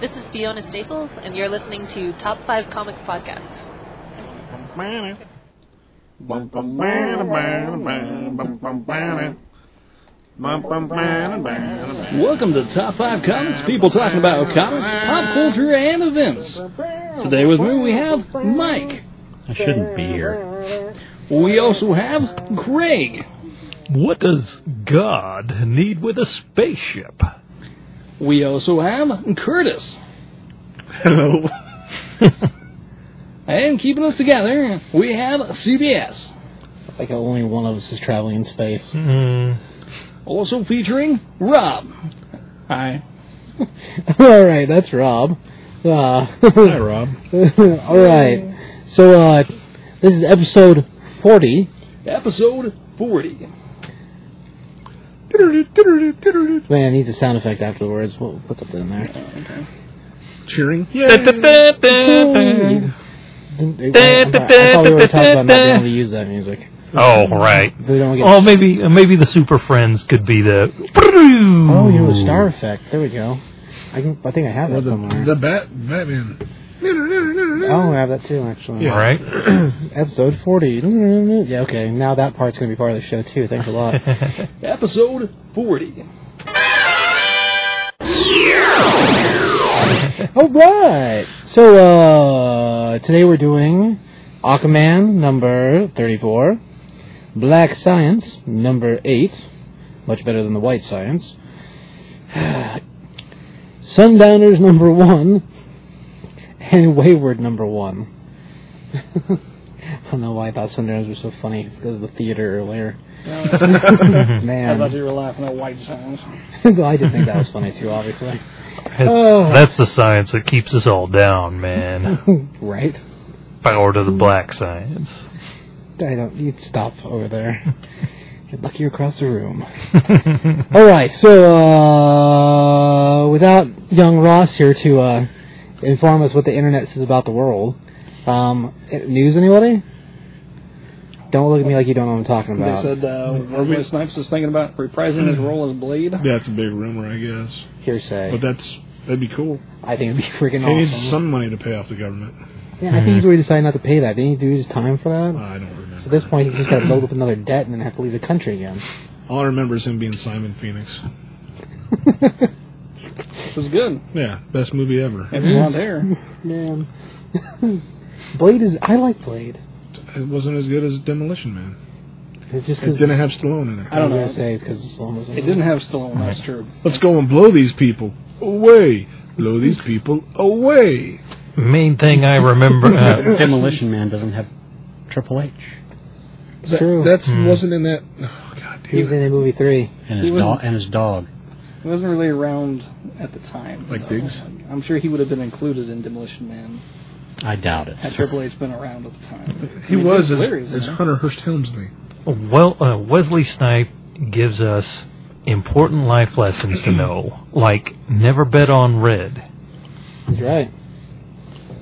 This is Fiona Staples, and you're listening to Top 5 Comics Podcast. Welcome Welcome to Top 5 Comics, people talking about comics, pop culture, and events. Today with me we have Mike. I shouldn't be here. We also have Greg. What does God need with a spaceship? We also have Curtis. Hello. And keeping us together, we have CBS. Like only one of us is traveling in space. Hmm. Also featuring Rob. Hi. all right, that's Rob. Uh, Hi, Rob. all right. So uh, this is episode forty. Episode 40. Man, needs a sound effect afterwards. We'll put something in there. Cheering. I, I thought we were talking about not being able to use that music. Oh, right. We don't get. Oh, maybe uh, maybe the Super Friends could be the. Oh, you have a star effect. There we go. I can. I think I have that somewhere. The Bat Batman. Oh, I have that too, actually. All right. Episode forty. yeah. Okay. Now that part's gonna be part of the show too. Thanks a lot. Episode 40. All right. Oh, So uh, today we're doing Aquaman number thirty-four, Black Science number eight, much better than the White Science, Sundowners number one, and Wayward number one. I don't know why I thought Sundowners were so funny. It's because of the theater earlier. Uh, I thought Man, you were laughing at white sounds. Though I did think that was funny too. Obviously, Oh. That's the science that keeps us all down, man. right? Power to the black science. I don't. You'd stop over there. Get lucky across the room. All right, so uh, without young Ross here to uh, inform us what the internet says about the world, um, eh, news anybody? Don't look at me like you don't know what I'm talking They about. said uh, Wesley Snipes is thinking about reprising his role as Blade. That's a big rumor, I guess. Hearsay. But that's that'd be cool. I think it'd be freaking He needs awesome. some money to pay off the government. yeah, I think he's already decided not to pay that. Didn't he do his time for that? I don't At remember. this point, he's just got to build up another debt and then have to leave the country again. All I remember is him being Simon Phoenix. Which is good. Yeah, best movie ever. If you want hair. Man, Blade is. I like Blade. It wasn't as good as Demolition Man. It's just It because didn't have Stallone in I it. don't know. Say it's because it's almost. It didn't have Stallone, that's true. Let's go and blow these people away. Blow these people away. Main thing I remember. Uh, Demolition Man doesn't have Triple H That, True. That Hmm. wasn't in that. Oh God He was damn it! in the movie three. and He his, wasn't- dog and his dog. He wasn't really around at the time. Like though. Diggs? I'm sure he would have been included in Demolition Man I doubt it. had Triple H been around at the time. He was hilarious. as, as Hunter Hurst Helmsley. Well, uh, Wesley Snipe gives us important life lessons to know, like never bet on red. He's right.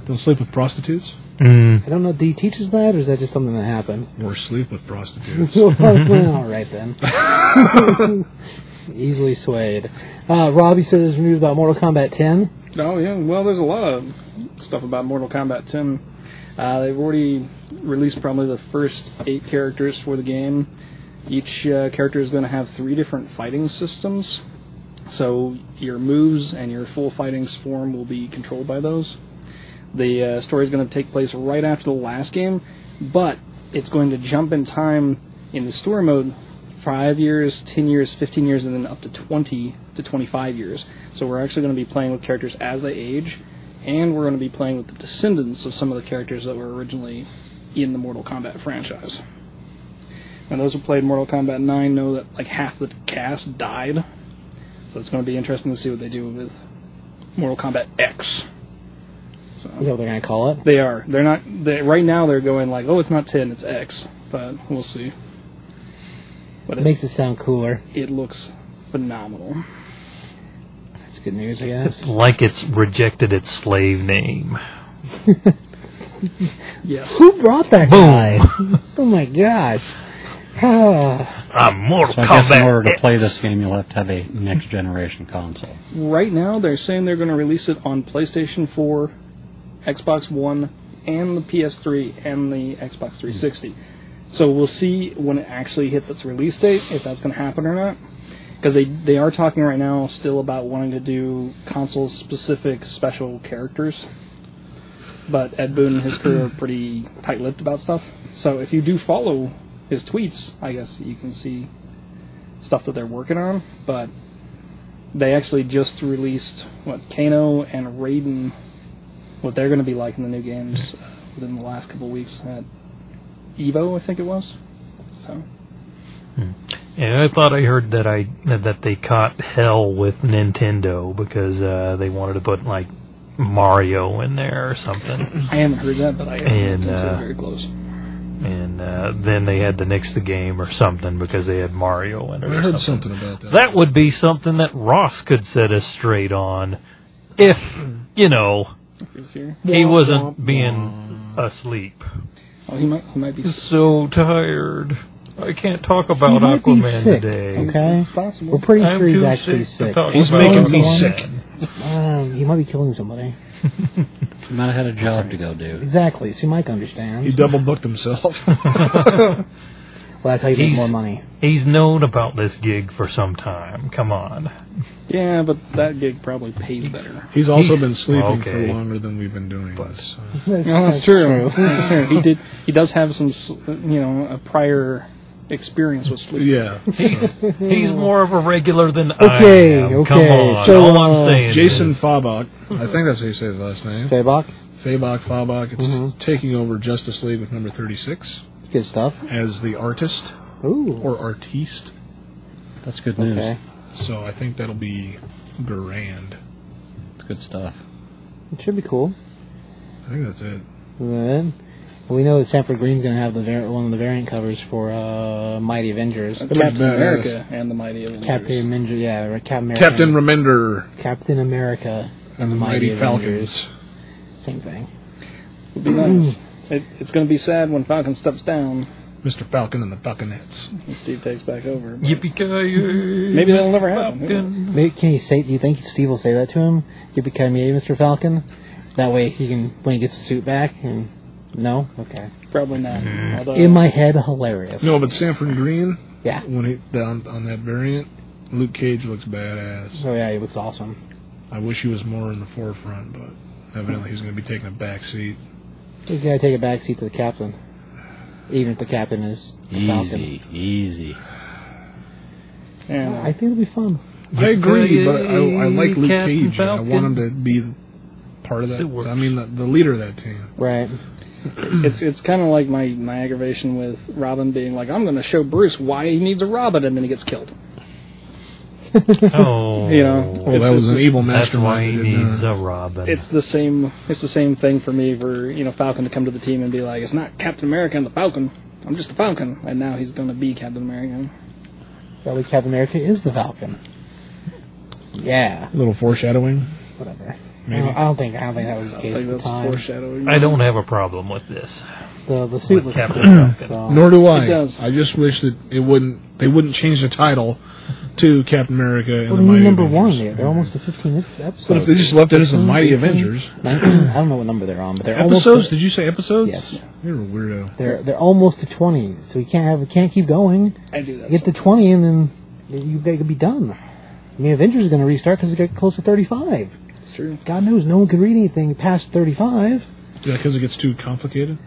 Don't sleep with prostitutes. Mm. I don't know. Did he teach us that, or is that just something that happened? Or sleep with prostitutes. All right then. Easily swayed. Uh, Robbie said there's news about Mortal Kombat 10. Oh yeah, well, there's a lot of stuff about Mortal Kombat 10. Uh, they've already released probably the first eight characters for the game. Each uh, character is going to have three different fighting systems, so your moves and your full fighting form will be controlled by those. The uh, story is going to take place right after the last game, but it's going to jump in time in the story mode five years, ten years, fifteen years, and then up to twenty to twenty-five years. So we're actually going to be playing with characters as they age, and we're going to be playing with the descendants of some of the characters that were originally in the Mortal Kombat franchise. And those who played Mortal Kombat 9 know that like half the cast died, so it's going to be interesting to see what they do with Mortal Kombat X. So Is that what they're gonna call it? they are. They're not. They, right now, they're going like, oh, it's not ten, it's X. But we'll see. But It it, makes it sound cooler. it looks phenomenal. That's good news, I It's like it's rejected its slave name. guess. Who brought that Boom. guy? Oh my gosh. Ah, I'm Mortal So I guess in order to play this game, you'll have to have a next generation console. Right now, they're saying they're going to release it on PlayStation 4, Xbox One, and the PS3 and the Xbox 360. So we'll see when it actually hits its release date if that's going to happen or not. Because they they are talking right now still about wanting to do console specific special characters. But Ed Boon and his crew are pretty tight lipped about stuff. So if you do follow his tweets, I guess you can see stuff that they're working on. But they actually just released what Kano and Raiden, what they're going to be like in the new games uh, within the last couple of weeks at Evo, I think it was. So Hmm. And I thought I heard that I that they caught hell with Nintendo because uh, they wanted to put like Mario in there or something, I haven't heard that, but I And, think uh, it's very close. and uh, then they had to nix the game or something because they had Mario in it. I or heard something. something about that. That would be something that Ross could set us straight on, if you know Is here? he wasn't being asleep. Oh, he might he might be. So tired. I can't talk he about might be Aquaman sick, today. Okay, It's possible. we're pretty I'm sure he's too actually to sick. talk He's about making me Aquaman. sick. Um, he might be killing somebody. You might have had a job to go do. Exactly. So Mike He understands. double booked himself. Well, that's how you make He's- more money. He's known about this gig for some time. Come on. Yeah, but that gig probably pays better. He's also He's- been sleeping okay. for longer than we've been doing this. so. That's true. he did. He does have some, s- you know, a prior experience with sleep. Yeah. He's more of a regular than Okay, I am. okay, Come on. so, All I'm uh, saying Jason is- Fabok, I think that's how you say his last name. Fabok, Fabok Fabok, it's Mhm. taking over Justice League with number 36 good stuff. as the artist Ooh. or artiste. That's good news. okay. So I think that'll be grand. That's good stuff. It should be cool. I think that's it. Then we know that Sanford Green's gonna have the var- one of the variant covers for uh, Mighty Avengers, Uh, Pretty Captain badass. America and the Mighty Avengers. Captain Avenger, yeah, right, Captain America, Captain Remender Captain America, and the Mighty, Mighty Falcons. same thing. Would be nice. It, it's going to be sad when Falcon steps down Mr. Falcon and the Falconets. and Steve takes back over. but- Yippee-ki-yay, Maybe that'll never happen. Falcon. Maybe, can he say? Do you think Steve will say that to him? Yippee ki yay, Mr. Falcon. That way he can when he gets the suit back and. No? Okay. Probably not. Although, In my head, hilarious. No, but Sanford Green, Yeah. when he down on that variant, Luke Cage looks badass. So Oh, yeah, it looks awesome. I wish he was more in the forefront, but evidently he's going to be taking a back seat. He's gotta take a back seat to the captain. Even if the captain is the Falcon. Easy, easy. and, I think it'll be fun. I agree, but I, I Yippee-ki-yay, like Luke Captain Cage. and I want him Falcon. to be part of that. It works. I mean, the, the leader of that team. Right. It's it's kind of like my my aggravation with Robin being like, I'm going to show Bruce why he needs a Robin, and then he gets killed. Oh. You know, Well, that was an evil That's why he mastermind. didn't needs it? a Robin. It's the same it's the same thing for me for you know Falcon to come to the team and be like, it's not Captain America and the Falcon. I'm just a Falcon, and now he's going to be Captain America. That way Captain America is the Falcon. Yeah. A little foreshadowing. Whatever. I Maybe. don't, I don't think I don't think that was the I case think at the that's time. foreshadowing. I don't have a problem with this. The the suit was Captain cool, America. so- Nor do I. Uh, It does. I just wish that it wouldn't. They wouldn't change the title to Captain America and Well, the they're Mighty number Avengers. one. They're, they're almost to 15 this episode. But if they just left it as the Mighty Avengers 19, I don't know what number they're on, but they're episodes, almost. did you say episodes? Yes. You're a weirdo. They're they're almost to 20, so we can't have we can't keep going. I do that. Get to 20 and then you they could be done. I mean, Avengers is going to restart because it got close to 35. That's true. God knows no one could read anything past 35. Yeah, because it gets too complicated.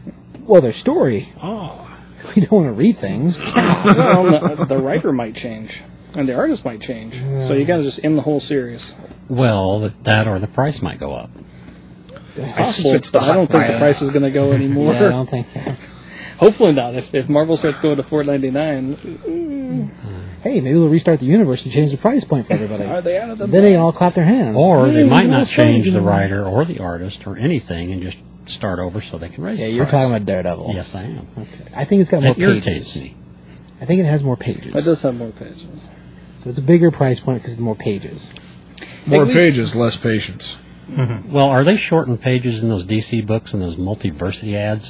Well, their story. Oh. We don't want to read things. well, the, the writer might change, and the artist might change. So you got to just end the whole series. Well, that- that or the price might go up. It's possible, but I don't think the price is going to go anymore. uh, Yeah, I don't think. Hopefully not. If, if Marvel starts going to four ninety nine, Hey, maybe they'll restart the universe and change the price point for everybody. are they out of the? Then they can all clap their hands. Or they Yay, might not that's change the right. writer or the artist or anything and just start over so they can raise Yeah, the you're price. talking about Daredevil. Yes, I am. Okay. I think it's got more That pages. irritates me. I think it has more pages. That does have more pages. So it's a bigger price point because more pages. More At least- pages, less patience. Well, are they shortened pages in those DC books and those multiversity ads?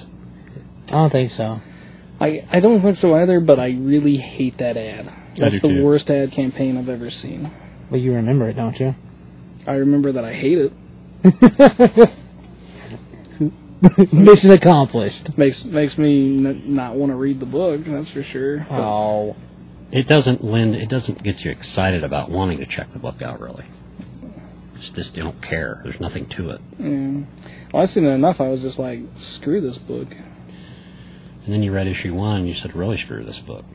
I don't think so. I I I don't think so either, but I really hate that ad. That's do the too. worst ad campaign I've ever seen. Well, you remember it, don't you? I remember that I hate it. Mission accomplished. Makes makes me n- not want to read the book. That's for sure. Oh. It doesn't lend. It doesn't get you excited about wanting to check the book out. Really, it's just you don't care. There's nothing to it. Yeah. Well, I've seen it enough. I was just like, screw this book. And then you read issue one, and you said, "Really screw this book."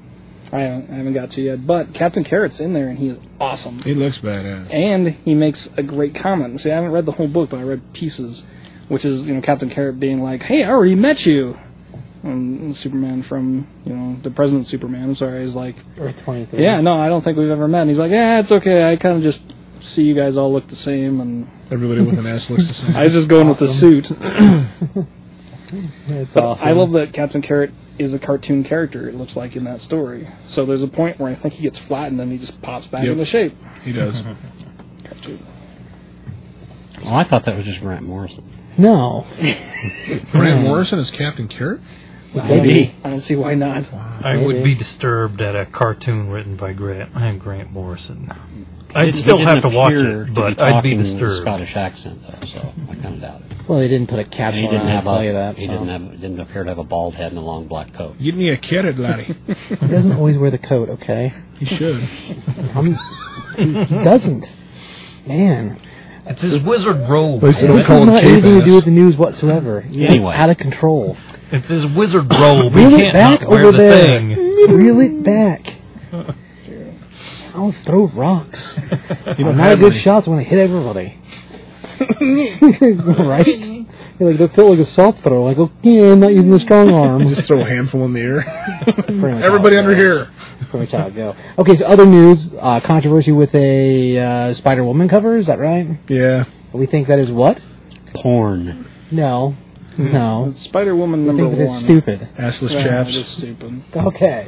I haven't, I haven't got to yet, but Captain Carrot's in there and he is awesome. He looks badass. And he makes a great comment. See, I haven't read the whole book, but I read pieces, which is you know Captain Carrot being like, "Hey, I already met you." And Superman from you know the President Superman. I'm sorry, is like, Or 23. "Yeah, no, I don't think we've ever met." And he's like, "Yeah, it's okay. I kind of just see you guys all look the same, and Everybody with an ass looks the same. I was just going with the suit." It's But awesome. I love that Captain Carrot is a cartoon character. It looks like in that story. So there's a point where I think he gets flattened and he just pops back Yep. into shape. He does. Well, I thought that was just Grant Morrison. No. Mm. Grant Morrison is Captain Carrot. Maybe. I don't see why not. I would be disturbed at a cartoon written by Grant and Grant Morrison. I'd still have to watch it, but I'd be disturbed. Scottish accent though, so I kind of doubt it. Well, they didn't put a And caption he didn't on it, I'll have tell a. you that. he so. didn't have. Didn't appear to have a bald head and a long black coat. Give me a carrot, laddie. He doesn't always wear the coat, okay? he should. Hmm. Um, he doesn't. Man. It's his wizard robe. Wait, so don't this call has him not Cape anything to do Ass. with the news whatsoever. It's Anyway. out of control. It's his wizard robe. Reel it he can't back not wear over the there. thing. Reel it back. I'll throw rocks. You I'm don't not a have good any. shot when I hit everybody. right? You're like, they feel like a soft throw. Like, okay, I'm not using the strong arm. Just throw a handful in the air. Pretty much Everybody how it under goes. here. Pretty much how it go. Okay, so other news. Uh, controversy with a uh, Spider Woman cover. Is that right? Yeah. We think that is what? Porn. No. Hmm. No. Spider Woman We number think that one. it's stupid. Assless Yeah, chaps. it is stupid. Okay.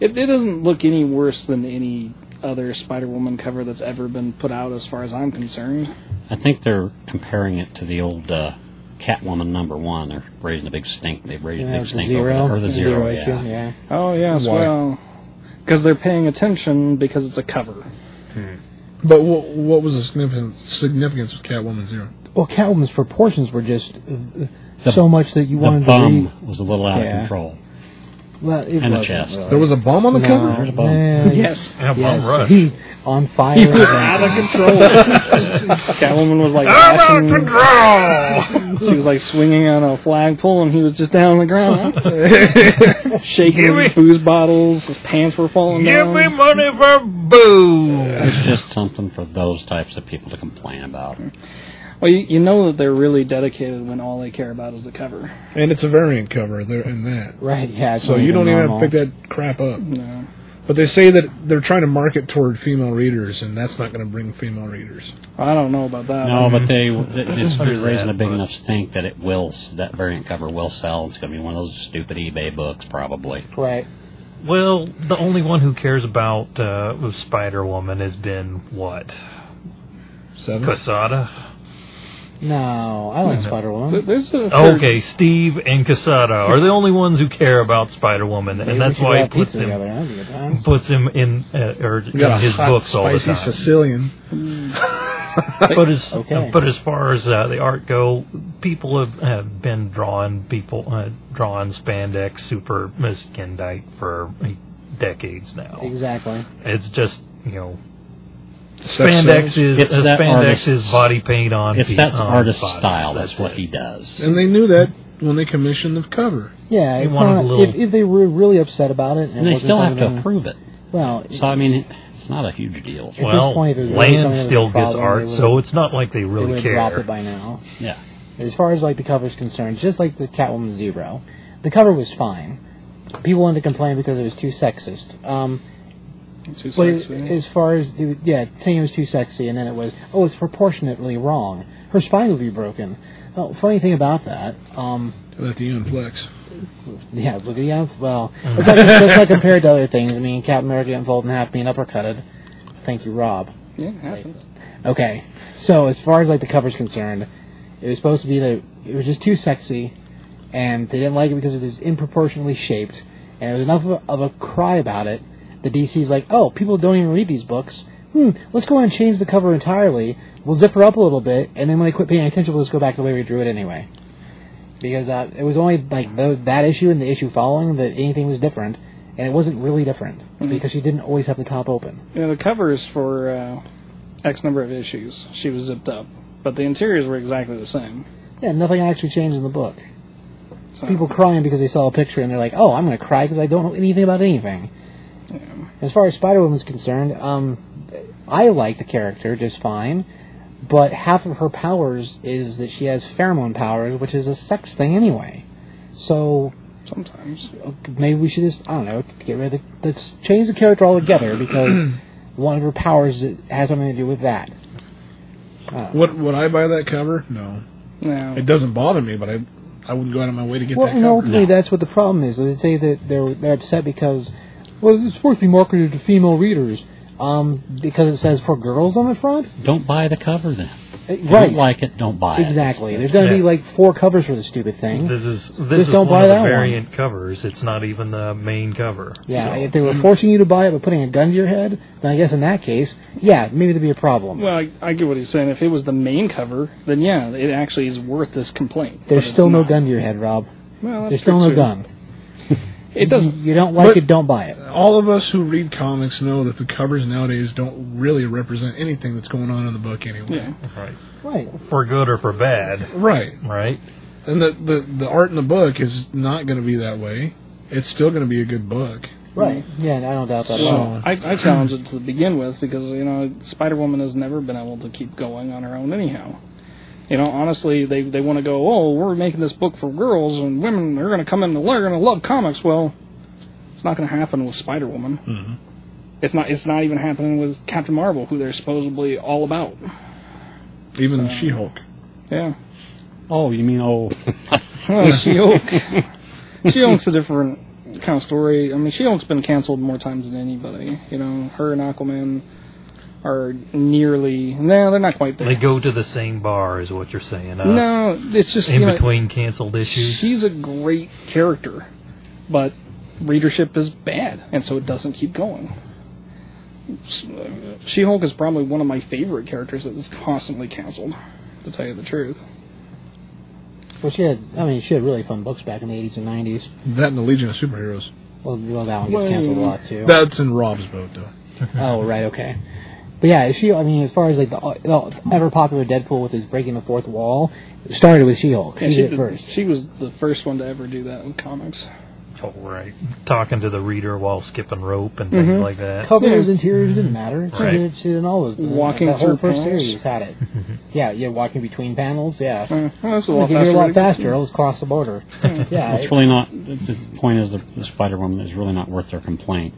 It, it doesn't look any worse than any other Spider Woman cover that's ever been put out, as far as I'm concerned. I think they're comparing it to the old uh, Catwoman number one. They're raising a big stink. They raised a Yeah, big the stink zero. over the, or the zero. issue, yeah. yeah. Oh yes, Why? well, because they're paying attention because it's a cover. But what, what was the significance, significance of Catwoman Zero? Well, Catwoman's proportions were just uh, The- so much that you The wanted to read. bum was a little out Yeah. of control. Well, it And the wasn't chest. really. There was a bomb on the no, cover? There's a bum. man, Yes, Yeah, yes, Bum Rush. he- on fire. out of control. Catwoman was like lashing- She was like swinging on a flagpole, and he was just down on the ground, shaking his booze bottles. His pants were falling down. money for boo. It's just something for those types of people to complain about. Well, you, you know that they're really dedicated when all they care about is the cover. And it's a variant cover there in that. right, yeah. it's So not you don't even normal. have to pick that crap up. No. But they say that they're trying to market toward female readers, and that's not going to bring female readers. I don't know about that. No, but they It's it's under raising a that, big but- enough stink that it will that variant cover will sell. It's going to be one of those stupid eBay books probably. Right. Well, the only one who cares about uh, Spider Woman has been what Seven. Casada. No, I like Spider Th- Woman. There's a Oh, fair- Okay, Steve and Casada are the only ones who care about Spider Woman, and that's why he puts pizza him together. That'd be a good time. puts him in uh, or We got a in his hot, books all the spicy time. Sicilian. but as Okay. but as far as uh, the art go, people have, have been drawing people uh, drawing spandex super uh, skin dyke for decades now. Exactly. It's just you know Sex spandex sells. is It's uh, that spandex artist- is body paint on. It's pe- that on artist bodies. style. That's what Oh, it. he does. And they knew that when they commissioned the cover. Yeah, They it's wanted not, a little- if, if they were really upset about it, And it they wasn't still have something- to approve it. Well, So I mean, it's not a huge deal. this Well, point, there's really something land that's still a gets problem, art, they so would- it's not like they they really would care. drop it by now. Yeah. As far as like the cover's concerned, just like the Catwoman Zero, the cover was fine. People wanted to complain because it was too sexist. Um, Too but sexy. as far as the, yeah, saying it was too sexy, and then it was oh, it's proportionately wrong. Her spine will be broken. Well, funny thing about that, um, Let the unflex. Yeah, look at yeah. Well, it's not, it's not compared to other things. I mean, Captain America getting folded in half, being uppercutted. Thank you, Rob. yeah, it happens. Okay, so as far as like the cover's concerned, it was supposed to be that it was just too sexy, and they didn't like it because it is improportionately shaped. And there was enough of a, of a cry about it. The DC's like, oh, people don't even read these books. Hmm, let's go ahead and change the cover entirely. We'll zip her up a little bit, and then when they quit paying attention, we'll just go back to the way we drew it anyway. Because uh, it was only like tho- that issue and the issue following that anything was different, and it wasn't really different because she didn't always have the top open. You know, the covers for uh, X number of issues, she was zipped up, but the interiors were exactly the same. Yeah, nothing actually changed in the book. So, people crying because they saw a picture and they're like, "Oh, I'm going to cry because I don't know anything about anything." As far as Spider Woman's concerned, um, I like the character just fine, but half of her powers is that she has pheromone powers, which is a sex thing anyway. So sometimes. maybe we should just I don't know get rid of the, let's change the character altogether because one of her powers has something to do with that. Uh, Would, would I buy that cover? No. No. It doesn't bother me, but I I wouldn't go out of my way to get well, that and cover. ultimately, that's what the problem is. They say that they're they're upset because well, it's supposed to be marketed to female readers. Um, because it says for girls on the front, Don't buy the cover then. Uh, If you right? Don't like it. Don't buy exactly. There's going to be Yeah. like four covers for the stupid thing. This is this Just is don't buy one of the that one. variant covers. It's not even the main cover. Yeah, if they were forcing you to buy it by putting a gun to your head, then I guess in that case, yeah, maybe there'd be a problem. Well, I, I get what he's saying. If it was the main cover, then yeah, it actually is worth this complaint. But There's it's still no not. gun to your head, Rob. Well, that's There's still true, no too. gun. It doesn't. You don't like But- it, don't buy it. All of us who read comics know that the covers nowadays don't really represent anything that's going on in the book anyway. Yeah. Right. Right. For good or for bad, Right. right? And the, the the art in the book is not going to be that way. It's still going to be a good book. Right. Yeah, I don't doubt that at all. Well, I, I challenge it to begin with because you know Spider Woman has never been able to keep going on her own anyhow. You know, honestly, they they want to go, oh, we're making this book for girls and women. They're going to come in and they're going to love comics. Well, it's not going to happen with Spider Woman. Mm-hmm. It's not. It's not even happening with Captain Marvel, who they're supposedly all about. Even So- She-Hulk. Yeah. it. Oh, you mean oh? Well, She-Hulk. She-Hulk's a different kind of story. I mean, She-Hulk's been canceled more times than anybody. You know, her and Aquaman are nearly. No, they're not quite there. They go to the same bar, is what you're saying. Uh, no, it's just In you know, between canceled issues. she's a great character, but readership is bad, and so it doesn't keep going. She Hulk is probably one of my favorite characters that is constantly canceled, to tell you the truth. Well, she had, I mean, she had really fun books back in the 80s and 90s. That and the Legion of Superheroes. Well, well that one gets canceled a lot, too. That's in Rob's boat, though. Mm-hmm. Oh, right, okay. But yeah, she, I mean, as far as like the, the ever popular Deadpool with his breaking the fourth wall, it started with She Hulk. She And did it did- first. she was the first one to ever do that in comics. Oh, right. Talking to the reader while skipping rope and things Mhm. like that. Covers, interiors, didn't matter. She Right. did, she did all those. Mm-hmm. uh, Walking that whole through first panels. Mm-hmm. series had it. yeah, yeah, walking between panels, yeah. Uh, well, that's a Well, lot you hear a lot faster. faster. Let's cross the border. yeah, It's really not. The the point is the, the Spider Woman is really not worth their complaint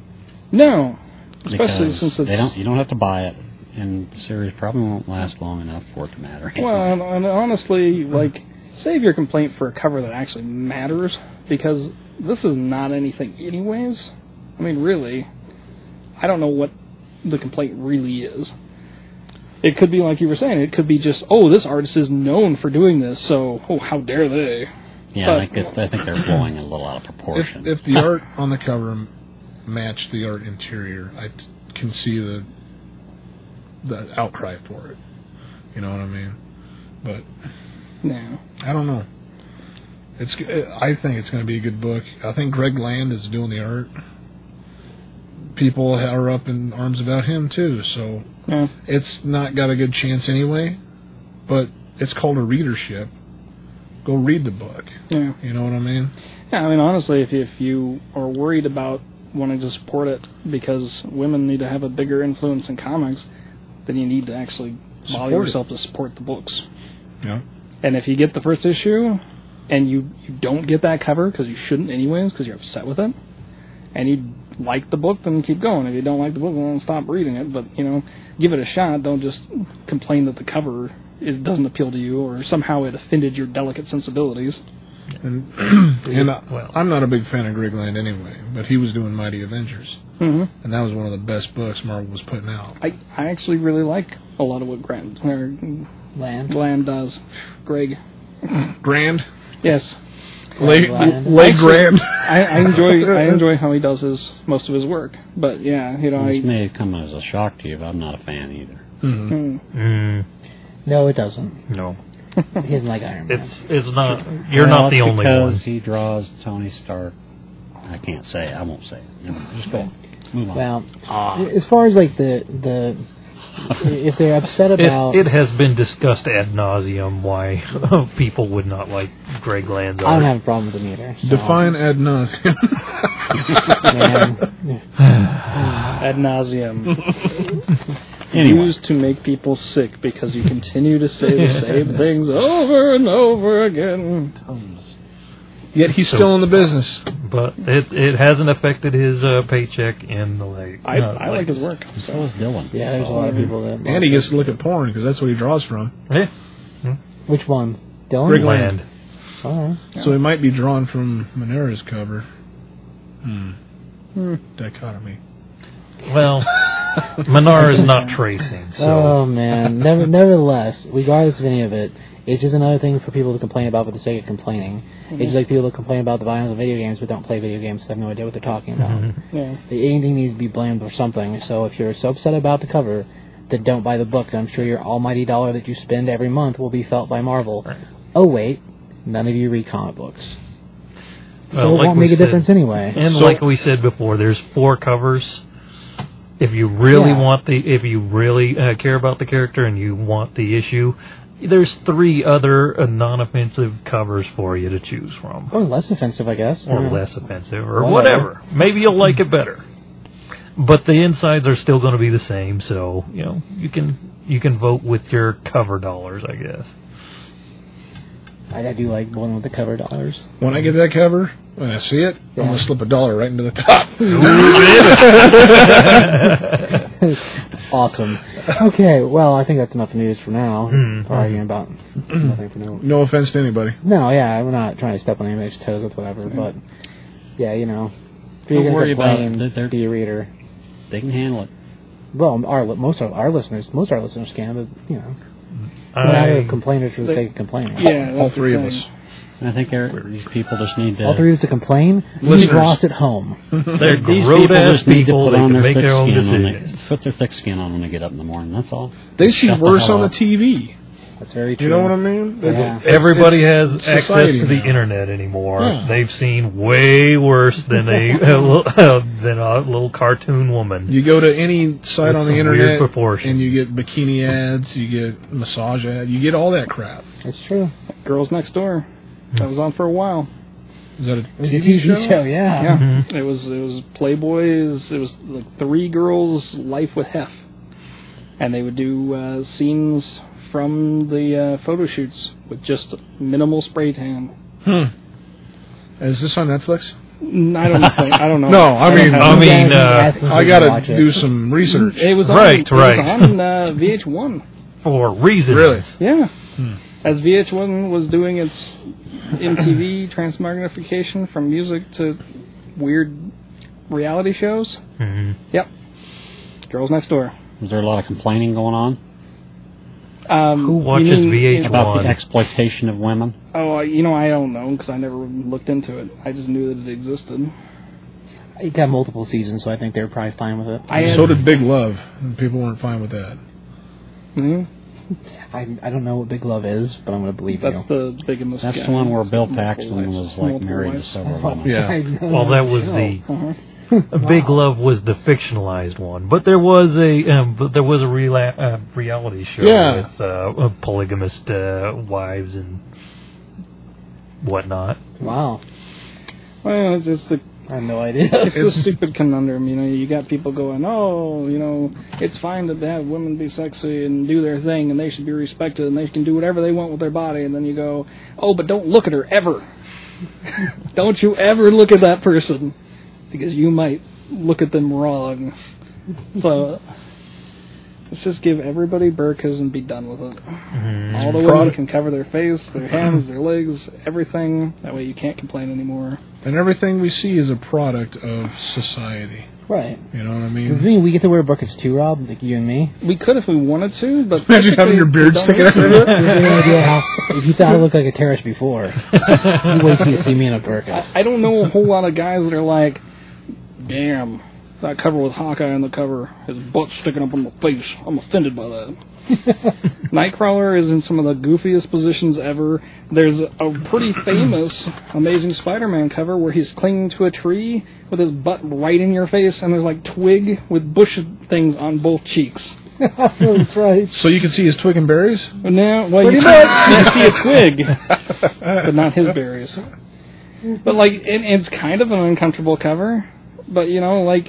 No, especially because since it's they don't. You don't have to buy it, and the series probably won't last long enough for it to matter. well, and, and honestly, like save your complaint for a cover that actually matters because this is not anything, anyways. I mean, really, I don't know what the complaint really is. It could be like you were saying. It could be just, oh, this artist is known for doing this, so oh, how dare they? yeah, I but- think, I think they're blowing it a little out of If, proportion. if the art on the cover m- matched the art interior, I t- can see the the outcry for it. You know what I mean? But No, I don't know. It's. g- I think it's going to be a good book. I think Greg Land is doing the art. People are up in arms about him too, so Yeah. it's not got a good chance anyway. But it's called a readership. Go read the book. yeah. You know what I mean? Yeah, I mean, honestly, if if you are worried about wanting to support it because women need to have a bigger influence in comics, then you need to actually bother Support it. yourself to support the books. Yeah. And if you get the first issue and you you don't get that cover because you shouldn't anyways because you're upset with it, and you like the book, then keep going. If you don't like the book, then stop reading it. But you know, give it a shot. Don't just complain that the cover it doesn't appeal to you or somehow it offended your delicate sensibilities. And and I, Well. I'm not a big fan of Greg Land anyway, but he was doing Mighty Avengers, Mm-hmm. and that was one of the best books Marvel was putting out. I, I actually really like a lot of what Grant or land. Glenn does. Greg. Grand, Yes. Leg, Ryan Bland. leg grab. I, I enjoy I enjoy how he does his most of his work, but yeah, you know, This I, may come as a shock to you, but I'm not a fan either. Mhm. hmm. Mm, No, it doesn't. no, He doesn't like Iron Man. it's it's not. You're Well, not the it's only because one. he draws Tony Stark. I can't say it. I won't say it. Never mind. Just go. on. Move on. Well, as far as like the the if they're upset about It, it has been discussed ad nauseum why people would not like Greg Land's I don't art. have a problem with them either. so- Define ad nauseum. Man. ad nauseum anyway, used to make people sick because you continue to say the same things over and over again. Yet he's So- still in the business. But it it hasn't affected his uh, paycheck in the late. I uh, I like his work. so was Dylan. Yeah, there's a lot of people that. And he gets to look at porn because that's what he draws from. Yeah, Which one? Oh. Dylan. Greg Land. Alright. So he might be drawn from Monera's cover. Hmm. Hmm. Dichotomy. Well, Minar is not tracing, so Oh man. Never, nevertheless, regardless of any of it, it's just another thing for people to complain about for the sake of complaining. It's just like people that complain about the violence of video games but don't play video games, so they have no idea what they're talking about. Mm-hmm. Yeah. Anything needs to be blamed for something. So if you're so upset about the cover, then don't buy the book. I'm sure your almighty dollar that you spend every month will be felt by Marvel. Right. Oh wait, none of you read comic books, so well, it uh, like won't we make a said- difference anyway. And So- like we said before, there's four covers. If you really Yeah. want the, if you really uh, care about the character and you want the issue, there's three other uh, non-offensive covers for you to choose from, Or less offensive, I guess. or Yeah. less offensive, or Whatever. whatever. Maybe you'll like it better. But the insides are still going to be the same, so you know you can you can vote with your cover dollars, I guess. I, I do like the one with the cover dollars. When I get that cover, when I see it, I'm Yeah. gonna slip a dollar right into the top. awesome. Okay, well, I think that's enough news for now. Mm. We're Arguing about nothing for no. no offense to anybody. No, yeah, we're not trying to step on anybody's toes with whatever, but yeah, you know, if you're Don't gonna worry about complain, it. They're- they're- be a reader. They can handle it. Well, our most of our listeners, most of our listeners can, but you know, we're not I, here complainers for the They- sake of complaining. Yeah, All that's the three of thing. us. And I think there- these people just need to. All three of us to complain. Leave Listeners. Ross at home. they're these grown people ass just need to people. put They on can their make thick their own skin on decisions. it. Put their thick skin on when they get up in the morning. That's all. They see Shut the worse hell on up. the TV. That's very true. You know what I mean? They- Yeah. it's- Everybody it's has access society to the now. internet anymore. Hmm. Yeah. They've seen way worse than a than a little cartoon woman. You go to any site With on some the weird internet, proportions. and you get bikini ads, you get massage ads, you get all that crap. It's true. Girls Next Door. That was on for a while. Is that a It was a TV, TV show? show, yeah. Yeah, Mhm. it was it was Playboys. It was like three girls' life with Hef, and they would do uh, scenes from the uh, photo shoots with just minimal spray tan. Hmm. Is this on Netflix? Mm, I don't think I don't know. No, I don't mean, have I any mean, guys uh, asking if I you gotta watch it. do some research. it was on, Right, it right. was on uh, VH1. For reasons. Really? Yeah, Hmm. as VH1 was doing its MTV transmogrification from music to weird reality shows. Mhm. Girls Next Door. Was there a lot of complaining going on Um, Who you watches mean- VH1? about One. the exploitation of women? Oh, I- you know, I don't know because I never looked into it. I just knew that it existed. It got multiple seasons, so I think they're probably fine with it. I had, So did Big Love, and people weren't fine with that. Hmm? I, I don't know what Big Love is, but I'm gonna believe That's you. the biggest. That's the one where Bill Paxton was like married to several women. Oh, Yeah. I know Well, that was show. the Uh-huh. Big Love was the fictionalized one, but there was a um, but there was a rela- uh, reality show Yeah. with uh, polygamist uh, wives and whatnot. Wow, Well, it's just the I have no idea. it's the stupid conundrum, you know. You got people going, oh, you know, it's fine that they have women be sexy and do their thing, and they should be respected, and they can do whatever they want with their body. And then you go, oh, but don't look at her ever. don't you ever look at that person, because you might look at them wrong. So let's just give everybody burkas and be done with it. Mm-hmm. All the women Product- can cover their face, their hands, their legs, everything. That way you can't complain anymore. And everything we see is a product of society. right. You know what I Does it mean? mean we get to wear buckets too, Rob? Like you and me? We could if we wanted to, but Imagine having your beard don't sticking out. You have any idea how If you thought I looked like a terrorist before, you wait till you see me in a burqa. I, I don't know a whole lot of guys that are like, damn, that cover with Hawkeye on the cover, his butt sticking up in my face. I'm offended by that. Nightcrawler is in some of the goofiest positions ever. There's a pretty famous Amazing Spider-Man cover where he's clinging to a tree with his butt right in your face, and there's like twig with bush things on both cheeks. That's right. So you can see his twig and berries? But now, well, Pretty you much. can't see a twig, but not his berries. But like, it, it's kind of an uncomfortable cover. But you know, like,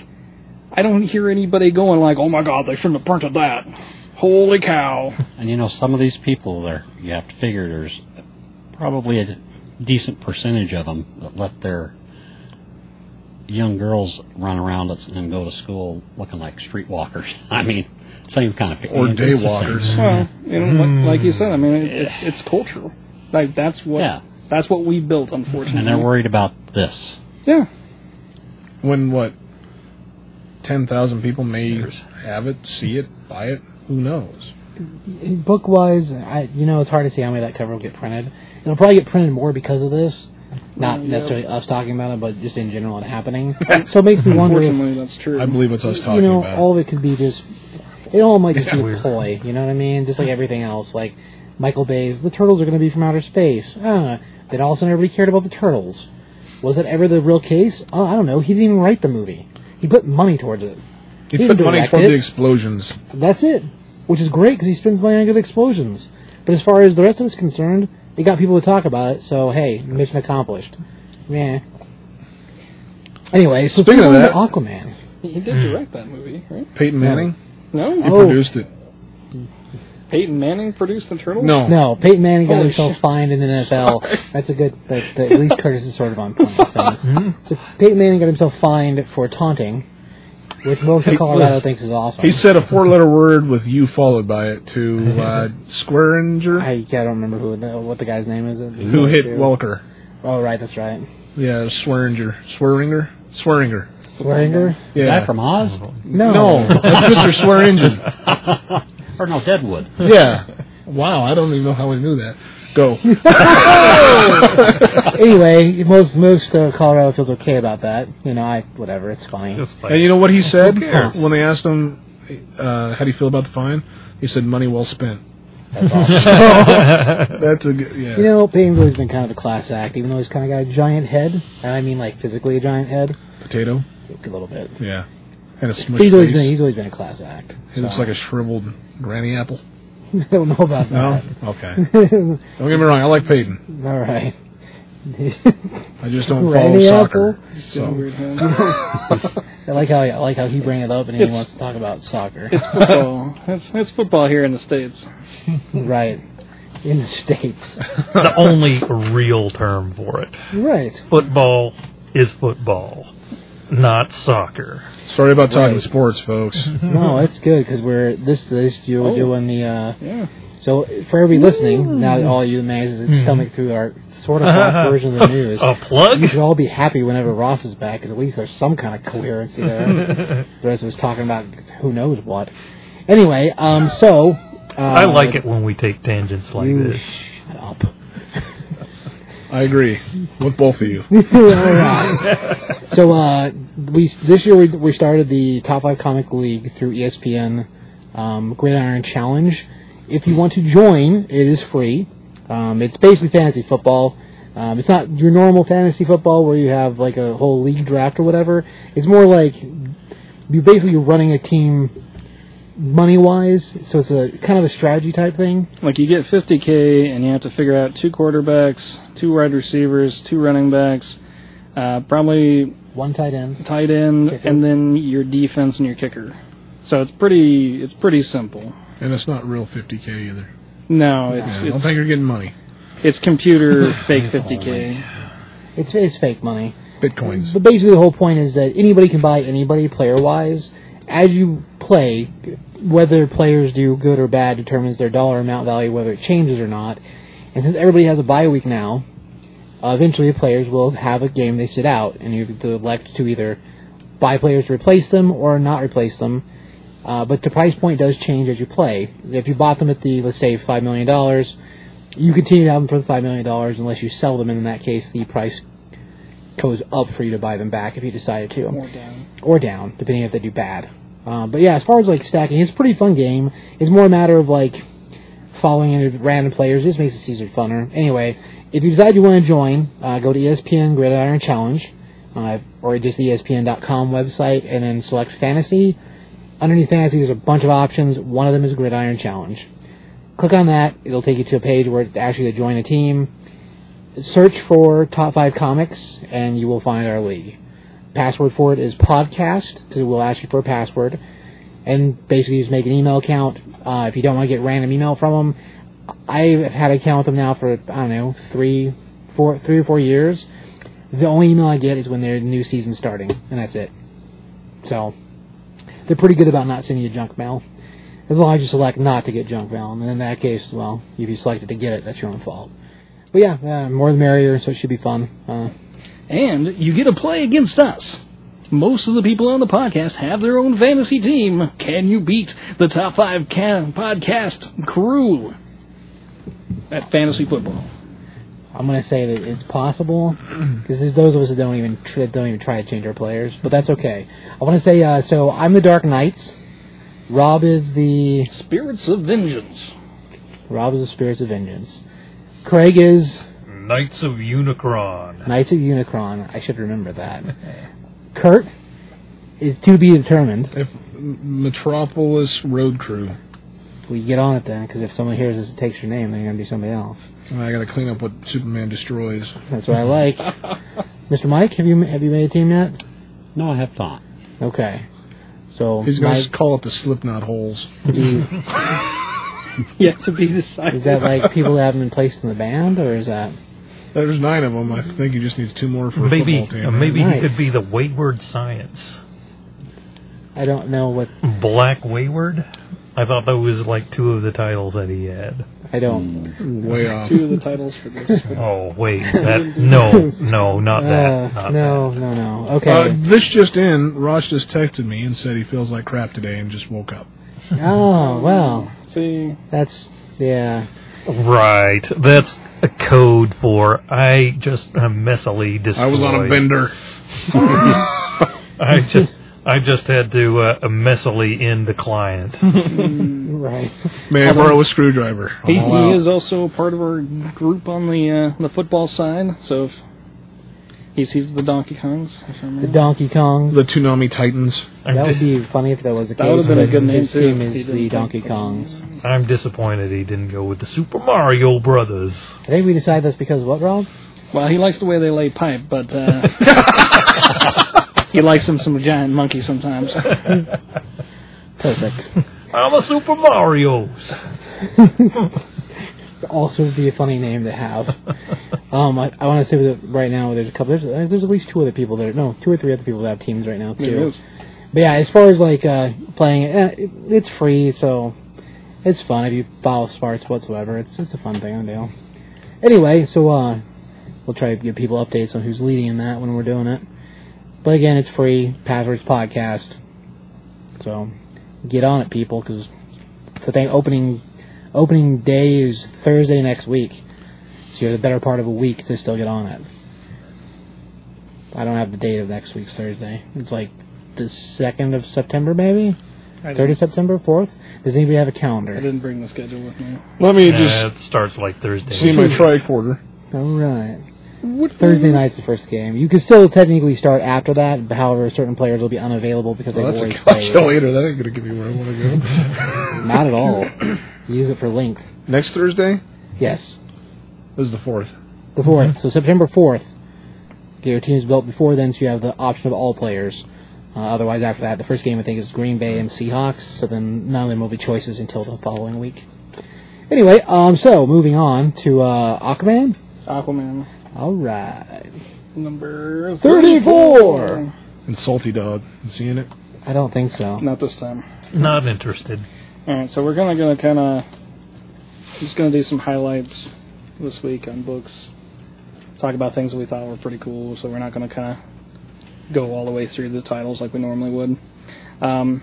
I don't hear anybody going like, "Oh my God, they shouldn't have printed that." Holy cow! And you know, some of these people there, you have to figure there's probably a decent percentage of them that let their young girls run around and go to school looking like streetwalkers. I mean, same kind of Or it's the daywalkers. same. Well, you know, Mm-hmm. like, like you said, I mean, it, it's it's cultural. Like that's what Yeah, that's what we built, unfortunately. and they're Mm-hmm. worried about this. yeah, When what? 10,000 people may have it, see it, buy it, who knows? Book wise, I you know it's hard to see how many of that cover will get printed. It'll probably get printed more because of this. Not Yeah. necessarily us talking about it, but just in general it happening. so it makes me wonder if unfortunately, that's true. I believe it's us talking you know, about. all of it could be just. It all might just Yeah, be a weird. ploy. You know what I mean? Just like everything else, like Michael Bay's "The Turtles Are Going to Be from Outer Space." Uh, then all of a sudden, everybody cared about the turtles. Was it ever the real case? Oh, I don't know. He didn't even write the movie. He put money towards it. He He put didn't money direct toward it. the explosions. That's it, which is great because he spends money on good explosions. But as far as the rest of it's concerned, it got people to talk about it. So hey, mission accomplished. Yeah. Anyway, so Speaking of going to that- Aquaman. he did direct that movie, right? Peyton Manning? No, He Oh. produced it. Peyton Manning produced the Turtles. No. No, Peyton Manning got Holy himself shit. fined in the NFL. That's a good. That, that, at least Curtis is sort of on point. Mm-hmm. So. so Peyton Manning got himself fined for taunting, which most of He- Colorado thinks is awesome. He said a four letter word with you followed by it to uh, Squaringer, I, yeah, I don't remember who the, what the guy's name is. who hit Welker. Oh, right, that's right. Yeah, Swearinger. Swearinger? Swearinger. Swearinger? Yeah. Uh-huh. Guy from Oz? No. No, that's Mr. Swearinger. or no, Deadwood. Yeah. Wow, I don't even know how we knew that. Go. Anyway, most most uh, Colorado feels okay about that. You know, I whatever, it's funny. Just like, And you know what he said cares? when they asked him, uh, "How do you feel about the fine?" He said, "Money well spent." That's a good, yeah. You know, Peyton Billy's been kind of a class act, even though he's kind of got a giant head. And I mean, like physically a giant head, potato. a little bit. Yeah, and a smushed He's always been face. he's always been a class act. He looks like a shriveled granny apple. I don't know about No, that. okay. Don't get me wrong. I like Peyton. All right. I just don't Granny follow apple? soccer. So Weird hand. I like how I like how he bring it up and he It's- wants to talk about soccer. it's football. It's, it's football here in the states. right. In the states. the only real term for it. Right. Football is football, not soccer. sorry about talking Right. sports, folks. No, it's good because we're this this you are Oh. doing the. uh Yeah. So for everybody listening, now that all you managed to stomach through our sort of rough version of the news, A plug? you should all be happy whenever Ross is back. 'cause at least there's some kind of coherency there. the rest of us talking about who knows what. Anyway, um, so uh, I like it when we take tangents like You this. shut up. I agree with both of you. All right. So uh, we this year we, we started the top five comic league through E ESPN um, Gridiron Challenge. If you want to join, it is free. Um, it's basically fantasy football. Um, it's not your normal fantasy football where you have like a whole league draft or whatever. It's more like you basically you're running a team money wise, so it's a kind of a strategy type thing. Like you get 50k, and you have to figure out two quarterbacks, two wide receivers, two running backs, uh, probably One tight end. tight end, Kicker. and then your defense and your kicker. So it's pretty it's pretty simple. And it's not real 50k either. No, Yeah, I it's don't think you're getting money. it's, it's computer fake 50k. It's it's fake money. Bitcoins. But basically, the whole point is that anybody can buy anybody player wise. As you play, whether players do good or bad determines their dollar amount value, whether it changes or not. And since everybody has a bye week now, uh, eventually the players will have a game they sit out, and you have to elect to either buy players to replace them or not replace them. Uh, but the price point does change as you play. If you bought them at the, let's say, $5 million, you continue to have them for the five million dollars unless you sell them, and in that case, the price goes up for you to buy them back if you decided to More down. or down, depending if they do bad. Um, but yeah, as far as like stacking, it's a pretty fun game. It's more a matter of like following in random players. It just makes the season funner. Anyway, if you decide you want to join, uh, go to ESPN Gridiron Challenge, uh, or just the ESPN.com website, and then select Fantasy. Underneath Fantasy, there's a bunch of options. One of them is Gridiron Challenge. Click on that. It'll take you to a page where it's actually to join a team. Search for Top 5 Comics, and you will find our league password for it is podcast because it will ask you for a password and basically just make an email account uh, if you don't want to get random email from them i've had an account with them now for i don't know three four three or four years the only email i get is when their new season's starting and that's it so they're pretty good about not sending you junk mail as long as you select not to get junk mail and in that case well if you selected to get it that's your own fault but yeah uh, more the merrier so it should be fun uh, And you get to play against us. Most of the people on the podcast have their own fantasy team. Can you beat the top five ca- podcast crew at fantasy football? I'm gonna say that it's possible because there's those of us that don't even tr- that don't even try to change our players, but that's okay. I want to say uh, so. I'm the Dark Knights. Rob is the Spirits of Vengeance. Rob is the Spirits of Vengeance. Craig is Knights of Unicron. Knights of Unicron. I should remember that. Kurt is to be determined. If Metropolis Road Crew. We get on it then, because if someone hears this and takes your name, they're gonna be somebody else. And I got to clean up what Superman destroys. That's what I like. Mr. Mike, have you have you made a team yet? No, I have not. Okay. So He's Mike- going to call it the Slipknot holes. do- Yet to be decided. Is that like people that haven't been placed in the band, or is that There's nine of them. I think he just needs two more for a Maybe, football team. uh, man. maybe Nice. he could be the Wayward Science. I don't know what Black Wayward? I thought that was like two of the titles that he had. I don't. Hmm, way off. Two of the titles for this. Oh, wait. That, no, no, not that. uh, Not no, no, no. Uh, Okay. this just in, Ross just texted me and said he feels like crap today and just woke up. oh well, See, that's yeah. that. Right. That's a code for I just uh, messily I destroyed. was on a bender. I just, I just had to uh, messily end the client. Right. May I borrow a screwdriver? Oh, I'm he, all he out. is also part of our group on the uh, the football side. So if he sees the Donkey Kongs. If I'm The right. Donkey Kong. The Toonami Titans. I'm, that would di- be funny if that was the case. That would have been a but good name his too. team if he is didn't the think Donkey of Kongs. it. I'm disappointed he didn't go with the Super Mario Brothers. I think we decided that's because of what, Rob? Well, he likes the way they lay pipe, but uh, he likes him some giant monkey sometimes. Perfect. I'm a Super Mario. also would be a funny name to have. Um, I, I want to say that right now there's a couple. There's, uh, there's at least two other people that are no, two or three other people that have teams right now too. There is. But yeah, as far as like uh, playing it, eh, it, it's free, so it's fun if you follow sports whatsoever. It's it's a fun thing to do. Anyway, so uh, we'll try to give people updates on who's leading in that when we're doing it. But again, it's free. Passwords podcast. So get on it, people, because the thing opening opening day is Thursday next week. So you have the better part of a week to still get on it. I don't have the date of next week's Thursday. It's like the second of September, maybe I third of didn't, September, fourth. Does anybody have a I calendar? didn't bring the schedule with me. Let me Yeah, it starts like Thursday. just see my tricorder. All right. Thursday night's the first game. You can still technically start after that, but however, certain players will be unavailable because they've Well, that's already a played. calculator. That ain't going to give me where I want to go. Not at all. Use it for length. Next Thursday Yes, is the 4th. the fourth. Mm-hmm. So September fourth. Get your teams built before then, so you have the option of all players. Uh, otherwise, after that, the first game I think is Green Bay and Seahawks. So then none of them will be choices until the following week. Anyway, um, so moving on to uh, Aquaman. Aquaman All right. number 34. And Salty Dog. You seeing it? I don't think so. Not this time. Not interested. All right, so we're gonna gonna kind of just gonna do some highlights this week on books. Talk about things that we thought were pretty cool. So we're not gonna kind of go all the way through the titles like we normally would. Um,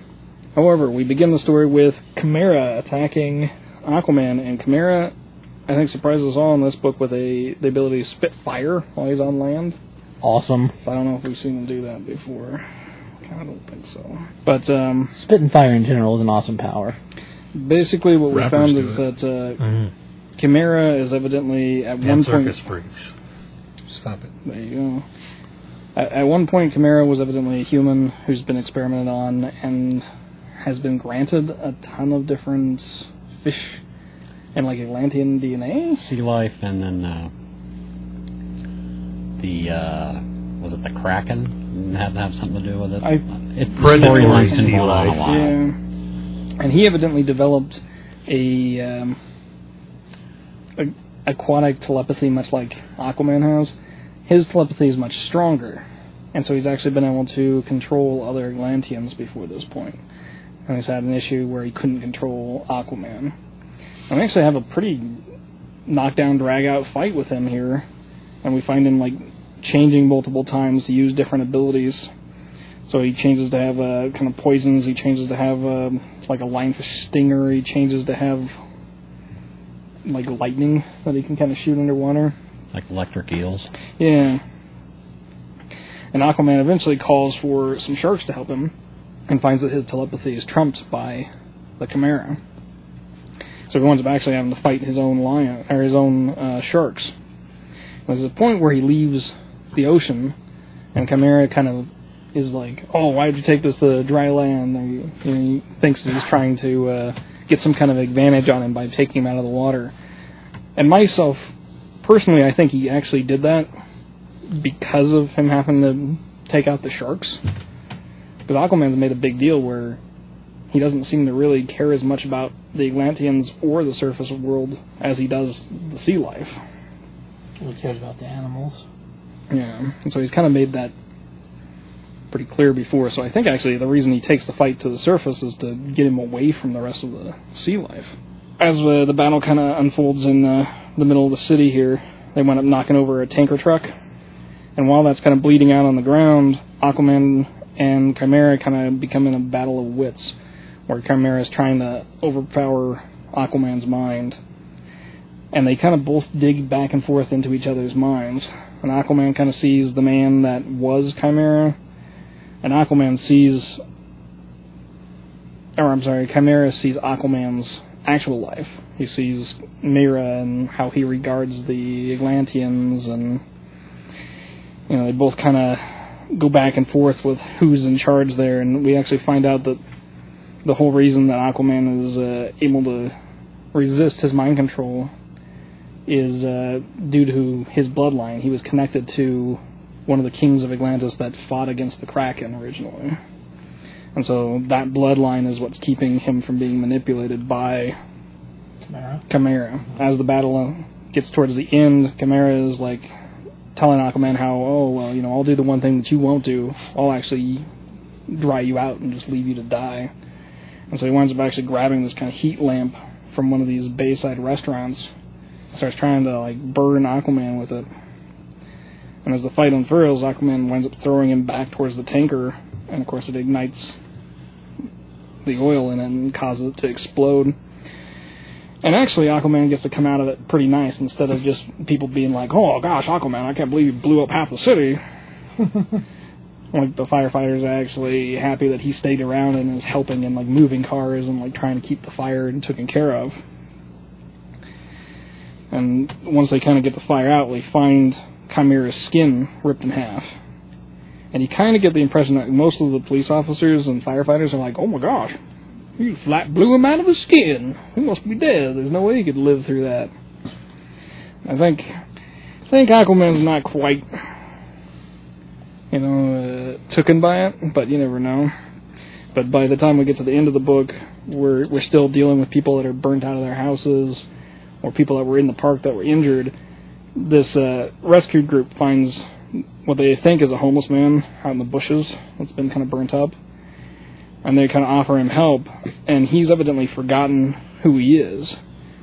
however, we begin the story with Chimera attacking Aquaman, and Chimera I think surprises us all in this book with a the ability to spit fire while he's on land. Awesome. I don't know if we've seen him do that before. I don't think so. But um, Spit and fire in general is an awesome power. basically, what we Rappers found do is it. that uh, Mm. Chimera is evidently at one And point. circus freaks. Stop it. There you go. At, at one point, Chimera was evidently a human who's been experimented on and has been granted a ton of different fish and like Atlantean DNA. Sea Life, and then uh, the uh, was it the Kraken? Have have something to do with it? I- it Brendan storyline's Murray's been going on a Sea Life. while. Yeah. And he evidently developed a, um, a aquatic telepathy, much like Aquaman has. His telepathy is much stronger, and so he's actually been able to control other Atlanteans before this point. And he's had an issue where he couldn't control Aquaman. And we actually have a pretty knockdown, drag-out fight with him here, and we find him like changing multiple times to use different abilities. So he changes to have uh, kind of poisons. He changes to have um like a lionfish stinger. He changes to have like lightning that he can kind of shoot underwater. like electric eels. Yeah. And Aquaman eventually calls for some sharks to help him and finds that his telepathy is trumped by the Chimera. So he winds up actually having to fight his own lion or his own uh, sharks. There's a point where he leaves the ocean, and Chimera kind of is like, "Oh, why would you take this to dry land?" Or, you know, he thinks that he's trying to uh, get some kind of advantage on him by taking him out of the water. And myself, personally, I think he actually did that because of him having to take out the sharks. Because Aquaman's made a big deal where he doesn't seem to really care as much about the Atlanteans or the surface world as he does the sea life. Who cares about the animals? Yeah, and so he's kind of made that pretty clear before. So I think actually the reason he takes the fight to the surface is to get him away from the rest of the sea life. As uh, the battle kind of unfolds in uh, the middle of the city here, they wind up knocking over a tanker truck, and while that's kind of bleeding out on the ground, Aquaman and Chimera kind of become in a battle of wits, where Chimera is trying to overpower Aquaman's mind. And they kind of both dig back and forth into each other's minds and Aquaman kind of sees the man that was Chimera, and Aquaman sees, or I'm sorry, Chimera sees Aquaman's actual life. He sees Mira and how he regards the Atlanteans, and you know they both kind of go back and forth with who's in charge there, and we actually find out that the whole reason that Aquaman is uh, able to resist his mind control is uh, due to his bloodline. He was connected to one of the kings of Atlantis that fought against the Kraken originally. And so that bloodline is what's keeping him from being manipulated by Chimera. Chimera. As the battle uh, gets towards the end, Chimera is like telling Aquaman how, oh, well, you know, I'll do the one thing that you won't do. I'll actually dry you out and just leave you to die. And so he winds up actually grabbing this kind of heat lamp from one of these Bayside restaurants starts trying to like burn Aquaman with it. And as the fight unfurls, Aquaman winds up throwing him back towards the tanker, and of course it ignites the oil in it and causes it to explode. And actually, Aquaman gets to come out of it pretty nice instead of just people being like, "Oh gosh, Aquaman, I can't believe you blew up half the city." like the firefighters are actually happy that he stayed around and is helping and like moving cars and like trying to keep the fire and taken care of. And once they kind of get the fire out, they find Chimera's skin ripped in half. And you kind of get the impression that most of the police officers and firefighters are like, oh my gosh, you flat blew him out of his skin. He must be dead. There's no way he could live through that. I think, I think Aquaman's not quite, you know, uh, taken by it, but you never know. But by the time we get to the end of the book, we're we're still dealing with people that are burnt out of their houses, or people that were in the park that were injured, this uh, rescued group finds what they think is a homeless man out in the bushes that's been kind of burnt up, and they kind of offer him help, and he's evidently forgotten who he is.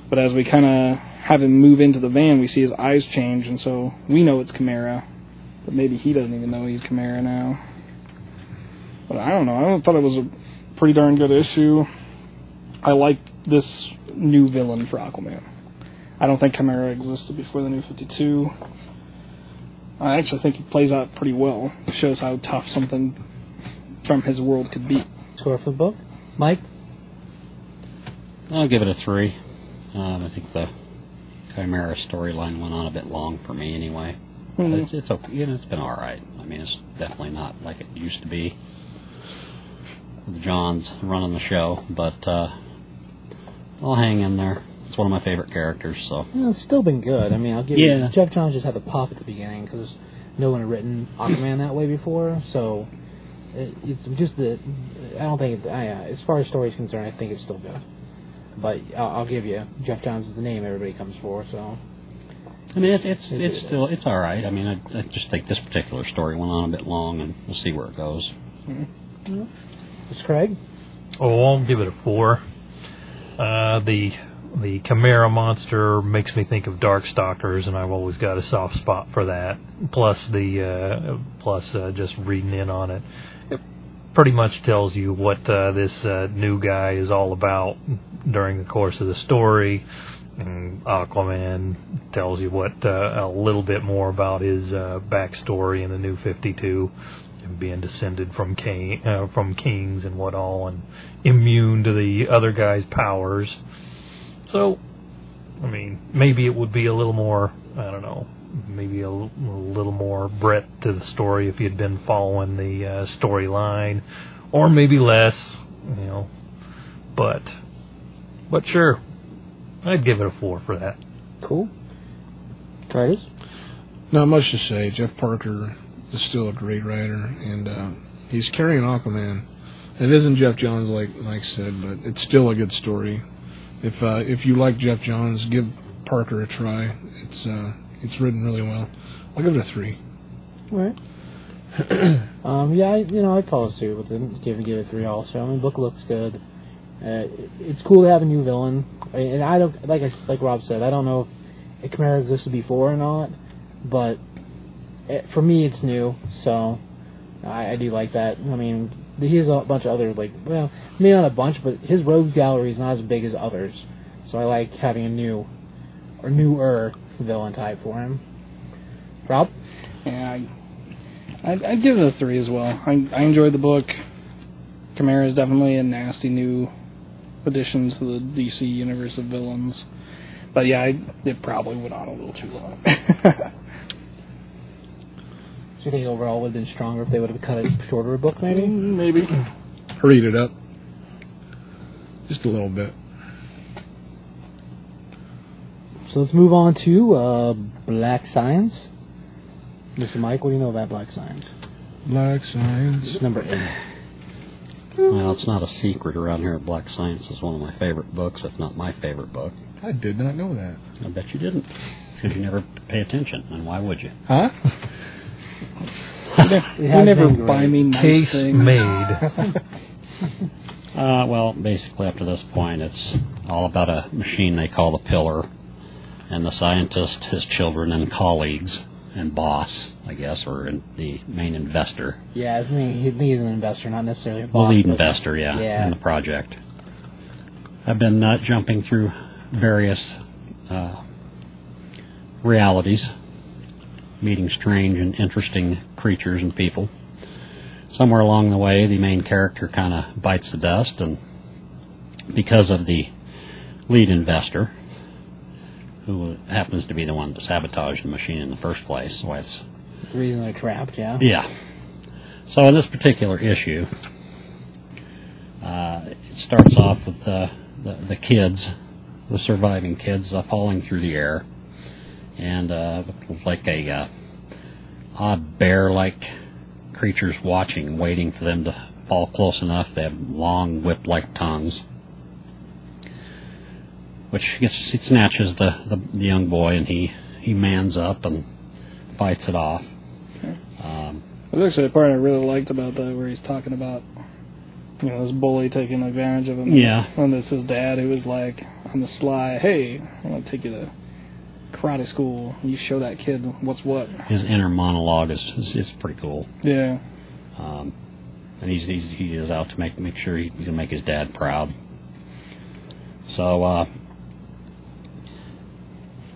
But as we kind of have him move into the van, we see his eyes change, and so we know it's Chimera, but maybe he doesn't even know he's Chimera now. But I don't know. I thought it was a pretty darn good issue. I like this new villain for Aquaman. I don't think Chimera existed before the New 52. I actually think he plays out pretty well. Shows how tough something from his world could be. Score for the book, Mike. I'll give it a three. Um, I think the Chimera storyline went on a bit long for me anyway. But Mhm. Mm-hmm. it's, it's okay. You know, it's been all right. I mean, it's definitely not like it used to be. with John's running the show, but uh, I'll hang in there. It's one of my favorite characters, so Yeah, it's still been good. I mean, I'll give Yeah. you. Jeff Johns just had the pop at the beginning because no one had written Aquaman that way before. So it, it's just the. I don't think. It, I, uh, as far as story's concerned, I think it's still good. But I'll, I'll give you Jeff Johns is the name everybody comes for. So I mean, it, it's It it's is. still it's all right. I mean, I, I just think this particular story went on a bit long, and we'll see where it goes. it's Craig. Oh, I'll give it a four. Uh, the the Chimera monster makes me think of Darkstalkers, and I've always got a soft spot for that. Plus the uh, plus uh, just reading in on it, it pretty much tells you what uh, this uh, new guy is all about during the course of the story. And uh, Aquaman tells you what uh, a little bit more about his uh, backstory in the New Fifty Two, and being descended from king, uh, from kings and what all, and immune to the other guy's powers. So, I mean, maybe it would be a little more, I don't know, maybe a, l- a little more breadth to the story if you'd been following the uh, storyline, or maybe less, you know. But, but sure, I'd give it a four for that. Cool. Titus. Not much to say. Jeff Parker is still a great writer, and uh, he's carrying Aquaman. It isn't Jeff Johns, like Mike said, but it's still a good story. If uh, if you like Jeff Johns, give Parker a try. It's uh, it's written really well. I'll give it a three. All right. um, yeah, I, you know, I'd follow suit with it. Give give it three also. I mean, book looks good. Uh, it- it's cool to have a new villain, I- and I don't like I like Rob said. I don't know if Chimera existed before or not, but it, for me, it's new, so I, I do like that. I mean, he has a bunch of other like well, maybe not a bunch, but his rogues gallery is not as big as others, so I like having a new or newer villain type for him. Rob. Yeah, I, I'd, I'd give it a three as well. I, I enjoyed the book. Chimera is definitely a nasty new addition to the DC universe of villains. But yeah, I, it probably went on a little too long. Do you think overall would have been stronger if they would have cut it shorter a book, maybe? Maybe. Hurried it up, just a little bit. So let's move on to uh, Black Science. Mr. Mike, what do you know about Black Science? Black science. It's number eight. Well, it's not a secret around here. Black Science is one of my favorite books, if not my favorite book. I did not know that. I bet you didn't, because you never pay attention, and why would you? Huh? It You has never been great. buy me nice Case things. made. Uh, well, basically, up to this point, it's all about a machine they call the Pillar, and the scientist, his children, and colleagues, and boss, I guess, or in the main investor, Yeah, I think he- I think he's an investor, not necessarily a the boss. lead but- investor, yeah, Yeah. in the project. I've been uh, jumping through various uh, realities, meeting strange and interesting creatures and people. Somewhere along the way, the main character kind of bites the dust, and because of the lead investor, who happens to be the one that sabotaged the machine in the first place, why it's The reason they're trapped, yeah. yeah. So in this particular issue, uh, it starts off with the, the the kids, the surviving kids, uh, falling through the air, and uh, like a uh, odd bear-like creatures watching, waiting for them to fall close enough. They have long whip-like tongues, which gets it snatches the, the the young boy, and he he mans up and fights it off. Um, There's actually a part I really liked about that where he's talking about, you know, this bully taking advantage of him. Yeah. And it's his dad who was like, on the sly, hey, I'm going to take you to karate school. You show that kid what's what. his inner monologue is is, is pretty cool. Yeah. Um, and he's, he's he is out to make make sure he, he's gonna make his dad proud. So uh,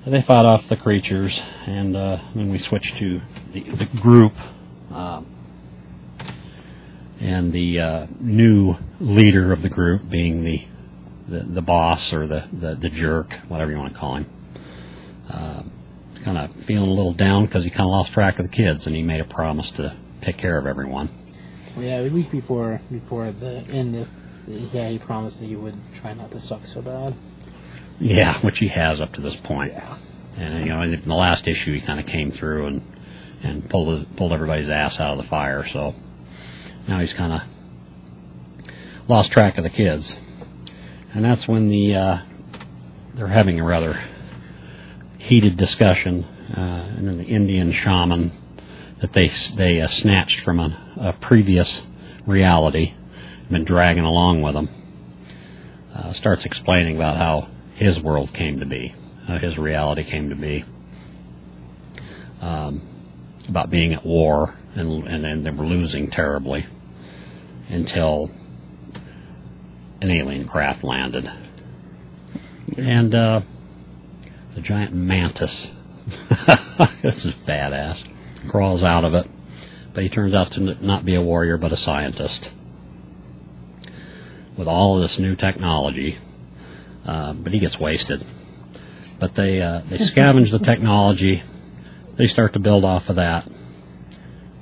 they fought off the creatures, and uh, then we switched to the, the group. Um, and the uh, new leader of the group being the the, the boss or the, the, the jerk, whatever you want to call him. Um kind of feeling a little down because he kind of lost track of the kids, and he made a promise to take care of everyone. Yeah, a week before before the end of yeah, he promised that he would try not to suck so bad. Yeah, which he has up to this point. And you know, in the last issue, he kind of came through and and pulled his- pulled everybody's ass out of the fire. So now he's kind of lost track of the kids, and that's when the uh, they're having a rather heated discussion, uh, and then the Indian shaman that they they uh, snatched from a, a previous reality, been dragging along with them, uh, starts explaining about how his world came to be, how his reality came to be, um, about being at war and and then they were losing terribly until an alien craft landed, and. Uh, the giant mantis. this is badass. Crawls out of it, but he turns out to n- not be a warrior but a scientist. With all of this new technology, uh, but he gets wasted. But they uh, they scavenge the technology. They start to build off of that,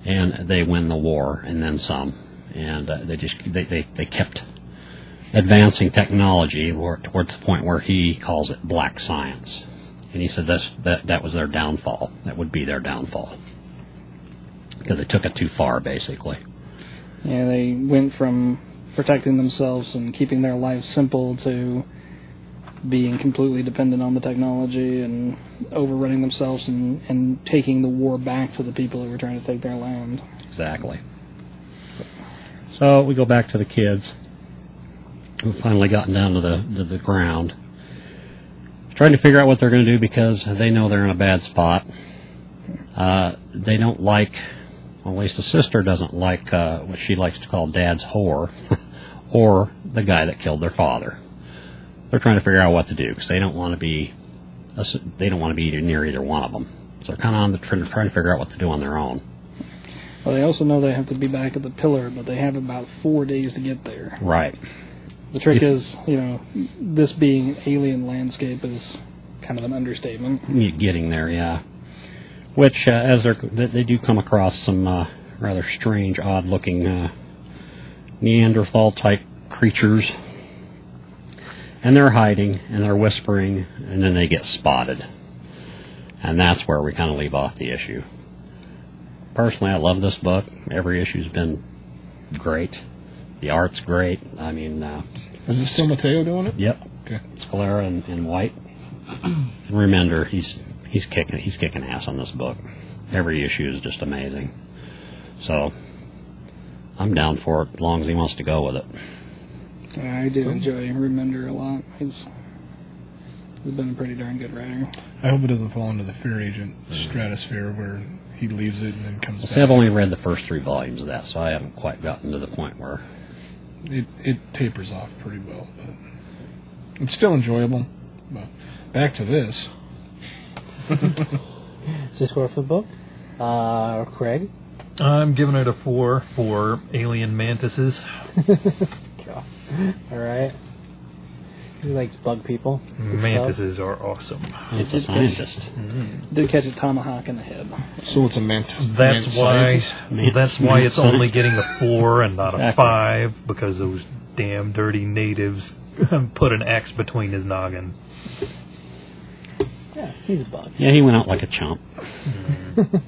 and they win the war and then some. And uh, they just they, they they kept advancing technology wor- towards the point where he calls it black science. And he said that's, that that was their downfall. That would be their downfall. Because they took it too far, basically. Yeah, they went from protecting themselves and keeping their lives simple to being completely dependent on the technology and overrunning themselves and, and taking the war back to the people that were trying to take their land. Exactly. So we go back to the kids. We've finally gotten down to the to the ground, trying to figure out what they're going to do because they know they're in a bad spot. Uh, they don't like, well, at least the sister doesn't like uh, what she likes to call dad's whore, or the guy that killed their father. They're trying to figure out what to do because they don't want to be, they don't want to be either near either one of them. So they're kind of on the trying to figure out what to do on their own. Well, they also know they have to be back at the pillar, but they have about four days to get there. Right. The trick is, you know, this being alien landscape is kind of an understatement. Yeah, getting there, yeah. Which, uh, as they're, they- they do come across some uh, rather strange, odd-looking uh, Neanderthal-type creatures, and they're hiding and they're whispering, and then they get spotted, and that's where we kind of leave off the issue. Personally, I love this book. Every issue's been great. The art's great. I mean, uh, Is this still Mateo doing it? Yep. Okay. Scalera and, and White. And Remender, he's he's kicking he's kicking ass on this book. Every issue is just amazing. So I'm down for it as long as he wants to go with it. I do enjoy Remender a lot. He's, he's been a pretty darn good writer. I hope it doesn't fall into the fear agent stratosphere where he leaves it and then comes See, back. I've only read the first three volumes of that, so I haven't quite gotten to the point where it it tapers off pretty well, but it's still enjoyable. But back to this. Is this for the book? Uh, Craig? I'm giving it a four for alien mantises. Alright. He likes bug people. Mantises are awesome. Oh, it's a scientist. Did catch a tomahawk in the head. so it's a mantis. That's why Man- that's why it's man- only getting a four and not a Exactly. five because those damn dirty natives put an axe between his noggin. Yeah, he's a bug. Yeah, he went out like a chump. Mm.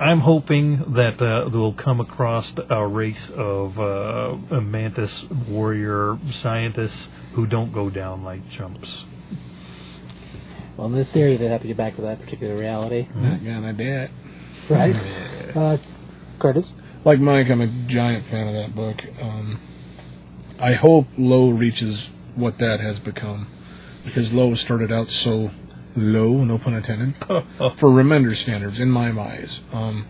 I'm hoping that uh, we'll come across a race of uh, mantis warrior scientists who don't go down like chumps. Well, in this series, they have to get back to that particular reality. Yeah, my dad. Right? Uh, Curtis? Like Mike, I'm a giant fan of that book. Um, I hope Low reaches what that has become, because Low started out so low, no pun intended, for Remender standards in my eyes. Um,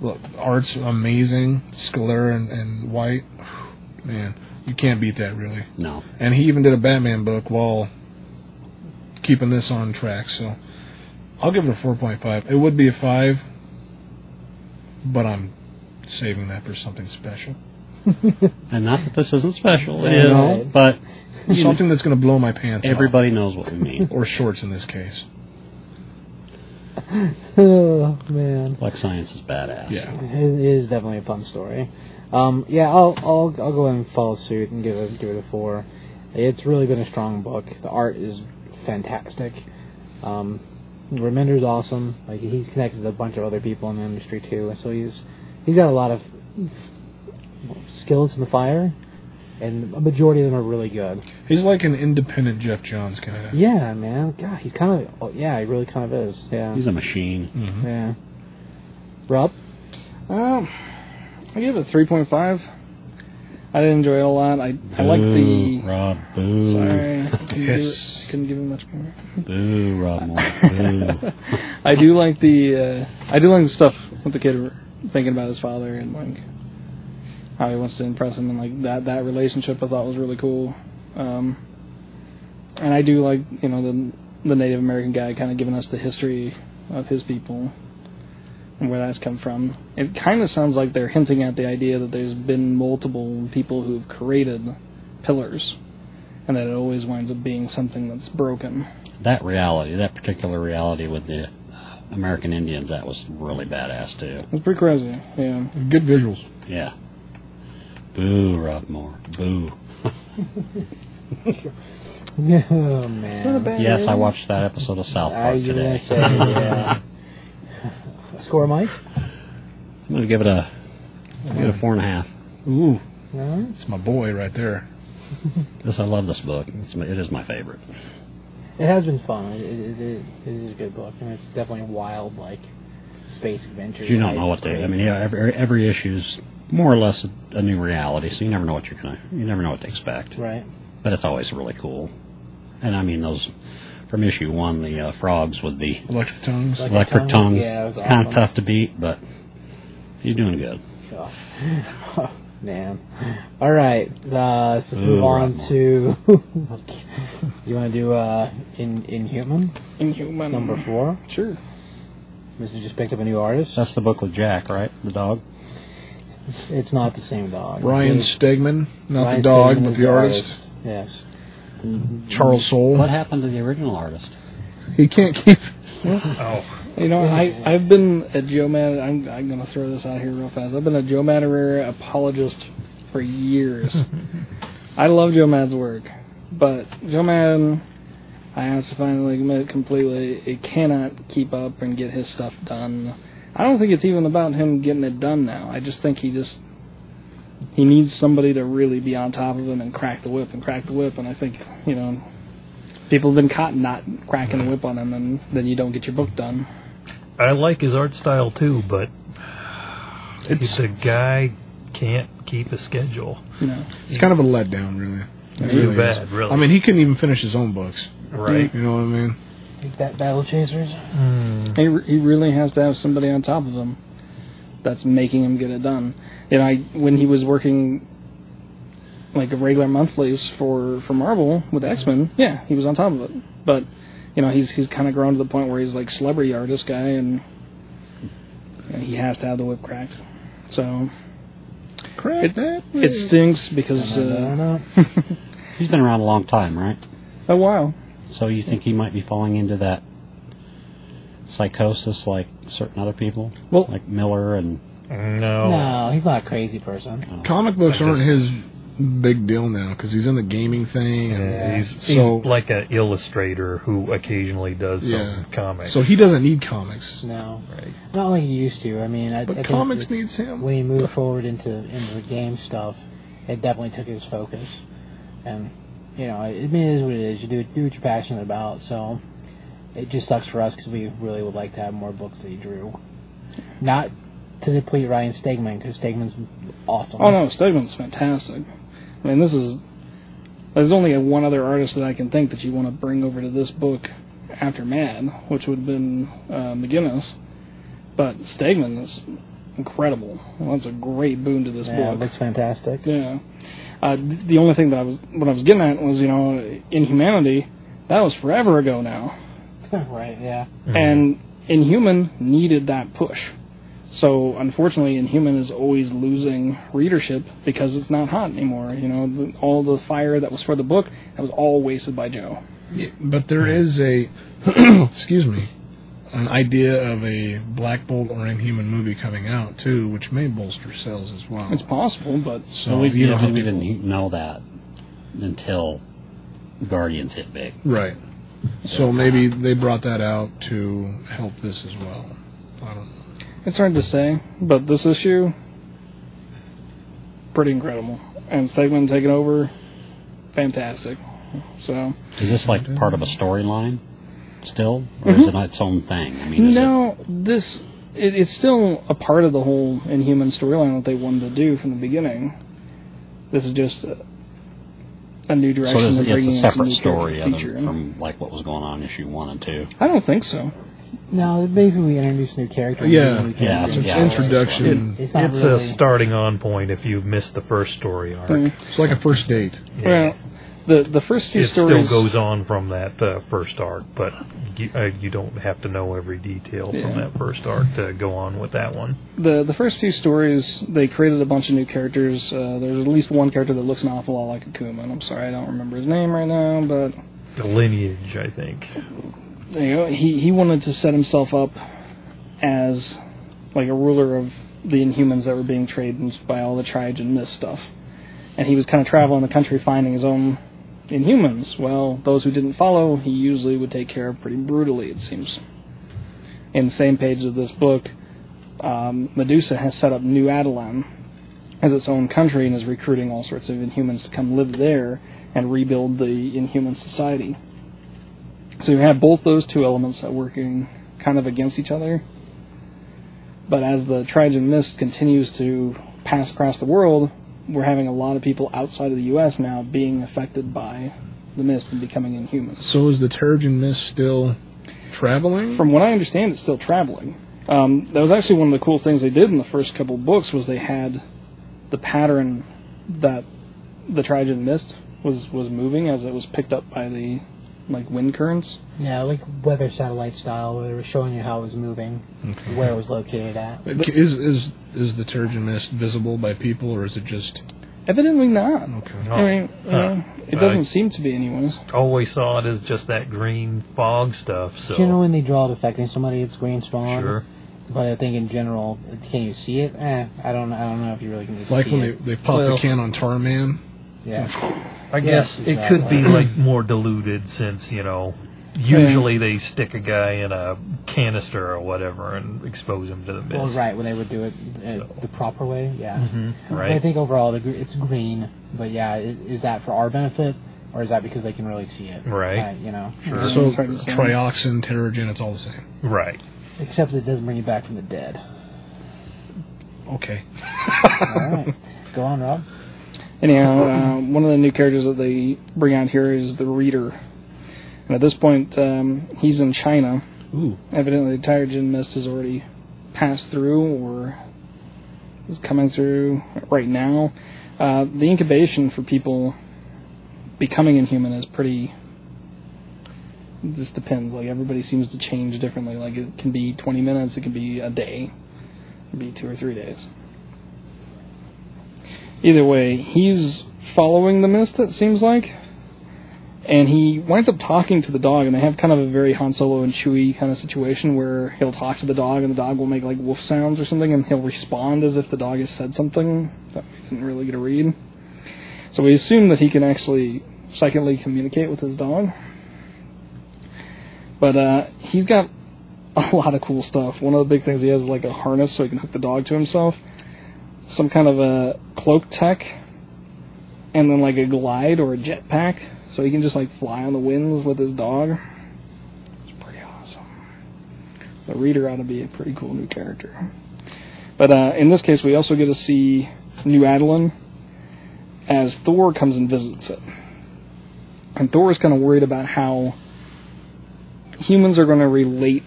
look, art's amazing. Scalera and, and White, man, you can't beat that really. No. And he even did a Batman book while keeping this on track, so I'll give it a 4.5. It would be a 5, but I'm saving that for something special. And not that this isn't special, it I is, know. but you know, Something that's going to blow my pants off. everybody knows what we mean, Or shorts in this case. oh man. like science is badass. Yeah. It is definitely a fun story. Um, yeah, I'll, I'll I'll go ahead and follow suit and give it give it a four. It's really been a strong book. The art is fantastic. Um, Remender's awesome. Like he's connected to a bunch of other people in the industry too, so he's he's got a lot of skills in the fire, and a majority of them are really good. He's like an independent Jeff Johns kind of. Yeah, man. God, he's kind of oh, yeah, he really kind of is. Yeah, He's a machine. hmm yeah. Rob, Um, I give it a 3.5. I did enjoy it a lot. I, I like Boo, the. Rob. Boo. Sorry, I couldn't, give it, Yes. I couldn't give it much more. Boo, Rob Moore. Boo. I do like the. Uh, I do like the stuff with the kid thinking about his father and like how he wants to impress him and like that that relationship I thought was really cool. Um, and I do like you know the the Native American guy kind of giving us the history of his people and where that's come from. It kind of sounds like they're hinting at the idea that there's been multiple people who've created pillars, and that it always winds up being something that's broken. that reality, that particular reality with the uh, American Indians, that was really badass too. It's pretty crazy, yeah. Good visuals. Yeah. Boo, Rob Moore. Boo. oh man. Yes, I watched that episode of South I Park was gonna today. say, yeah. Score, Mike. I'm gonna give it a, I'll give it a four and a half. Ooh, All right. it's my boy right there. Yes, I love this book. It's my, it is my favorite. It has been fun. It, it, it, it is a good book, and it's definitely wild, like space adventure. You don't type know what they. I crazy. mean, yeah, every every issue's more or less a, a new reality, so you never know what you're gonna. You never know what to expect. Right. But it's always really cool. And I mean those from issue one, the uh, frogs with the Electric Tongues. Like- electric tongue? tongue. Yeah, it was awesome. kind of tough to beat, but he's doing good. Oh. man. All right. Uh, let's just Ooh, move on Rob. to. you want to do uh, in Inhuman Um, Inhuman. number four? Sure. This is just picked up a new artist. That's the book with Jack, right? The dog. It's not the same dog. Ryan It's- Stegman, not Ryan the dog, Stegman but is the artist. Yes. Mm-hmm. Charles Soule. What happened to the original artist? He can't keep. Oh, You know, I I've been a Joe Mad. I'm I'm gonna throw this out here real fast. I've been a Joe Madureira apologist for years. I love Joe Mad's work, but Joe Mad, I have to finally admit completely, it cannot keep up and get his stuff done. I don't think it's even about him getting it done now. I just think he just he needs somebody to really be on top of him and crack the whip and crack the whip. And I think you know. People have been caught not cracking the whip on him, and then you don't get your book done. I like his art style too, but It's- it's a guy can't keep a schedule. No. It's kind of a letdown, really. It Too really is. bad, really. I mean, he couldn't even finish his own books. Right. You know what I mean? Bat- Battle Chasers. Mm. He, he really has to have somebody on top of him that's making him get it done. You know, I when he was working like regular monthlies for for Marvel with X Men, yeah, he was on top of it. But you know, he's he's kind of grown to the point where he's like celebrity artist guy, and you know, he has to have the whip cracked. So Crap, It- that. it stinks because uh, Da-na-na-na. He's been around a long time, right? oh wow, So you think he might be falling into that psychosis like certain other people, Well- like Miller and No. No, he's not a crazy person. Comic books I aren't his big deal now because he's in the gaming thing. And Yeah, He's, he's So- like an illustrator who occasionally does Yeah. some comics. So he doesn't need comics. No, right. not like he used to. I mean, I, I But think comics that needs him. when he moved forward into into the game stuff, it definitely took his focus. And you know, it, I mean, it is what it is. You do do what you're passionate about. So it just sucks for us because we really would like to have more books that he drew. Not to deplete Ryan Stegman because Stegman's awesome. oh no, Stegman's fantastic. I mean, this is there's only one other artist that I can think that you want to bring over to this book after Mad, which would have been uh, McGinnis. But Stegman is incredible. Well, that's a great boon to this yeah, it book. looks fantastic. Yeah. Uh, the only thing that I was what I was getting at was you know in humanity That was forever ago now. right, yeah. Mm-hmm. And Inhuman needed that push. So unfortunately, Inhuman is always losing readership because it's not hot anymore. You know, the, all the fire that was for the book that was all wasted by Joe. But there Hmm. is a, excuse me, an idea of a Black Bolt or Inhuman movie coming out too, which may bolster sales as well. It's possible, but So we, you yeah, don't have we people- didn't know that until Guardians hit big. Right. So maybe they brought that out to help this as well. I don't know. it's hard to say. But this issue, pretty incredible. And Stegman taking over, fantastic. So Is this like part of a storyline still, or is it its own thing? I mean, is it, no, this it, it's still a part of the whole Inhuman storyline that they wanted to do from the beginning. This is just a, a new so direction it's, they're bringing it's a in some separate new story character other- feature. from like what was going on in issue one and two. I don't think so. No, basically we introduce new characters. Yeah. New Yeah, characters. It's yeah. introduction. It's not Hmm. It's really. a starting on point if you've missed the first story arc. Mm. It's like a first date. Yeah. Well, the the first few it stories still goes on from that uh, first arc, but you, uh, you don't have to know every detail Yeah. from that first arc to go on with that one. the the first few stories they created a bunch of new characters. Uh, there's at least one character that looks an awful lot like Akuma. And I'm sorry I don't remember his name right now, but The lineage, I think. you know, he he wanted to set himself up as like a ruler of the Inhumans that were being traded by all the tribes and this stuff, and he was kind of traveling the country finding his own Inhumans. Well, those who didn't follow, he usually would take care of pretty brutally. It seems. In the same page of this book, um, Medusa has set up New Adelan as its own country and is recruiting all sorts of Inhumans to come live there and rebuild the Inhuman society. So you have both those two elements that are working kind of against each other. But as the Trigen Mist continues to pass across the world, we're having a lot of people outside of the U.S. now being affected by the mist and becoming Inhumans. So is the Terrigen Mist still traveling? From what I understand, it's still traveling. Um, that was actually one of the cool things they did in the first couple books was they had the pattern that the Trigen Mist was was moving as it was picked up by the like wind currents. Yeah, like weather satellite style, where it was showing you how it was moving, where it was located at. Is is is the Terrigen Mist visible by people, or is it just Evidently not. okay? Oh, I mean, you huh. know, it Uh, doesn't seem to be, anyways. always saw it as just that green fog stuff. So You know when they draw it affecting somebody, it's green spawn. sure, But I think in general, can you see it? Eh, I don't. I don't know if you really can just Like see when Oh, it. they they pop Well- the can on Tarman. yeah. I Yes, guess it could be exactly. like more diluted since you know. Usually they stick a guy in a canister or whatever and expose him to the mist. Well, right when they would do it uh, the proper way. Yeah. Mm-hmm. But I Right. think overall the, gr- it's green, but yeah, is, is that for our benefit or is that because they can really see it? Right. Uh, you know, Sure. So it's hard to say. trioxin, Terrigen, it's all the same. Right. except it doesn't bring you back from the dead. Okay. All right, go on, Rob. Anyhow, uh, one of the new characters that they bring out here is the Reader. And at this point, um, he's in China. Ooh. Evidently, the Tyrogen Mist has already passed through or is coming through right now. Uh, the incubation for people becoming inhuman is pretty. This depends. Like everybody seems to change differently. Like it can be 20 minutes, it can be a day, it can be two or three days. Either way, he's following the mist. It seems like, and he winds up talking to the dog, and they have kind of a very Han Solo and Chewie kind of situation where he'll talk to the dog, and the dog will make like wolf sounds or something, and he'll respond as if the dog has said something that we didn't really get a read. So we assume that he can actually psychically communicate with his dog. But uh, he's got a lot of cool stuff. One of the big things he has is like a harness so he can hook the dog to himself, some kind of a cloak tech, and then like a glide or a jetpack so he can just like fly on the winds with his dog. It's pretty awesome. The reader ought to be a pretty cool new character. But uh, in this case, we also get to see New Adelan as Thor comes and visits it. And Thor is kind of worried about how humans are going to relate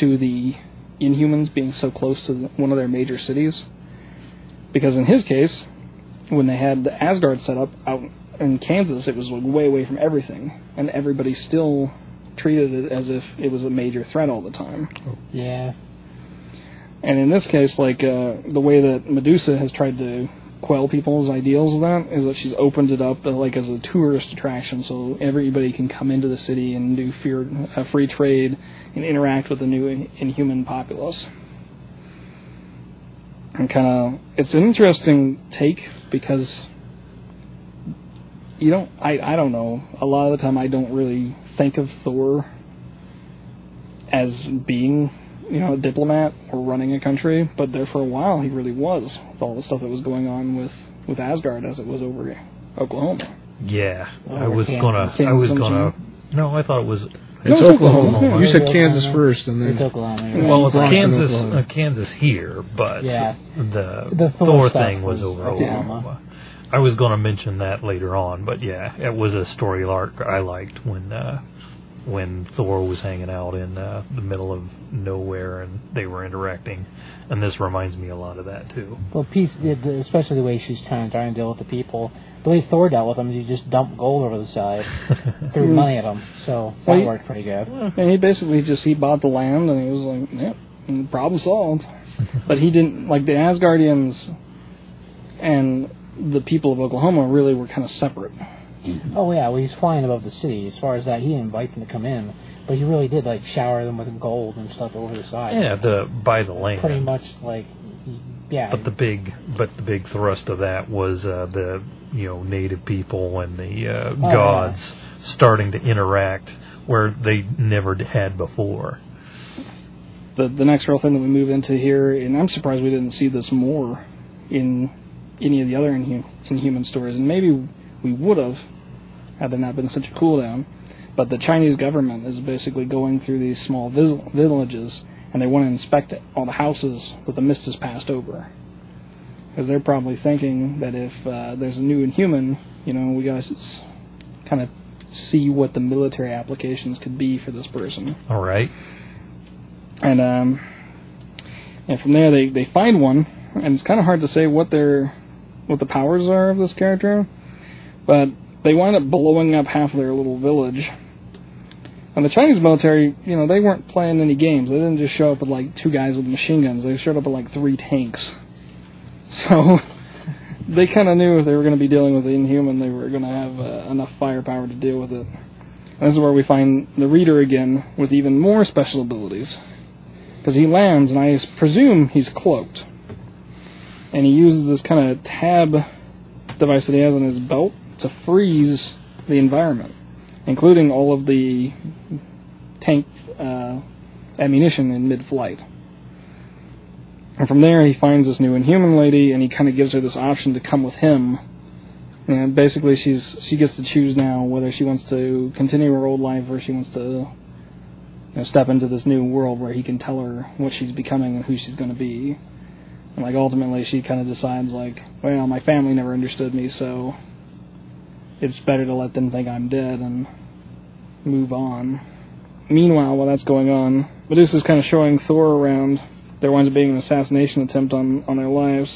to the Inhumans being so close to the, one of their major cities. Because in his case, when they had the Asgard set up out in Kansas, it was like way away from everything, and everybody still treated it as if it was a major threat all the time. Yeah. And in this case, like uh, the way that Medusa has tried to quell people's ideals of that is that she's opened it up uh, like as a tourist attraction, so everybody can come into the city and do fear, uh, free trade and interact with the new in- inhuman populace. And kind of, it's an interesting take because you don't. I I don't know. A lot of the time, I don't really think of Thor as being you know, a diplomat or running a country, but there for a while he really was with all the stuff that was going on with with Asgard as it was over Oklahoma. Yeah, Oh, I was Kansas. gonna. I Kansas was and gonna. No, I thought it was. It's it's Oklahoma. Oklahoma. You said It's Kansas Oklahoma. first, and It's then Oklahoma. right? Well, it's Bronx and Kansas, Oklahoma. uh, Kansas here, but Yeah. the, The Thor Thor, stuff thing was was over Oklahoma. Oklahoma. I was going to mention that later on, but yeah, it was a story arc I liked when uh, when Thor was hanging out in uh, the middle of nowhere and they were interacting, and this reminds me a lot of that too. Well, peace, the- the- especially the way she's kind of trying to deal with the people. The way Thor dealt with them is you just dump gold over the side, threw money at them. So that Well, you- worked pretty good. And he basically just he bought the land and he was like, yep, and problem solved. but he didn't like the Asgardians and the people of Oklahoma really were kind of separate. Oh yeah, well he's flying above the city. As far as that, he didn't invite them to come in, but he really did like shower them with gold and stuff over the side. yeah, the by the land. Pretty much like, yeah. But the big, but the big thrust of that was uh, the you know native people and the uh, Oh, yeah. gods starting to interact where they never d- had before. the the next real thing that we move into here, and I'm surprised we didn't see this more in any of the other Inhu- Inhuman stories, and maybe we would have had there not been such a cool down. But the Chinese government is basically going through these small vis- villages, and they want to inspect all the houses that the mist has passed over, because they're probably thinking that if uh, there's a new Inhuman, you know, we gotta s- kind of see what the military applications could be for this person. All right. And um, and from there they, they find one, and it's kind of hard to say what their what the powers are of this character, but they wind up blowing up half of their little village. And the Chinese military, you know, they weren't playing any games. They didn't just show up with like two guys with machine guns. They showed up with like three tanks. So they kind of knew if they were going to be dealing with the inhuman, they were going to have uh, enough firepower to deal with it. And this is where we find the reader again with even more special abilities because he lands, and I s- presume he's cloaked. And he uses this kind of tab device that he has on his belt to freeze the environment, including all of the tank uh, ammunition in mid flight. And from there, he finds this new Inhuman lady, and he kind of gives her this option to come with him. And basically, she's she gets to choose now whether she wants to continue her old life or she wants to you know, step into this new world where he can tell her what she's becoming and who she's going to be. And like ultimately, she kind of decides like, well, my family never understood me, so it's better to let them think I'm dead and move on. Meanwhile, while that's going on, Medusa's kind of showing Thor around. There winds up being an assassination attempt on on their lives,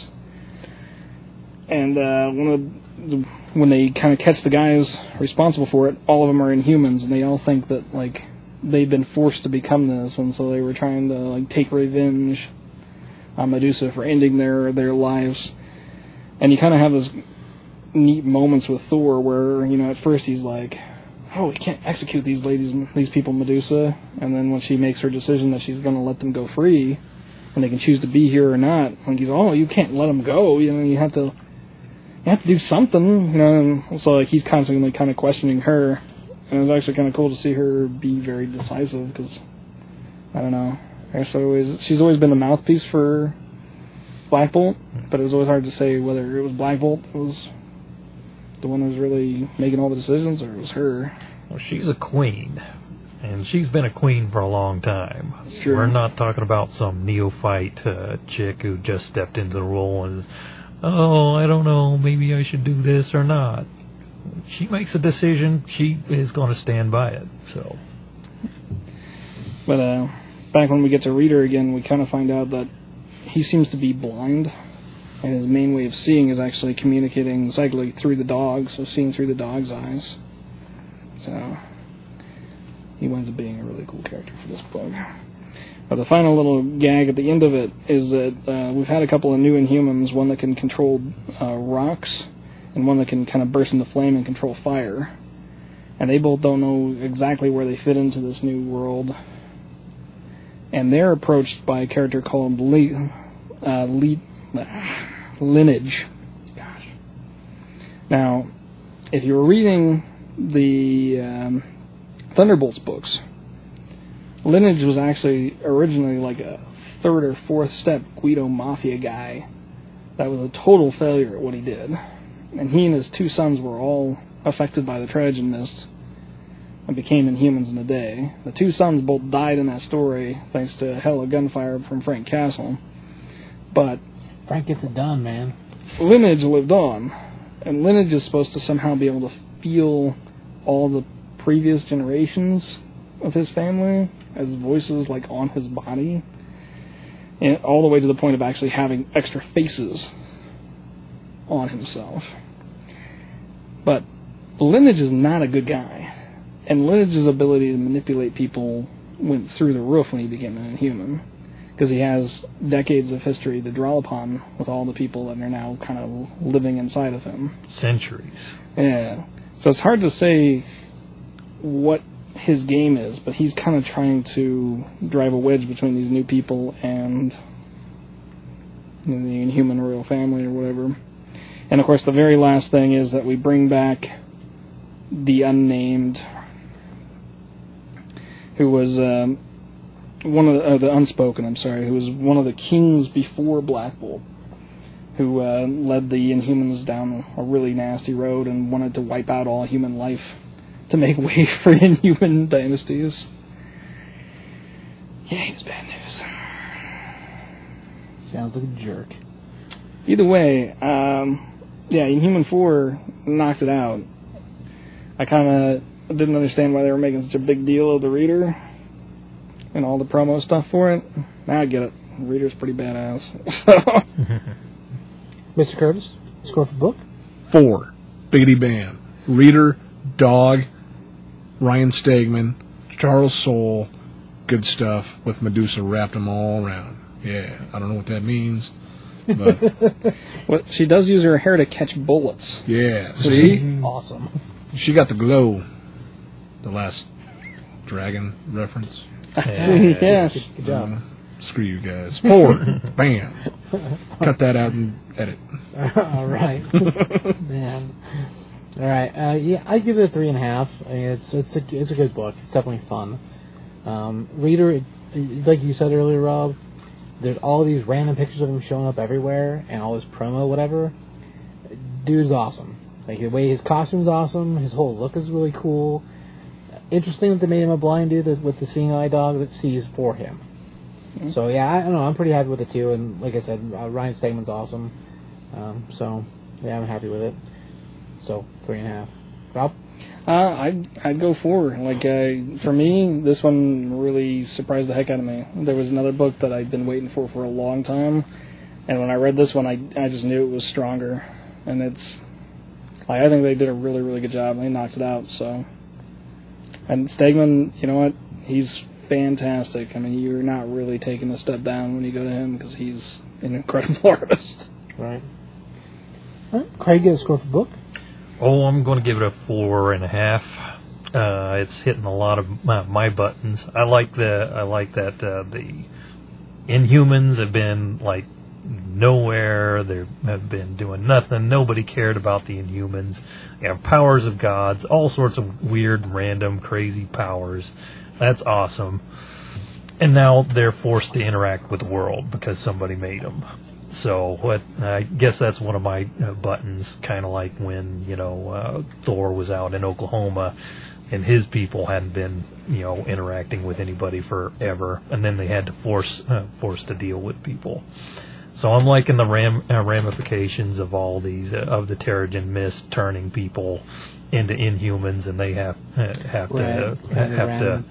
and uh, one of the, when they kind of catch the guys responsible for it, all of them are Inhumans, and they all think that like they've been forced to become this, and so they were trying to like take revenge on Medusa for ending their their lives. And you kind of have those neat moments with Thor where you know at first he's like, "Oh, we can't execute these ladies, these people, Medusa," and then when she makes her decision that she's going to let them go free, and they can choose to be here or not, like he's, "Oh, you can't let them go. You know, you have to." You have to do something, you know. And so like he's constantly kind of questioning her, and it was actually kind of cool to see her be very decisive because I don't know. I guess I always she's always been the mouthpiece for Black Bolt, but it was always hard to say whether it was Black Bolt that was the one who was really making all the decisions or it was her. Well, she's a queen, and she's been a queen for a long time. It's true. We're not talking about some neophyte uh, chick who just stepped into the role and, oh, I don't know, maybe I should do this or not. She makes a decision. She is going to stand by it. So But uh, back when we get to Reader again, we kind of find out that he seems to be blind. and his main way of seeing is actually communicating psychically through the dog, so seeing through the dog's eyes. So he winds up being a really cool character for this book. But the final little gag at the end of it is that uh, we've had a couple of new Inhumans, one that can control uh, rocks, and one that can kind of burst into flame and control fire. And they both don't know exactly where they fit into this new world. And they're approached by a character called Lee, uh, Lee lineage. Gosh. Now, if you were reading the um, Thunderbolts books, lineage was actually originally like a third or fourth step Guido mafia guy that was a total failure at what he did. And he and his two sons were all affected by the Trojan Mist and became Inhumans in a day. The two sons both died in that story thanks to hella gunfire from Frank Castle. But Frank gets it done, man. lineage lived on, and lineage is supposed to somehow be able to feel all the previous generations of his family as voices like on his body, and all the way to the point of actually having extra faces on himself. But lineage is not a good guy, and lineage's ability to manipulate people went through the roof when he became an inhuman because he has decades of history to draw upon with all the people that are now kind of living inside of him. Centuries. Yeah. So it's hard to say what his game is, but he's kind of trying to drive a wedge between these new people and you know, the Inhuman royal family or whatever. And of course, the very last thing is that we bring back the unnamed, who was um, one of the, uh, the unspoken. I'm sorry, who was one of the kings before Black Bolt, who uh, led the Inhumans down a really nasty road and wanted to wipe out all human life to make way for Inhuman dynasties. Yeah, he was bad news. Sounds like a jerk. Either way, um, yeah, Inhuman 4 knocked it out. I kind of didn't understand why they were making such a big deal of the reader and all the promo stuff for it. Now I get it. The reader's pretty badass. Mr. Curtis, score for book. Four. Biggity Bam. Reader, Dog, Ryan Stegman, Charles Soule. Good stuff with Medusa wrapped them all around. Yeah, I don't know what that means. But Well, she does use her hair to catch bullets. yeah, see? Awesome. She got the glow. The last dragon reference. yes. Good job. Um, screw you guys. Four. Bam. Cut that out and edit. All right, man. All right, uh, yeah, I give it a three and a half. I mean, It's it's a it's a good book. It's definitely fun. Um, reader, it- it- like you said earlier, Rob, there's all these random pictures of him showing up everywhere, and all his promo, whatever. Dude's awesome. Like the way his costume's awesome. His whole look is really cool. Interesting that they made him a blind dude that- with the seeing eye dog that sees for him. So yeah, I, I don't know. I'm pretty happy with it too. And like I said, uh, Ryan Stegman's awesome. Um, so yeah, I'm happy with it. So three and a half. Rob, Uh, I'd, I'd go four. Like, uh, for me, this one really surprised the heck out of me. There was another book that I'd been waiting for for a long time, and when I read this one, I, I just knew it was stronger. And it's, like, I think they did a really, really good job, and they knocked it out, so. And Stegman, you know what? He's fantastic. I mean, you're not really taking a step down when you go to him because he's an incredible artist. right? All right. Craig, get a score for book. Oh, I'm going to give it a four and a half. Uh, it's hitting a lot of my, my buttons. I like the I like that uh, the Inhumans have been like nowhere. They have been doing nothing. Nobody cared about the Inhumans. They have powers of gods, all sorts of weird, random, crazy powers. That's awesome. And now they're forced to interact with the world because somebody made them. So what? I guess that's one of my uh, buttons. Kind of like when you know uh, Thor was out in Oklahoma, and his people hadn't been you know interacting with anybody forever, and then they had to force uh, force to deal with people. So I'm liking the ram, uh, ramifications of all these uh, of the Terrigen Mist turning people into Inhumans, and they have uh, have to Right. have Ram-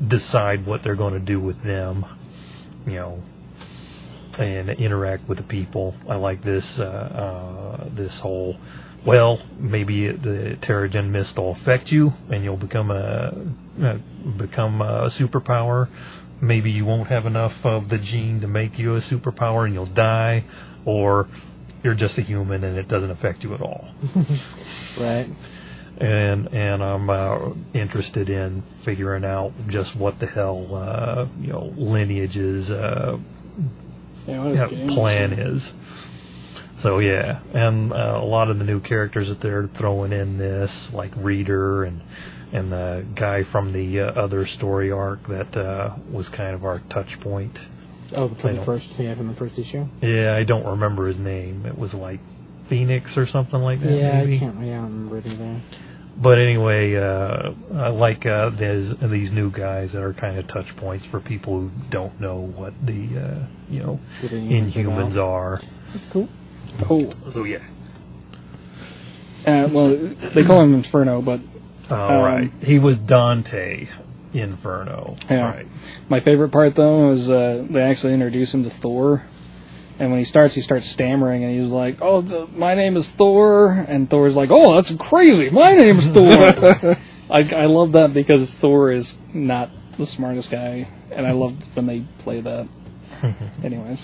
to decide what they're going to do with them. You know, and interact with the people. I like this uh, uh, this whole. Well, maybe it, the Terrigen mist will affect you, and you'll become a uh, become a superpower. Maybe you won't have enough of the gene to make you a superpower, and you'll die, or you're just a human, and it doesn't affect you at all Right. and and I'm uh, interested in figuring out just what the hell uh, you know lineage's uh, Yeah, what yeah, a game. plan is. So yeah, and uh, a lot of the new characters that they're throwing in this, like Reader and and the guy from the uh, other story arc that uh, was kind of our touch point. Oh, from the don't- first, yeah, from the first issue. Yeah, I don't remember his name. It was like Phoenix or something like that. yeah, maybe. I can't. Yeah, I don't remember it either. But anyway, uh, I like uh, there's these new guys that are kind of touch points for people who don't know what the uh, you know What the Inhumans are Inhumans are. That's cool. Oh, So yeah. uh, well, they call him Inferno, but All Um, right. He was Dante Inferno. Yeah. Right. My favorite part though is uh, they actually introduce him to Thor, and when he starts, he starts stammering, and he's like, "Oh, th- my name is Thor," and Thor's like, "Oh, that's crazy! My name is Thor." I, I love that because Thor is not the smartest guy, and I love when they play that. Anyways,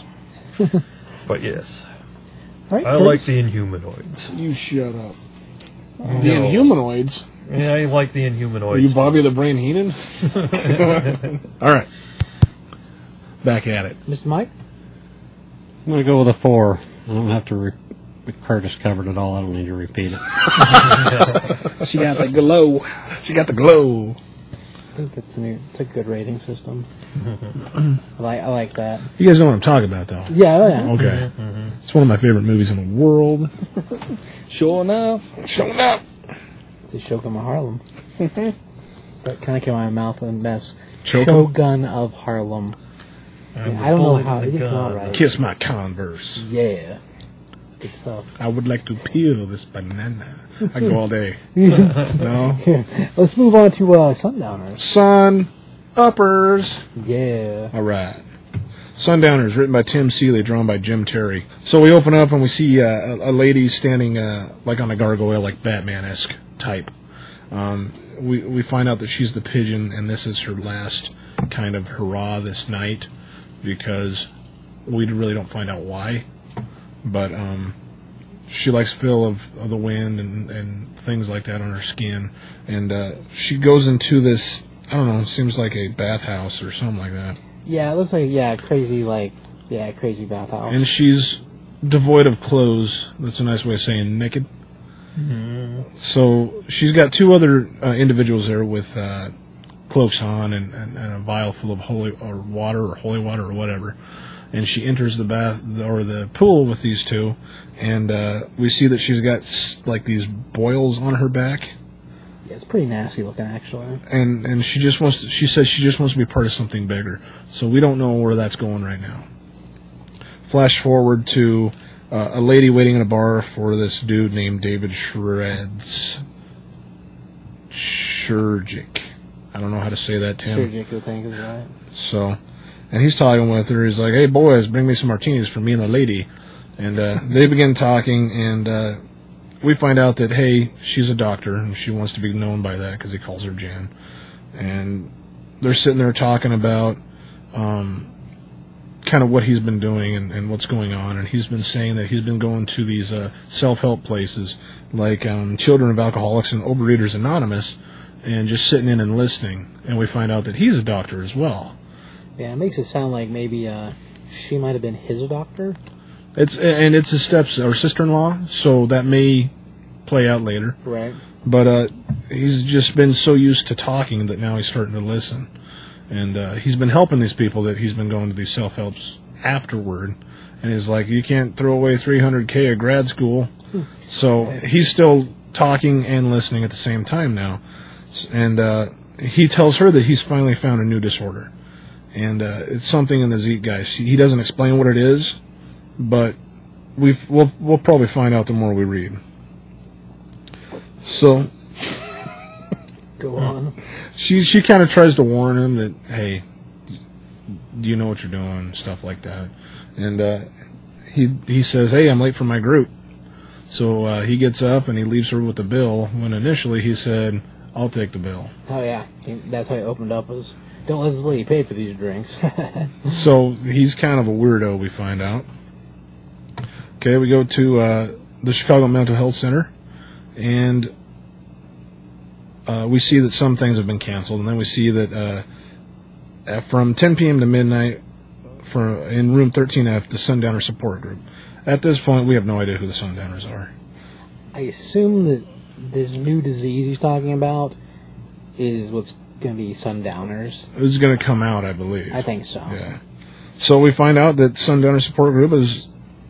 But yes, All right, I Kurt. like the Inhumanoids. You shut up. The No. Inhumanoids. Yeah, I like the Inhumanoids. Are you Bobby the Brain Heenan? All right. Back at it. Mr. Mike. I'm going to go with a four. I don't have to. Re- Curtis covered it all. I don't need to repeat it. she got the glow. She got the glow. I think that's a new. It's a good rating system. Mm-hmm. I like. I like that. You guys know what I'm talking about, though. oh, Yeah. yeah. Okay. Mm-hmm. Mhm. It's one of my favorite movies in the world. Sure enough, Showing up. It's a Shogun of Harlem. that kind of came out of my mouth and mess. Choke 'em. Shogun of Harlem. And I don't know the how- Mm-hmm. it bullet in the didn't come out gun. right. Kiss my converse. Yeah. Good stuff. I would like to peel this banana. I go all day. No. Let's move on to uh, Sundowners. Sun uppers. Yeah. All right. Sundowners, written by Tim Seeley, drawn by Jim Terry. So we open up and we see uh, a, a lady standing uh, like on a gargoyle, like Batman esque type. Um, we we find out that she's the pigeon, and this is her last kind of hurrah this night because we really don't find out why, but um, she likes the feel of, of the wind and and things like that on her skin, and uh, she goes into this. I don't know. Seems like a bathhouse or something like that. Yeah, it looks like, yeah, crazy, like, yeah, crazy bathhouse. And she's devoid of clothes. That's a nice way of saying naked. Mm-hmm. So she's got two other uh, individuals there with uh, cloaks on and, and, and a vial full of holy or water or holy water or whatever. And she enters the bath or the pool with these two, and uh, we see that she's got s- like these boils on her back, Yeah, it's pretty nasty looking, actually. and and she just wants. To, she says she just wants to be part of something bigger. So we don't know where that's going right now. Flash forward to uh, a lady waiting in a bar for this dude named David Shreds. Shurgic. I don't know how to say that, Tim. Sure, Jake would think is right. So, and he's talking with her. He's like, "Hey, boys, bring me some martinis for me and the lady." And uh, they begin talking, and uh, we find out that hey, she's a doctor, and she wants to be known by that because he calls her Jan. And they're sitting there talking about um, kind of what he's been doing and, and what's going on. And he's been saying that he's been going to these uh, self-help places like um, Children of Alcoholics and Overeaters Anonymous. And just sitting in and listening, and we find out that he's a doctor as well. Yeah, it makes it sound like maybe, uh, she might have been his doctor. It's and it's his steps or sister-in-law, so that may play out later. Right. But uh, he's just been so used to talking that now he's starting to listen, and uh, he's been helping these people that he's been going to these self-helps afterward, and he's like, you can't throw away 300k at grad school, so he's still talking and listening at the same time now, S- and uh, he tells her that he's finally found a new disorder, and uh, it's something in the Zeke guy. She- He doesn't explain what it is, but we've, we'll we'll probably find out the more we read. So Go on. she she kind of tries to warn him that hey, do you know what you're doing, stuff like that. And uh, he he says, hey, I'm late for my group. So uh, he gets up and he leaves her with the bill. When initially he said, I'll take the bill. Oh yeah, that's how it opened up. Was don't let this lady pay for these drinks. So he's kind of a weirdo, we find out. Okay, we go to uh, the Chicago Mental Health Center, and uh, we see that some things have been canceled, and then we see that uh, at- from 10 p.m. to midnight, for in room 13F, the Sundowner support group. At this point, we have no idea who the Sundowners are. I assume that this new disease he's talking about is what's going to be sundowners. It was going to come out, I believe. I think so. Yeah. So we find out that Sundowner Support Group is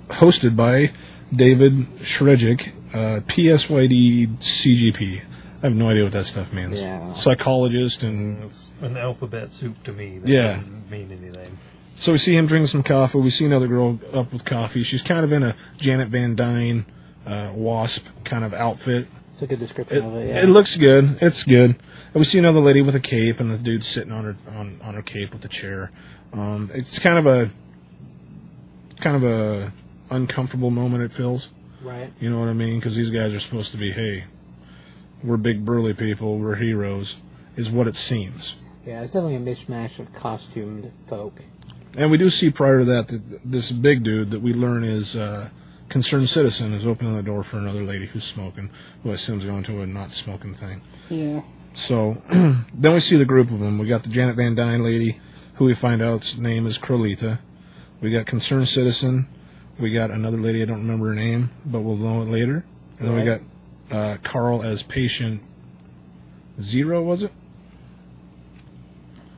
hosted by David Shrejic, uh, PSYD CGP. I have no idea what that stuff means. Yeah. Psychologist, and An alphabet soup to me. That Yeah. doesn't mean anything. so we see him drinking some coffee. We see another girl up with coffee. She's kind of in a Janet Van Dyne uh, wasp kind of outfit. It's a good description It, of it. Yeah. it looks good. It's good. And we see another lady with a cape, and the dude sitting on her on, on her cape with a chair. Um, it's kind of a kind of a uncomfortable moment. It feels. right. You know what I mean? Because these guys are supposed to be, hey, we're big burly people. We're heroes, is what it seems. Yeah, it's definitely a mishmash of costumed folk. And we do see prior to that that this big dude that we learn is uh, concerned citizen is opening the door for another lady who's smoking, who I assume is going to a not smoking thing. Yeah. So then we see the group of them. We got the Janet Van Dyne lady, who we find out's name is Crolita. We got Concerned Citizen. We got another lady, I don't remember her name, but we'll know it later. And then Right. we got uh, Carl as patient zero, was it?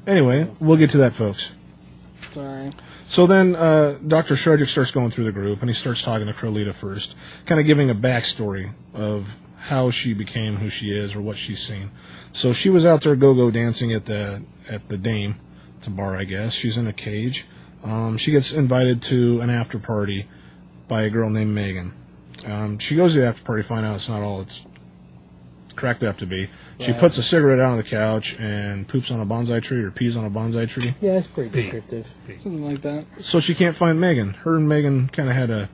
Anyway, we'll get to that, folks. Sorry. So then uh, Dr. Shardik starts going through the group, and he starts talking to Crolita first, kind of giving a backstory of how she became who she is or what she's seen. So she was out there go-go dancing at the at the Dame, it's a bar, I guess. She's in a cage. Um, she gets invited to an after party by a girl named Megan. Um, she goes to the after party, find out it's not all it's cracked up to be. She Right. puts a cigarette out on the couch and poops on a bonsai tree or pees on a bonsai tree. Yeah, it's pretty Pete. descriptive. Something like that. So she can't find Megan. Her and Megan kind of had a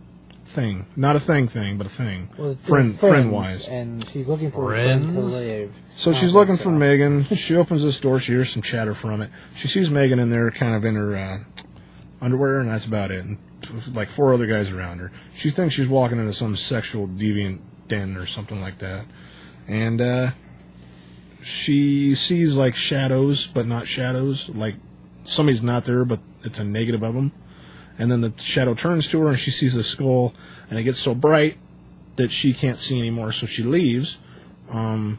thing. Not a thing thing, but a thing. Well, it's uh, Friend- friends, friend-wise. And she's looking for a friend to Friends? live. So I she's think looking so. for Megan. She opens this door. She hears some chatter from it. She sees Megan in there, kind of in her uh, underwear, and that's about it. And like four other guys around her. She thinks she's walking into some sexual deviant den or something like that. And uh, she sees like shadows, but not shadows. Like somebody's not there, but it's a negative of them. And then the shadow turns to her, and she sees the skull, and it gets so bright that she can't see anymore. So she leaves. Um,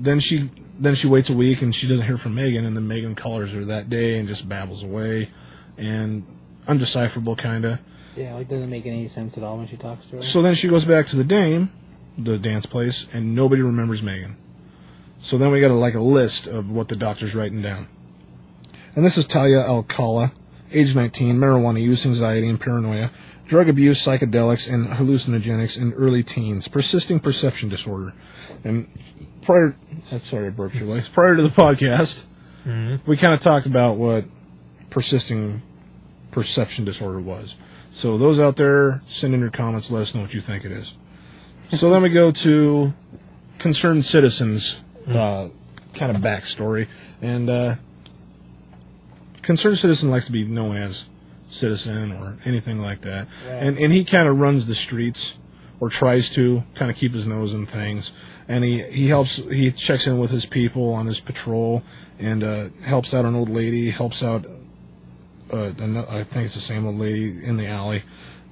then she then she waits a week and she doesn't hear from Megan, and then Megan callers her that day and just babbles away, and undecipherable kinda. Yeah, it doesn't make any sense at all when she talks to her. So then she goes back to the dame, the dance place, and nobody remembers Megan. So then we got a, like a list of what the doctor's writing down. And this is Talia Alcala, age 19, marijuana use, anxiety, and paranoia, drug abuse, psychedelics, and hallucinogenics in early teens, persisting perception disorder. And prior, I'm sorry, I broke your legs. Prior to the podcast, hmm we kind of talked about what persisting perception disorder was. So those out there, send in your comments. Let us know what you think it is. So then we go to concerned citizens, uh, kind of backstory, and uh, concerned citizen likes to be known as citizen or anything like that, and and he kind of runs the streets or tries to kind of keep his nose in things, and he he helps he checks in with his people on his patrol and uh, helps out an old lady, helps out uh, an- I think it's the same old lady in the alley,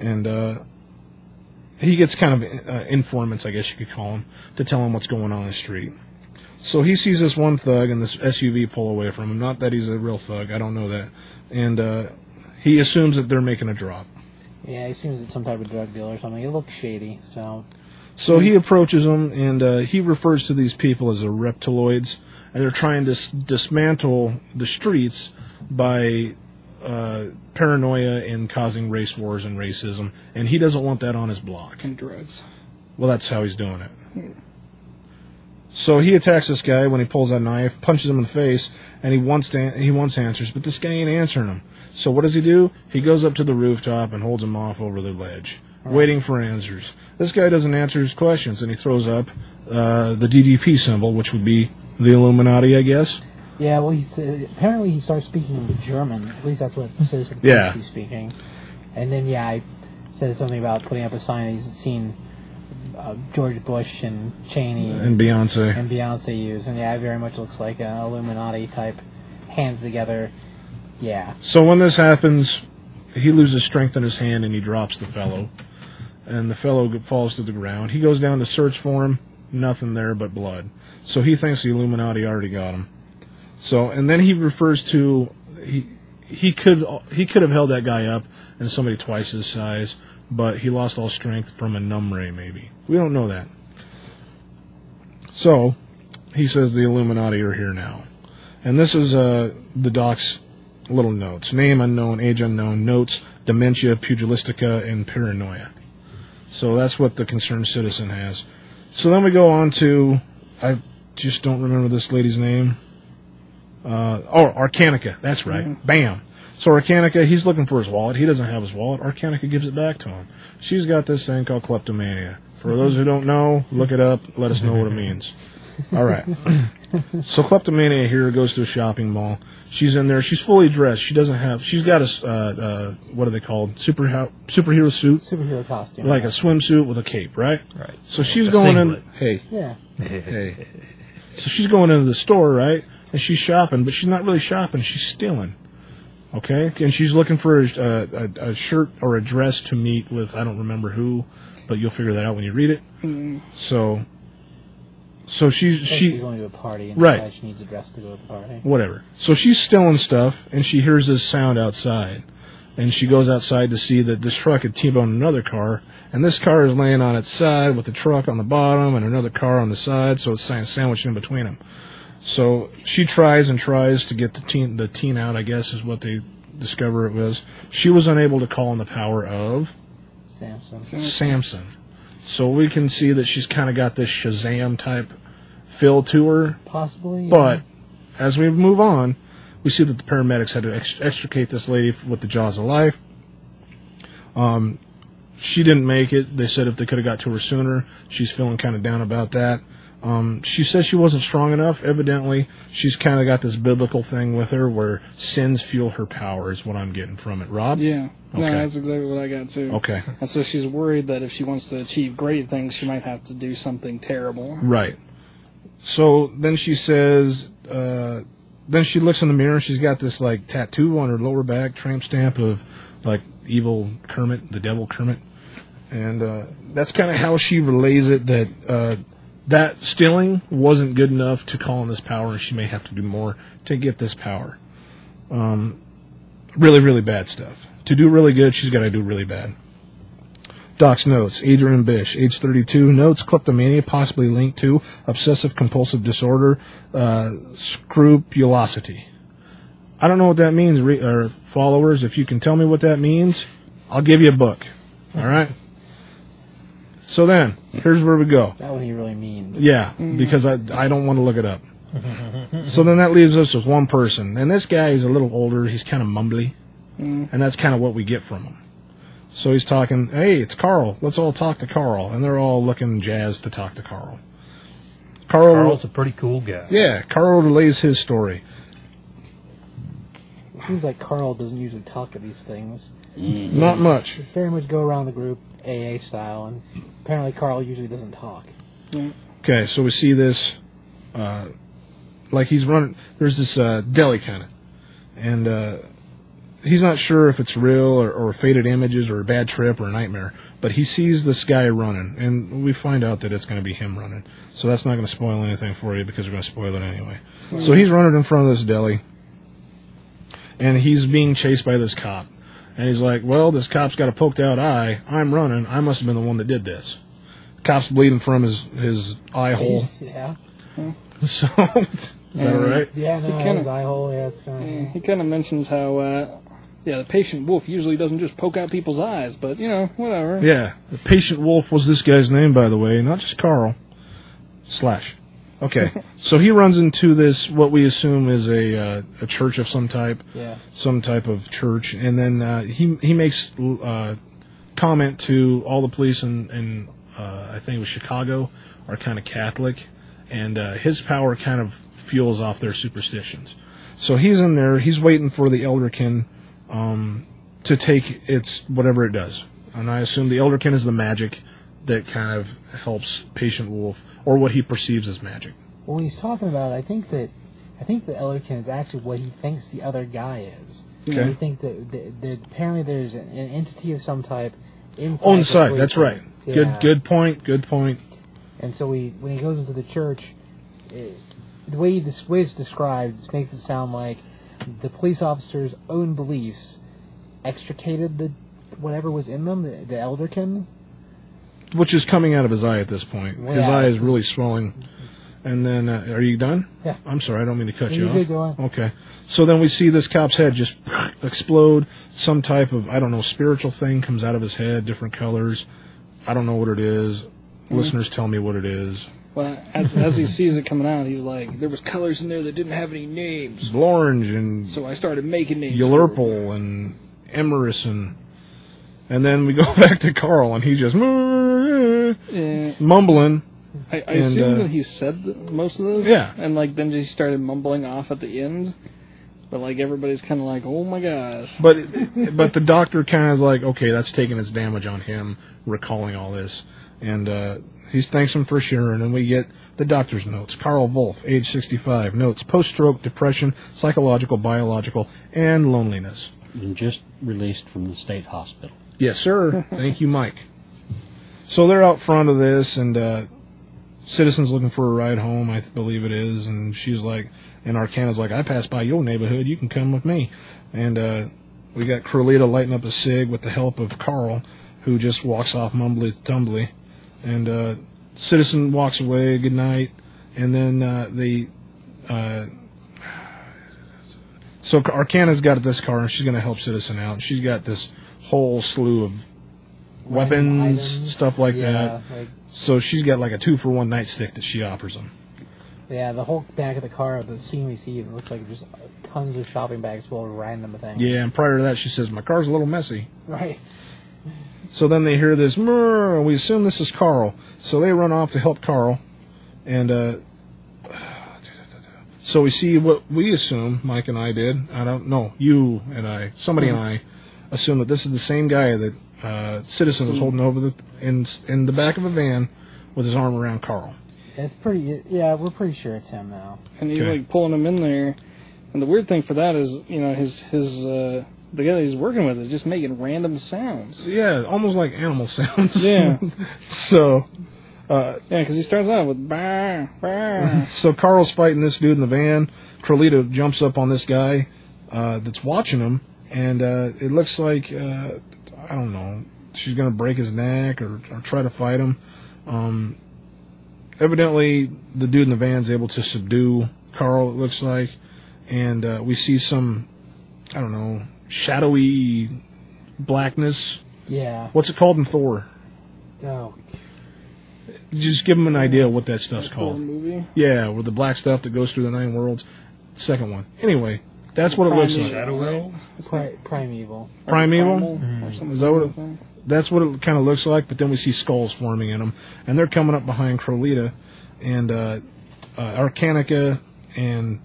and uh, he gets kind of uh, informants, I guess you could call him, to tell him what's going on in the street. So he sees this one thug and this SUV pull away from him. Not that he's a real thug, I don't know that, and uh, he assumes that they're making a drop. yeah, he seems it's some type of drug dealer or something. It looks shady. So So he approaches them, and uh, he refers to these people as the reptiloids, and they're trying to s- dismantle the streets by uh, paranoia and causing race wars and racism, and he doesn't want that on his block. And drugs. Well, that's how he's doing it. So he attacks this guy when he pulls that knife, punches him in the face, and he wants to, he wants answers, but this guy ain't answering them. So what does he do? He goes up to the rooftop and holds him off over the ledge, waiting for answers. This guy doesn't answer his questions, and he throws up uh, the DDP symbol, which would be the Illuminati, I guess. Yeah, well, he said, apparently he starts speaking German. At least that's what it says in Yeah. he's speaking. And then, yeah, I said something about putting up a sign. He's seen uh, George Bush and Cheney And Beyonce. and Beyonce use, and yeah, it very much looks like an Illuminati type hands together. Yeah, So when this happens, he loses strength in his hand and he drops the fellow. And the fellow g- falls to the ground. He goes down to search for him. Nothing there but blood. So he thinks the Illuminati already got him. So and then he refers to he he could he could have held that guy up and somebody twice his size, but he lost all strength from a numb ray maybe. We don't know that. So he says the Illuminati are here now. And this is uh the doc's little notes name unknown, age unknown, notes, dementia, pugilistica, and paranoia. So that's what the concerned citizen has. So then we go on to I just don't remember this lady's name. Uh, oh, Arcanica. That's right. Bam. So Arcanica, he's looking for his wallet. He doesn't have his wallet. Arcanica gives it back to him. She's got this thing called kleptomania. For those who don't know, look it up. Let us know what it means. All right. so kleptomania here goes to a shopping mall. She's in there. She's fully dressed. She doesn't have. She's got a s- uh, uh, what are they called? Super superhero suit, superhero costume. like a swimsuit with a cape, right? Right. So she's A going in. singlet. Hey, yeah, hey. So she's going into the store, right? And she's shopping, but she's not really shopping. She's stealing. Okay, and she's looking for a, a, a shirt or a dress to meet with. I don't remember who, but you'll figure that out when you read it. Mm, So, so she's I think she she's going to a party, and Right. decides she needs a dress to go to the party. whatever. So she's stealing stuff, and she hears this sound outside, and she goes outside to see that this truck had t-boned another car, and this car is laying on its side with the truck on the bottom and another car on the side, so it's sa- sandwiched in between them. So she tries and tries to get the teen the teen out. I guess is what they discover it was. She was unable to call on the power of Samson. Samson. So we can see that she's kind of got this Shazam type feel to her, Possibly. but as we move on, we see that the paramedics had to ex- extricate this lady with the jaws of life. Um, she didn't make it. They said if they could have got to her sooner, she's feeling kind of down about that. Um, she says she wasn't strong enough. Evidently, she's kind of got this biblical thing with her where sins fuel her power, is what I'm getting from it. Rob? Yeah. No, Okay. that's exactly what I got Oh. too. Okay. And so she's worried that if she wants to achieve great things, she might have to do something terrible. Right. So then she says, uh, then she looks in the mirror. and She's got this like tattoo on her lower back, tramp stamp of like evil Kermit, the devil Kermit, and uh, that's kind of how she relays it that uh, that stealing wasn't good enough to call on this power, and she may have to do more to get this power. Um, really, really bad stuff. To do really good, she's got to do really bad. Doc's notes. Adrian Bish, age 32. Notes kleptomania, possibly linked to obsessive compulsive disorder, uh, scrupulosity. I don't know what that means, re- or followers. If you can tell me what that means, I'll give you a book. All right? So then, here's where we go. that one he really means. Yeah, because I I don't want to look it up. so then that leaves us with one person, and this guy is a little older. He's kind of mumbly, Mm. and that's kind of what we get from him. So he's talking. Hey, it's Carl. Let's all talk to Carl, and they're all looking jazzed to talk to Carl. Carl, Carl's a pretty cool guy. yeah, Carl relays his story. Seems like Carl doesn't usually talk at these things. Mm. Not much. They very much go around the group AA style, and apparently Carl usually doesn't talk. Okay, so we see this, uh, like he's running. There's this uh, deli kind of, and uh, he's not sure if it's real or, or faded images or a bad trip or a nightmare. But he sees this guy running, and we find out that it's going to be him running. So that's not going to spoil anything for you because we're going to spoil it anyway. So he's running in front of this deli, and he's being chased by this cop. And he's like, "Well, this cop's got a poked out eye. I'm running. I must have been the one that did this." Cop's bleeding from his his eye hole. Yeah. So is that all right? Yeah, no, kinda- his eye hole, yeah, it's kind of. Yeah, He kind of mentions how, uh, yeah, the patient wolf usually doesn't just poke out people's eyes, but you know, whatever. Yeah. The patient wolf was this guy's name, by the way, not just Carl. Slash. Okay, so he runs into this what we assume is a uh, a church of some type, Yeah. some type of church, and then uh, he he makes uh, comment to all the police in, in uh, I think it was Chicago are kind of Catholic, and uh, his power kind of fuels off their superstitions. So he's in there, he's waiting for the Elderkin um, to take its whatever it does, and I assume the Elderkin is the magic that kind of helps Patient Wolf or what he perceives as magic. Well, he's talking about. I think that I think the Ellerkin is actually what he thinks the other guy is. Okay. I think that, that, that apparently there's an, an entity of some type inside. On the site, police that's right. Yeah. Good, good point. Good point. And so he, when he goes into the church, it, the way, he, the way it's described makes it sound like the police officer's own beliefs extricated the whatever was in them, the, the elderkin. Which is coming out of his eye at this point. Well, His yeah. eye is really swelling. And then, uh, are you done? Yeah. I'm sorry, I don't mean to cut Yeah, you you off. good, go on. Okay. So then we see this cop's head just explode. Some type of I don't know spiritual thing comes out of his head, different colors. I don't know what it is. Mm-hmm. Listeners, tell me what it is. Well, as, as he sees it coming out, he's like, there was colors in there that didn't have any names, Orange and so I started making names. for 'em." Yulurpal and Emerus and and then we go back to Carl and he just Yeah, mumbling. I, I And, assume uh, that he said th- most of those. Yeah. And like then just started mumbling off at the end, but like everybody's kind of like, oh my gosh. But but the doctor kind of like, okay, that's taking its damage on him, recalling all this, and uh, he thanks him for sharing. And we get the doctor's notes. Carl Wolf, age 65, notes post-stroke, depression, psychological, biological, and loneliness. And just released from the state hospital. Yes, sir. Thank you, Mike. So they're out front of this, and uh, citizens looking for a ride home, I believe it is. And she's like, and Arcana's like, I passed by your neighborhood. You can come with me. And uh, we got Carlita lighting up a cig with the help of Carl, who just walks off mumbly tumbly. And uh, citizen walks away. Good night. And then uh, the uh, so Arcana's got this car, and she's going to help Citizen out. And she's got this whole slew of weapons, Items. stuff like that. yeah, Uh, Like, So she's got like a two for one nightstick that she offers him. yeah, the whole back of the car, the scene we see, it looks like just tons of shopping bags full of random things. Yeah, and prior to that, she says, My car's a little messy. Right. So then they hear this, "Murr," and we assume this is Carl. So they run off to help Carl. And uh, so we see what we assume, Mike and I did. I don't know, you and I, somebody and I, assume that this is the same guy that uh, Citizen was holding over the in, in the back of a van with his arm around Carl. It's pretty. Yeah, we're pretty sure it's him now. and he's Okay. like pulling him in there. And the weird thing for that is, you know, his his uh, the guy that he's working with is just making random sounds. Yeah, almost like animal sounds. Yeah. so. Uh, Yeah, because he starts out with bah, bah. so Carl's fighting this dude in the van. Carlito jumps up on this guy uh, that's watching him, and uh, it looks like uh, I don't know. She's gonna break his neck or, or try to fight him. Um, evidently, the dude in the van's able to subdue Carl. It looks like, and uh, we see some I don't know shadowy blackness. Yeah. What's it called in Thor? Oh. Just give him an idea of what that stuff's Cool called. movie. Yeah, with the black stuff that goes through the nine worlds. Second one. Anyway, that's what it looks like. Shadow Realm? Pri- primeval. Primeval? Mm. or something. Is that what it- like that. That's what it kind of looks like, but then we see skulls forming in them. And they're coming up behind Crolita, and uh, uh, Arcanica and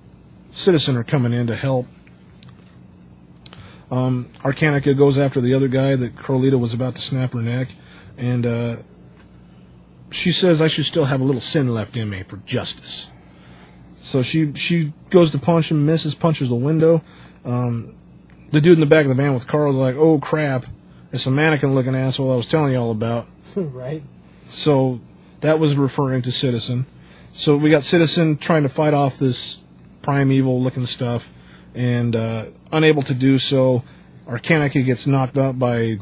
Citizen are coming in to help. Um, Arcanica goes after the other guy that Crolita was about to snap her neck, and uh, she says, I should still have a little sin left in me for justice. So she she goes to punch him, misses, punches the window. Um, the dude in the back of the van with Carl's like, oh crap, it's a mannequin looking asshole I was telling you all about. right. So that was referring to Citizen. So we got Citizen trying to fight off this primeval looking stuff and uh, unable to do so. Arcanica gets knocked out by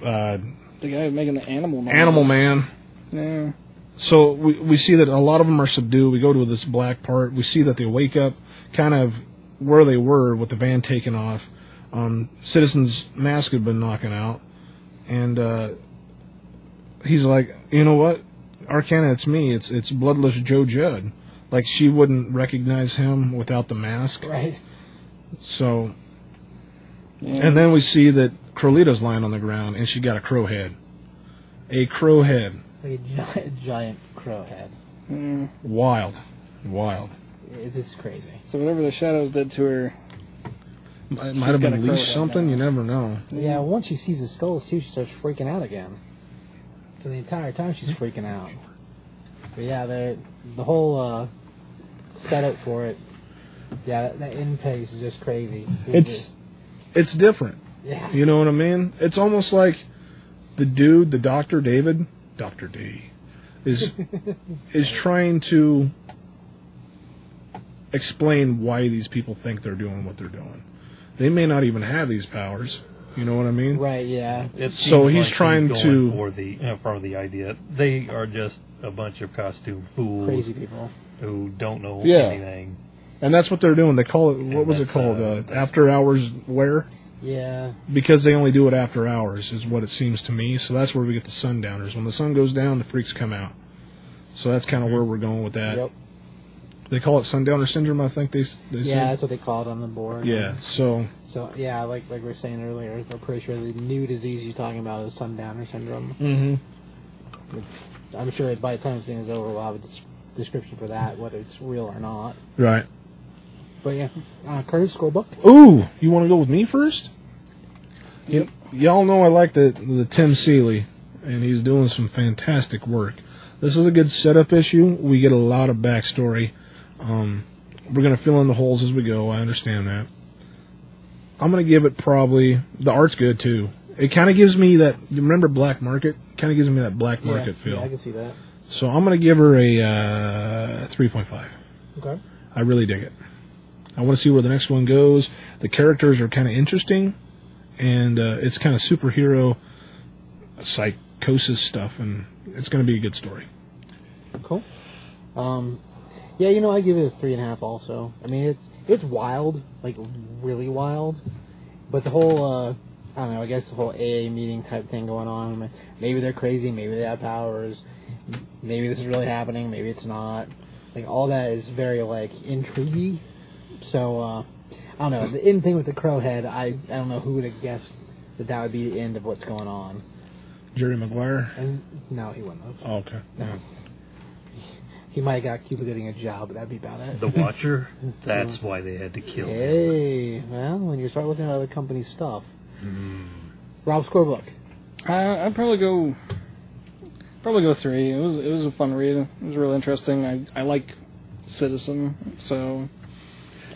uh, The guy making the animal noise. Animal Man. Yeah. So we, we see that a lot of them are subdued. We go to this black part. We see that they wake up kind of where they were with the van taken off. Um, Citizen's mask had been knocking out. And uh, he's like, you know what? Arcana, it's me. It's it's bloodless Joe Judd. like she wouldn't recognize him without the mask. Right. So, and then we see that Carlita's lying on the ground and she got a crow head, a crow head, Like a giant, giant crow head. Mm. wild, wild. It is crazy. So whatever the shadows did to her, It She's might have got been a crow leashed head something. now. You never know. Yeah, once she sees the skulls too, she starts freaking out again. So the entire time she's freaking out. But yeah, the the whole uh, setup for it. Yeah, that, that end pace is just crazy. It's it's different. yeah, You know what I mean? It's almost like the dude, the doctor David, Doctor D, is is trying to explain why these people think they're doing what they're doing. They may not even have these powers. You know what I mean? right. Yeah, It seems So he's like trying going to- for the you know, for the idea. They are just a bunch of costume fools crazy people. who don't know Yeah. anything. And that's what they're doing. They call it what was it that's, called? uh, Uh, after hours wear Yeah, because they only do it after hours is what it seems to me. So that's where we get the sundowners. When the sun goes down, the freaks come out. So that's kind of where we're going with that. yep. They call it sundowner syndrome. I think they they Yeah, said. that's what they call it on the board. Yeah. So So yeah, like like we were saying earlier, I'm pretty sure the new disease you're talking about is sundowner syndrome. I'm sure by the time this thing is over, we'll have a des- description for that, whether it's real or not. right. But yeah, uh, Curtis scorebook. Ooh, you want to go with me first? Yep. y'all know I like the the Tim Seeley, and he's doing some fantastic work. This is a good setup issue. We get a lot of backstory. Um, we're gonna fill in the holes as we go. I understand that. I'm gonna give it probably the art's good too. It kind of gives me that. You remember Black Market? Kind of gives me that Black Market yeah, feel. yeah, I can see that. So I'm gonna give her a uh, 3.5. Okay. I really dig it. I want to see where the next one goes. The characters are kind of interesting, and uh, it's kind of superhero psychosis stuff, and it's going to be a good story. Cool. Um, yeah, you know, I give it a three and a half. Also, I mean, it's it's wild, like really wild. But the whole, uh, I don't know. I guess the whole AA meeting type thing going on. Maybe they're crazy. Maybe they have powers. Maybe this is really happening. Maybe it's not. Like all that is very like intriguing. So uh, I don't know. The end thing with the crow head, I I don't know who would have guessed that that would be the end of what's going on. Jerry Maguire. And no, he wouldn't have. Oh, okay. No. He might have got Cuba getting a job, but that'd be about it. The Watcher. That's why they had to kill him. Hey, well, when you start looking at other companies' stuff. Mm. Rob Scorebook. I, I'd probably go, probably go three. It was it was a fun read. It was really interesting. I I like Citizen, so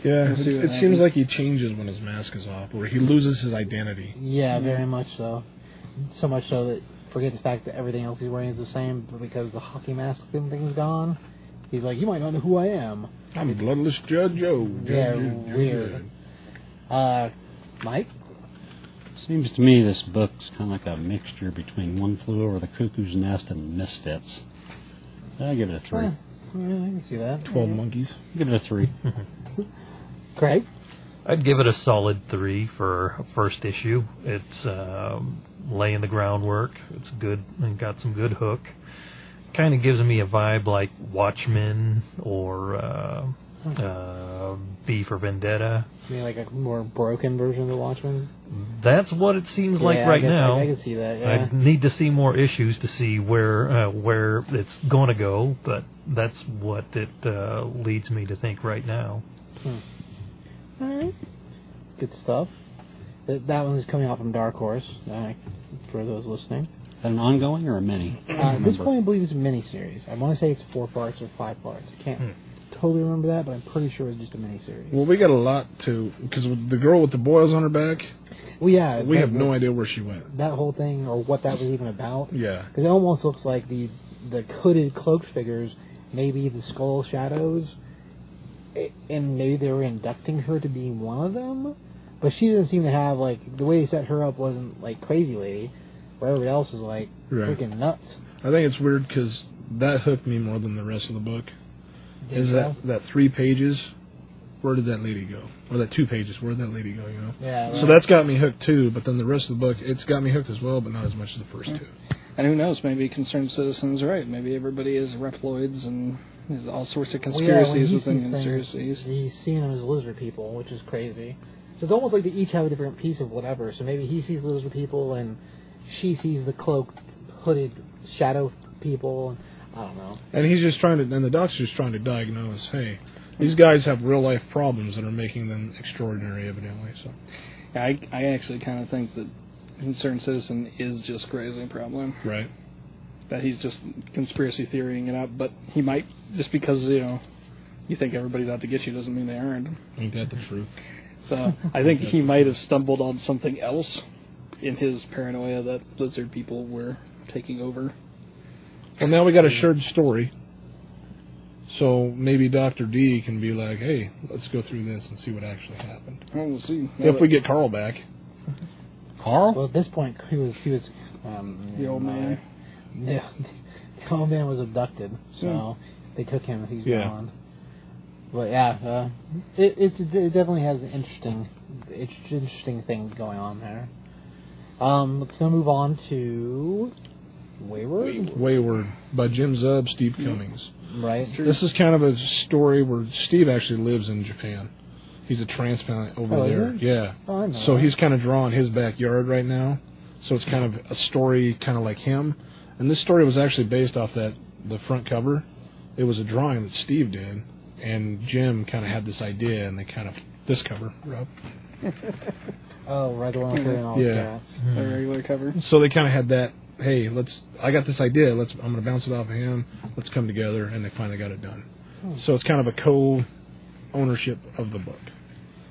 Yeah, We'll it, see what it happens. seems like he changes when his mask is off, or he loses his identity. Yeah, very much so. So much so that forget the fact that everything else he's wearing is the same, but because the hockey mask and thing's gone, he's like, you might not know who I am. I'm bloodless Judge Joe. Yeah, weird. Uh, Mike. Seems to me this book's kind of like a mixture between One Flew Over the Cuckoo's Nest and Misfits. I give it a three. Huh. Yeah, I can see that. Twelve monkeys. Give it a three. Craig. I'd give it a solid three for a first issue. It's um, laying the groundwork. It's good and got some good hook. Kind of gives me a vibe like Watchmen or uh, uh, B for Vendetta. I mean, like a more broken version of the Watchmen. That's what it seems like Yeah, I right guess I- now. I, can see that. Yeah. I need to see more issues to see where uh, where it's going to go, but that's what it uh, leads me to think right now. Alright. Good stuff. That, that one is coming out from Dark Horse, uh, for those listening. Is that an ongoing or a mini? I Uh, don't at this remember. point, I believe it's a miniseries. I want to say it's four parts or five parts. I can't Hmm. totally remember that, but I'm pretty sure it's just a miniseries. Well, we got a lot to because the girl with the boils on her back. Well, yeah. We that, have no idea where she went. That whole thing, or what that was even about. Yeah. Because it almost looks like the, the hooded cloaked figures, maybe the skull shadows, a- and maybe they were inducting her to being one of them. But she doesn't seem to have, like, the way they set her up wasn't, like, crazy lady, where everybody else is, like, Right. freaking nuts. I think it's weird because that hooked me more than the rest of the book. Did is you that that three pages? Where did that lady go? Or that two pages? Where did that lady go? You know. know? Yeah. So that's got me hooked too. But then the rest of the book, it's got me hooked as well, but not as much as the first two. and who knows? Maybe concerned citizens right. Maybe everybody is reploids and There's all sorts of Well, yeah, when conspiracies you see within things, conspiracies. He's seeing them as lizard people, which is crazy. So it's almost like they each have a different piece of whatever. So maybe he sees lizard people, and she sees the cloaked, hooded shadow people. I don't know. And he's just trying to, and the doctor's trying to diagnose. Hey, these guys have real life problems that are making them extraordinary, evidently. So Yeah, I, I actually kind of think that concerned citizen is just crazy, probably right, that he's just conspiracy theorying it up. But he might just because you know you think everybody's out to get you doesn't mean they aren't. ain't that the truth? So I think he might have stumbled on something else in his paranoia that lizard people were taking over. Well, now we got a shared story. So maybe Doctor D can be like, hey, let's go through this and see what actually happened. Well, we'll see. if we get Carl back, Carl? Well, at this point, he was he was um, the old man. Yeah, the old man was abducted, so they took him. He's Hmm. Yeah. gone. But yeah, uh, it, it it definitely has an interesting, it's interesting things going on there. Um, let's now move on to Wayward, Wayward by Jim Zub, Steve Cummings. right? This is kind of a story where Steve actually lives in Japan. He's a transplant over Oh, is there. he? Yeah. Oh, I know So that. he's kind of drawing his backyard right now. So it's kind of a story kind of like him. And this story was actually based off that the front cover. It was a drawing that Steve did and Jim kind of had this idea and they kind of this cover up. Oh, right along with and all Yeah. that. A regular cover. So they kind of had that, hey, let's I got this idea. Let's I'm going to bounce it off of him. Let's come together and they finally got it done. So it's kind of a co-ownership of the book.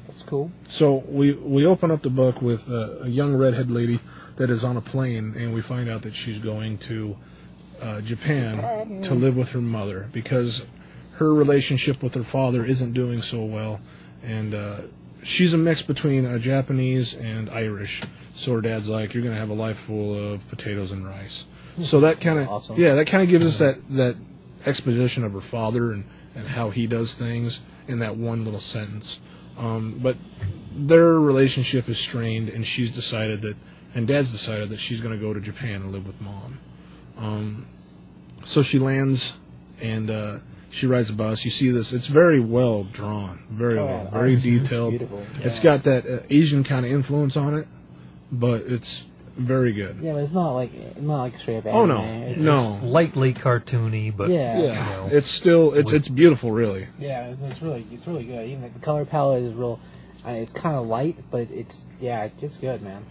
That's cool. So we we open up the book with a, a young redhead lady that is on a plane, and we find out that she's going to uh, Japan to live with her mother because her relationship with her father isn't doing so well, and uh, she's a mix between a Japanese and Irish. So her dad's like, "You're gonna have a life full of potatoes and rice." So that kind of Awesome. yeah, that kind of gives us that that exposition of her father and and how he does things in that one little sentence. Um, but their relationship is strained, and she's decided that, and Dad's decided that she's going to go to Japan and live with Mom. Um, so she lands, and uh, she rides a bus. You see this; it's very well drawn, very Oh, well, yeah, very it's detailed. beautiful. It's got that uh, Asian kind of influence on it, but it's very good. Yeah, but it's not like not like straight up. Oh anime. no, It's- no, Lightly cartoony, but Yeah. yeah, you know, it's still it's it's beautiful, really. Yeah, it's, it's really it's really good. Even like, the color palette is real. I mean, it's kind of light, but it's yeah, it's good, man.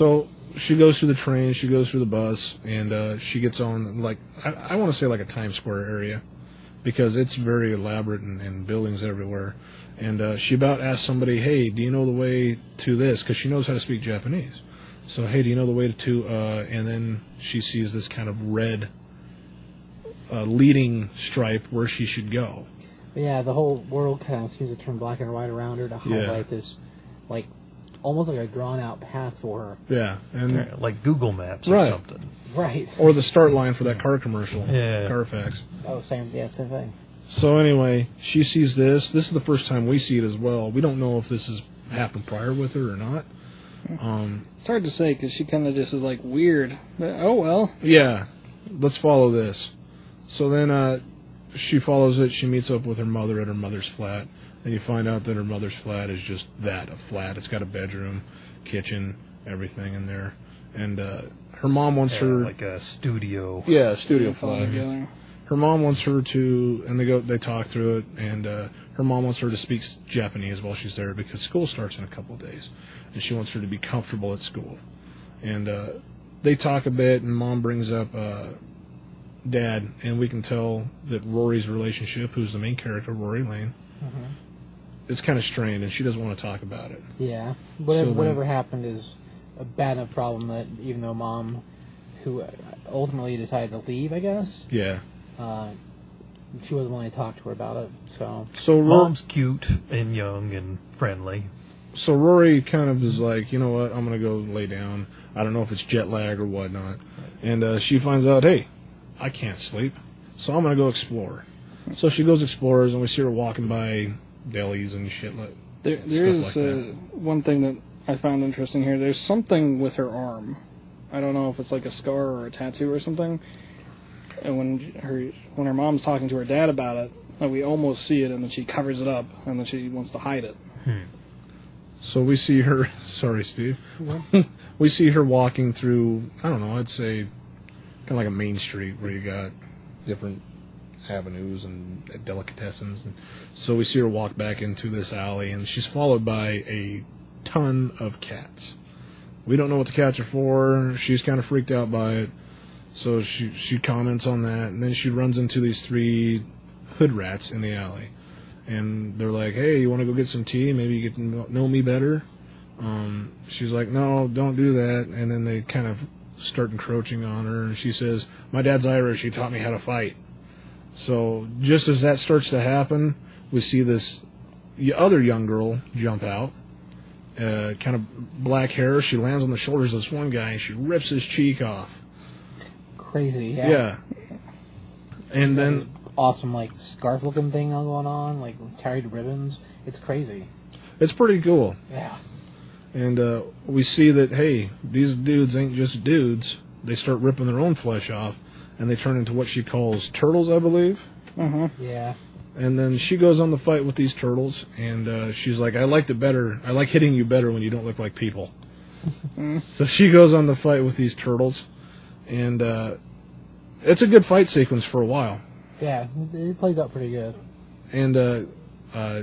So she goes through the train, she goes through the bus, and uh, she gets on like I, I want to say like a Times Square area because it's very elaborate and, and buildings everywhere. And uh, she about asks somebody, "Hey, do you know the way to this?" Because she knows how to speak Japanese. So, "Hey, do you know the way to?" Uh, and then she sees this kind of red uh, leading stripe where she should go. But yeah, the whole world kind of seems to turn black and white around her to Yeah. highlight this, like almost like a drawn out path for Yeah, and uh, like Google Maps Right. or something. her. Right. or the start line for that car commercial, Yeah. Carfax. Oh, same. Yeah, same thing. So anyway, she sees this. This is the first time we see it as well. We don't know if this has happened prior with her or not. Um, It's hard to say because she kind of just is like weird. But, oh well. yeah, let's follow this. So then uh, she follows it. She meets up with her mother at her mother's flat, and you find out that her mother's flat is just that—a flat. It's got a bedroom, kitchen, everything in there. And uh, her mom wants Yeah, her, like a studio. yeah, studio It's all flat. together. her mom wants her to, and they go, they talk through it, and uh, her mom wants her to speak Japanese while she's there because school starts in a couple of days, and she wants her to be comfortable at school. And uh, they talk a bit, and mom brings up uh, dad, and we can tell that Rory's relationship, who's the main character, Rory Lane, Mm-hmm. is kind of strained, and she doesn't want to talk about it. Yeah. Whatever So, uh, whatever happened is a bad enough problem that even though mom, who uh, ultimately decided to leave, I guess, Yeah. uh, she wasn't willing to talk to her about it. So So Ro- Mom's cute and young and friendly. so Rory kind of is like, you know what, I'm gonna go lay down. I don't know if it's jet lag or whatnot. And uh, she finds out, hey, I can't sleep, so I'm gonna go explore. So she goes explores, and we see her walking by delis and shit. Like, There, there is Stuff like uh, one thing that I found interesting here. There's something with her arm. I don't know if it's like a scar or a tattoo or something, and when her when her mom's talking to her dad about it, like, we almost see it, and then she covers it up, and then she wants to hide it. So we see her. Sorry, Steve. we see her walking through. I don't know. I'd say kind of like a main street where you got different avenues and delicatessens. And so we see her walk back into this alley, and she's followed by a ton of cats. We don't know what the cats are for. She's kind of freaked out by it. So she she comments on that, and then she runs into these three hood rats in the alley, and they're like, "Hey, you want to go get some tea? Maybe you get to kn- know me better." Um, she's like, "No, don't do that." And then they kind of start encroaching on her, and she says, "My dad's Irish. He taught me how to fight." So just as that starts to happen, we see this y- other young girl jump out. Uh, kind of black hair. She lands on the shoulders of this one guy, and she rips his cheek off. Crazy. Yeah. And then awesome like scarf looking thing all going on, like carried ribbons. It's crazy. it's pretty cool. Yeah. And uh, we see that, hey, these dudes ain't just dudes. They start ripping their own flesh off, and they turn into what she calls turtles, I believe. Mm-hmm. Yeah. And then she goes on the fight with these turtles, and uh, she's like, I liked it better. I like hitting you better when you don't look like people. Mm. So she goes on the fight with these turtles, and uh, it's a good fight sequence for a while. Yeah. It, it plays out pretty good. and uh, uh,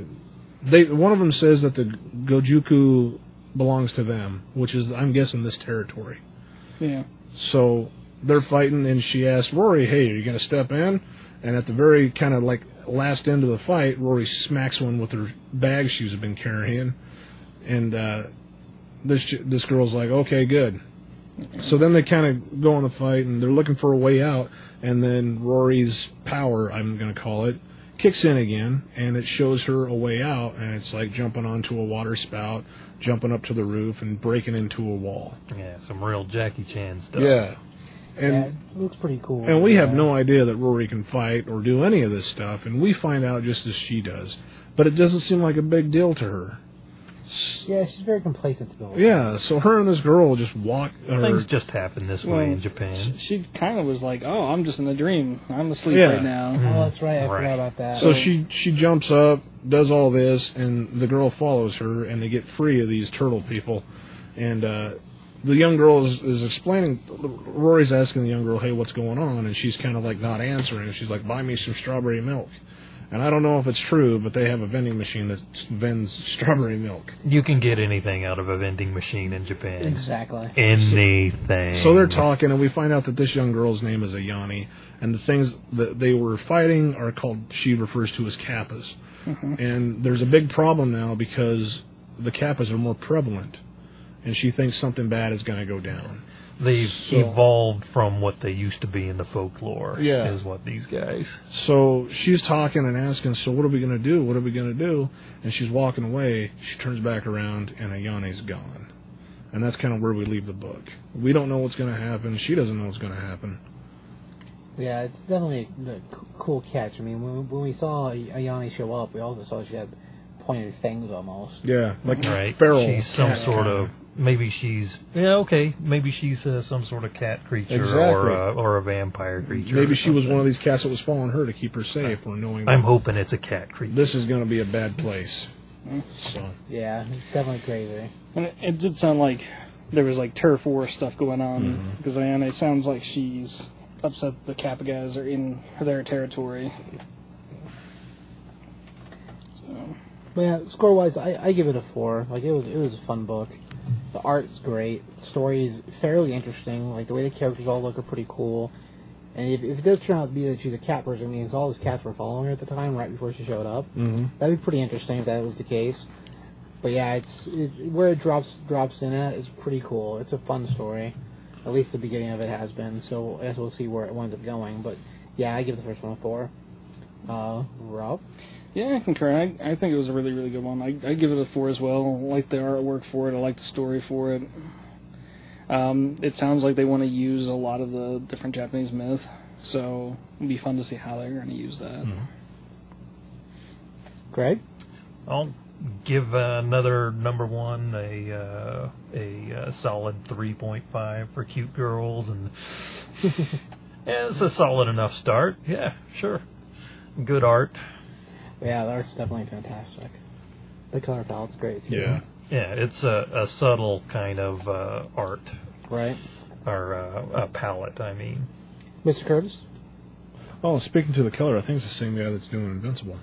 they one of them says that the Gojuku belongs to them, which is I'm guessing this territory. Yeah. So they're fighting, and she asks Rory, "Hey, are you gonna step in?" And at the very kind of like last end of the fight, Rory smacks one with her bag she's been carrying, and uh, this ch- this girl's like, "Okay, good." So then they kind of go on the fight, and they're looking for a way out, and then Rory's power, I'm gonna call it, kicks in again, and it shows her a way out, and it's like jumping onto a water spout, jumping up to the roof, and breaking into a wall. Yeah, some real Jackie Chan stuff. Yeah. And yeah, it looks pretty cool. and we have Yeah. no idea that Rory can fight or do any of this stuff, and we find out just as she does. But it doesn't seem like a big deal to her. S- Yeah, she's very complacent though. Yeah, so her and this girl just walk. Or, Things just happen this Well, way in Japan. She, she kind of was like, "Oh, I'm just in a dream. I'm asleep Yeah. right now." Oh, that's right. I Right. forgot about that. so she she jumps up, does all this, and the girl follows her, and they get free of these turtle people. And uh, the young girl is, is explaining. Rory's asking the young girl, "Hey, what's going on?" And she's kind of like not answering. She's like, "Buy me some strawberry milk." And I don't know if it's true, but they have a vending machine that vends strawberry milk. You can get anything out of a vending machine in Japan. exactly. Anything. So they're talking, and we find out that this young girl's name is Ayani, and the things that they were fighting are called, she refers to as kappas. And there's a big problem now because the kappas are more prevalent, and she thinks something bad is going to go down. They've So- evolved from what they used to be in the folklore. Yeah. is what these guys. So she's talking and asking, So what are we going to do? What are we going to do? And she's walking away. She turns back around, and Ayani's gone. And that's kind of where we leave the book. We don't know what's going to happen. She doesn't know what's going to happen. Yeah, it's definitely a, a c- cool catch. I mean, when, when we saw Ayani show up, we also saw she had pointed fangs almost. Yeah, like Right. feral. She's some cat. sort of maybe she's yeah okay maybe she's uh, some sort of cat creature or Exactly. uh, or a vampire creature. Maybe she was one of these cats that was following her to keep her safe, or knowing I'm hoping it's a cat creature. this is going to be a bad place. So Yeah, it's definitely crazy. And it, it did sound like there was like turf war stuff going Mm-hmm. on because Ayane sounds like she's upset the Kappa guys are in their territory. So, But yeah, score wise, I, I give it a four. Like it was it was a fun book. The art's great. The story is fairly interesting. Like the way the characters all look are pretty cool. And if, if it does turn out to be that she's a cat person, I mean, 'cause all those cats were following her at the time, right before she showed up, mm-hmm. that'd be pretty interesting if that was the case. But yeah, it's it, where it drops drops in at is pretty cool. It's a fun story. At least the beginning of it has been. So I guess we'll see where it winds up going. But yeah, I give the first one a four. Uh, Rob. yeah, I concur. I, I think it was a really, really good one. I, I give it a four as well. I like the artwork for it. I like the story for it. Um, it sounds like they want to use a lot of the different Japanese myth, so it'd be fun to see how they're going to use that. Greg. I'll give uh, another number one a uh, a uh, solid 3.5 for cute girls and Yeah, it's a solid enough start. Yeah, sure. Good art. Yeah, the art's definitely fantastic. The color palette's great. too. Yeah. Yeah, it's a, a subtle kind of uh, art Right. or uh, a palette. I mean, Mr. Curtis? Oh, speaking to the color, I think it's the same guy that's doing Invincible.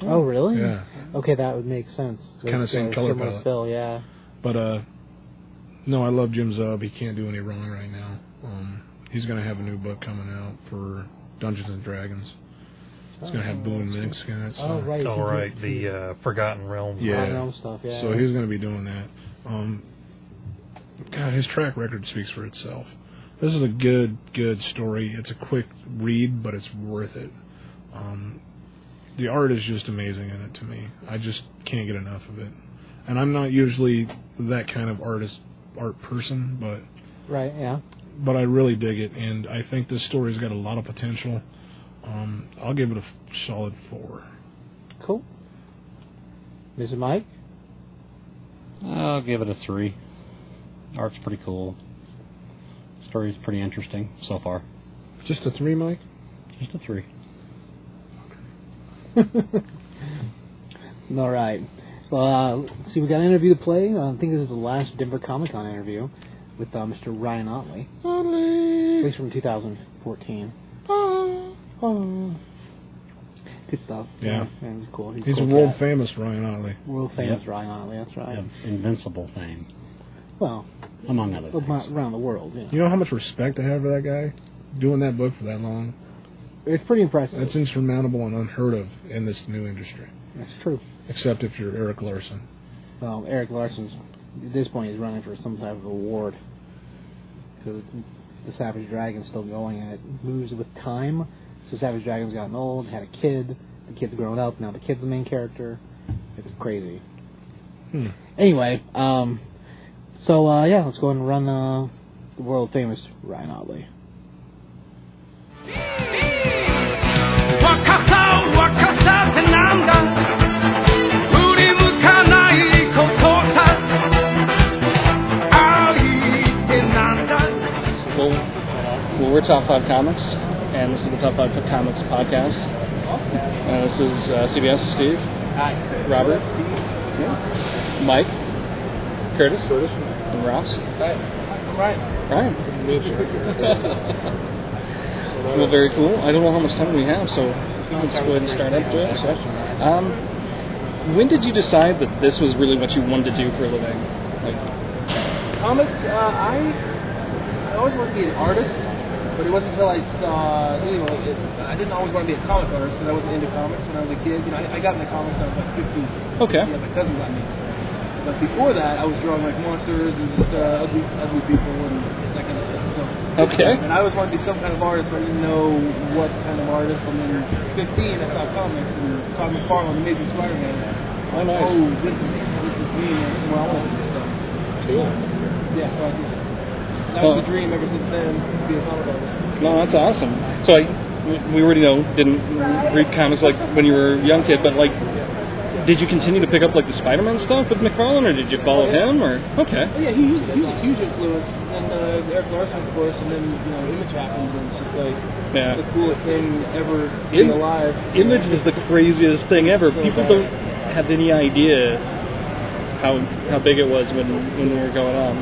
Oh, really? Yeah. Okay, that would make sense. Kinda It's, same uh, color similar palette. Still, yeah. But uh, no, I love Jim Zub. He can't do any wrong right now. Um, he's gonna have a new book coming out for Dungeons and Dragons. It's gonna have Boone Minx in it. So. Oh, right. all right, the uh, Forgotten Realms. Yeah. Realm stuff, yeah. So he's going to be doing that. Um, God, his track record speaks for itself. This is a good, good story. It's a quick read, but it's worth it. Um, the art is just amazing in it to me. I just can't get enough of it. And I'm not usually that kind of artist, art person, but Right, yeah. but I really dig it, and I think this story's got a lot of potential. Um, I'll give it a f- solid four. Cool. Mr. Mike? I'll give it a three. Art's pretty cool. Story's pretty interesting so far. Just a three, Mike. Just a three. All right. Well, uh, see, we got an interview to play. Uh, I think this is the last Denver Comic Con interview with uh, Mr. Ryan Otley. At least from 2014. Oh. Good stuff. Yeah. yeah he's cool. He's, He's cool world cat. famous, Ryan Otley. world famous Yep. Ryan Otley. That's right. An invincible fame, Well, among other things. ama- around the world. Yeah. You know how much respect I have for that guy? Doing that book for that long. It's pretty impressive. That's insurmountable and unheard of in this new industry. That's true. Except if you're Eric Larson. Well, Um, Eric Larson's at this point he's running for some type of award because the Savage Dragon's still going and it moves with time. So Savage Dragon's gotten old, had a kid, the kid's grown up, now the kid's the main character. It's crazy. Hmm. Anyway, um, so uh, yeah, let's go ahead and run uh, the world famous Ryan Otley. Well, well, we're Top 5 Comics, and this is the Top 5 Comics podcast. And this is uh, CBS, Steve. Robert. Mike. Curtis. And Ross. Ryan. well, very cool. I don't know how much time we have, so let's go ahead and start up doing this. right? Um, when did you decide that this was really what you wanted to do for a living? Like, Comics, uh, I, I always wanted to be an artist, but it wasn't until I saw, you know, it, I didn't always want to be a comic artist because I wasn't into comics when I was a kid. You know, I, I got into comics when I was like 15. okay. Yeah, my cousin got me. But before that, I was drawing like monsters and just uh, ugly, ugly people and that kind of stuff. So. Okay. And I always wanted to be some kind of artist, but I didn't know what kind of artist. And then 15, I saw comics and Todd McFarlane, Amazing Spider-Man. Oh, nice. Oh, this is this is me. and Well, I want to do stuff. Yeah, so I just that Well- was a dream ever since then to be a comic artist. No, that's awesome. So I, we already know didn't read comics like when you were a young kid, but like, did you continue to pick up like the Spider-Man stuff with McFarlane, or did you follow him? Or okay, But yeah, he was, he was a huge influence, and uh, Eric Larson, of course, and then you know Image happened, and it's just like yeah. the coolest thing ever to Im- be alive. Image was the craziest thing ever. People don't have any idea how how big it was when when we were going on.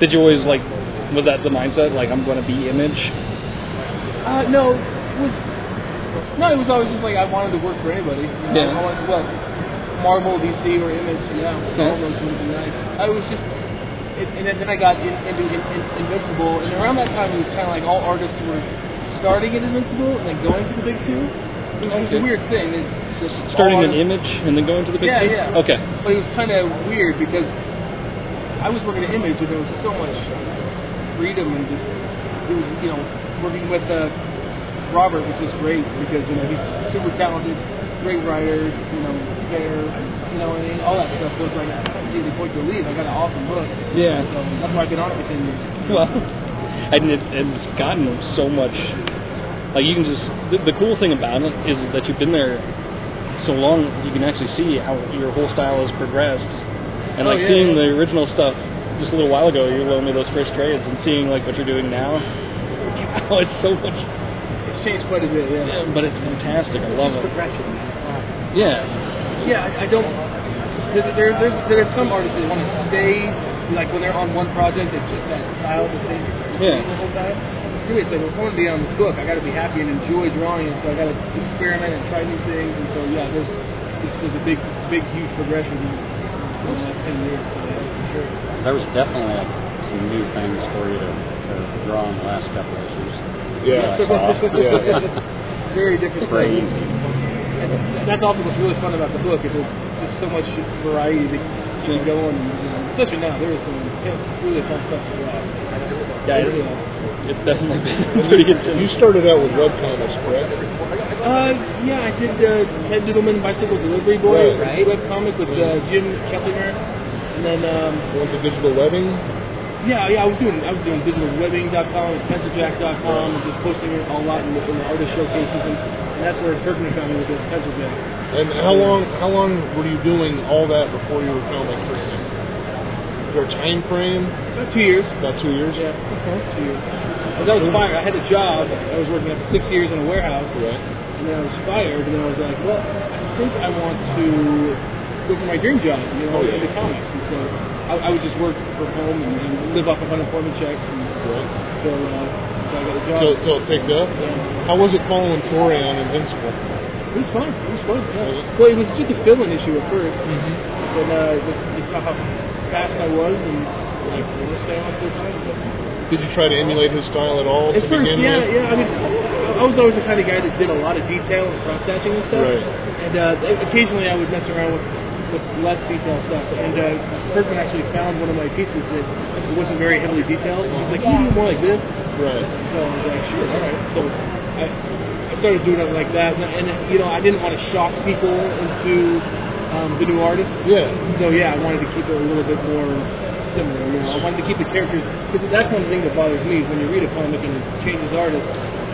Did you always like? Was that the mindset? Like I'm going to be Image? Uh, no, it was no, it was always just like I wanted to work for anybody. You know? Yeah. I wanted well, Marvel, DC, or Image. Yeah, Yeah. all those would be nice. I was just, it, and then, then I got in, into in, in, Invincible, and around that time it was kind of like all artists were starting at Invincible and then going to the big two. It was Okay. a weird thing. It's just all Starting an artists- Image and then going to the big Yeah, two? yeah. Okay. But it was kind of weird because I was working at Image and there was so much freedom and just it was you know working with uh, Robert was just great because you know he's super talented, great writer, you know fair, you know and all that stuff. So it's like geez, before you leave, I got an awesome book. Yeah. So that's why I've been on it for ten years. Well, and it, it's gotten so much. Like you can just the, the cool thing about it is that you've been there so long that you can actually see how your whole style has progressed. And Oh, like yeah, seeing yeah. the original stuff just a little while ago, you loaned me those first trades, and seeing like what you're doing now, Oh, it's so much. It's changed quite a bit, yeah. But it's fantastic. I love it. Progression. Yeah. Yeah, I, I don't. There, there, there's, there are some artists that want to stay, like when they're on one project, it's just that style that they Yeah. the whole time. Really, it's like if I want to be on this book, I got to be happy and enjoy drawing, and so I got to experiment and try new things, and so yeah, there's this is a big, big, huge progression in the last ten years. So, yeah, for sure. There was definitely some new things for you to, to draw in the last couple of issues. Yeah. Yeah. Very different. Crazy. things. And that's also what's really fun about the book is there's just so much variety that you can go on. You know, especially now, there is some intense, really fun stuff to draw. Yeah, it- Really awesome. It's definitely been pretty good. You started out with webcomics, correct? Uh, yeah, I did uh, Ted Diddleman Bicycle Delivery Boy Right. web comic with uh, Jim Keplinger, and then um, Went to digital webbing. yeah, yeah, I was doing I was doing digitalwebbing.com and penciljack.com and just posting it a lot in the, in the artist showcases, and, and that's where Kirkman found me with the Penciljack. And how long? How long were you doing all that before you were comic freaking? Your time frame? About two years. About two years. Yeah, two years. Because I was fired. I had a job. I was working at six years in a warehouse, Right. and then I was fired. And then I was like, well, I think I want to go for my dream job, you know, Oh, yeah. in the comics. And so I, I would just work from home and, and live off of unemployment checks. And Right. so, uh, so I got a job. Till, till it picked up. yeah. How was it following Tori on Invincible? It was fun. It was fun. Was it? Yeah. Well, it was just a filling issue at 1st and uh, just, just how fast I was, and like, I wish I on full time. But, Did you try to emulate his style at all At to first, begin yeah, with? yeah. I mean, I was always the kind of guy that did a lot of detail and cross hatching and stuff. Right. And uh, occasionally, I would mess around with, with less detail stuff. And uh, Kirkman actually found one of my pieces that wasn't very heavily detailed. And he's like, "You do more like this." Right. So I was like, "Sure, all right." So I, I started doing it like that, and, and you know, I didn't want to shock people into um, the new artist. Yeah. So yeah, I wanted to keep it a little bit more similar. You know, I wanted to keep the characters because that's one thing that bothers me is when you read a comic and it changes artists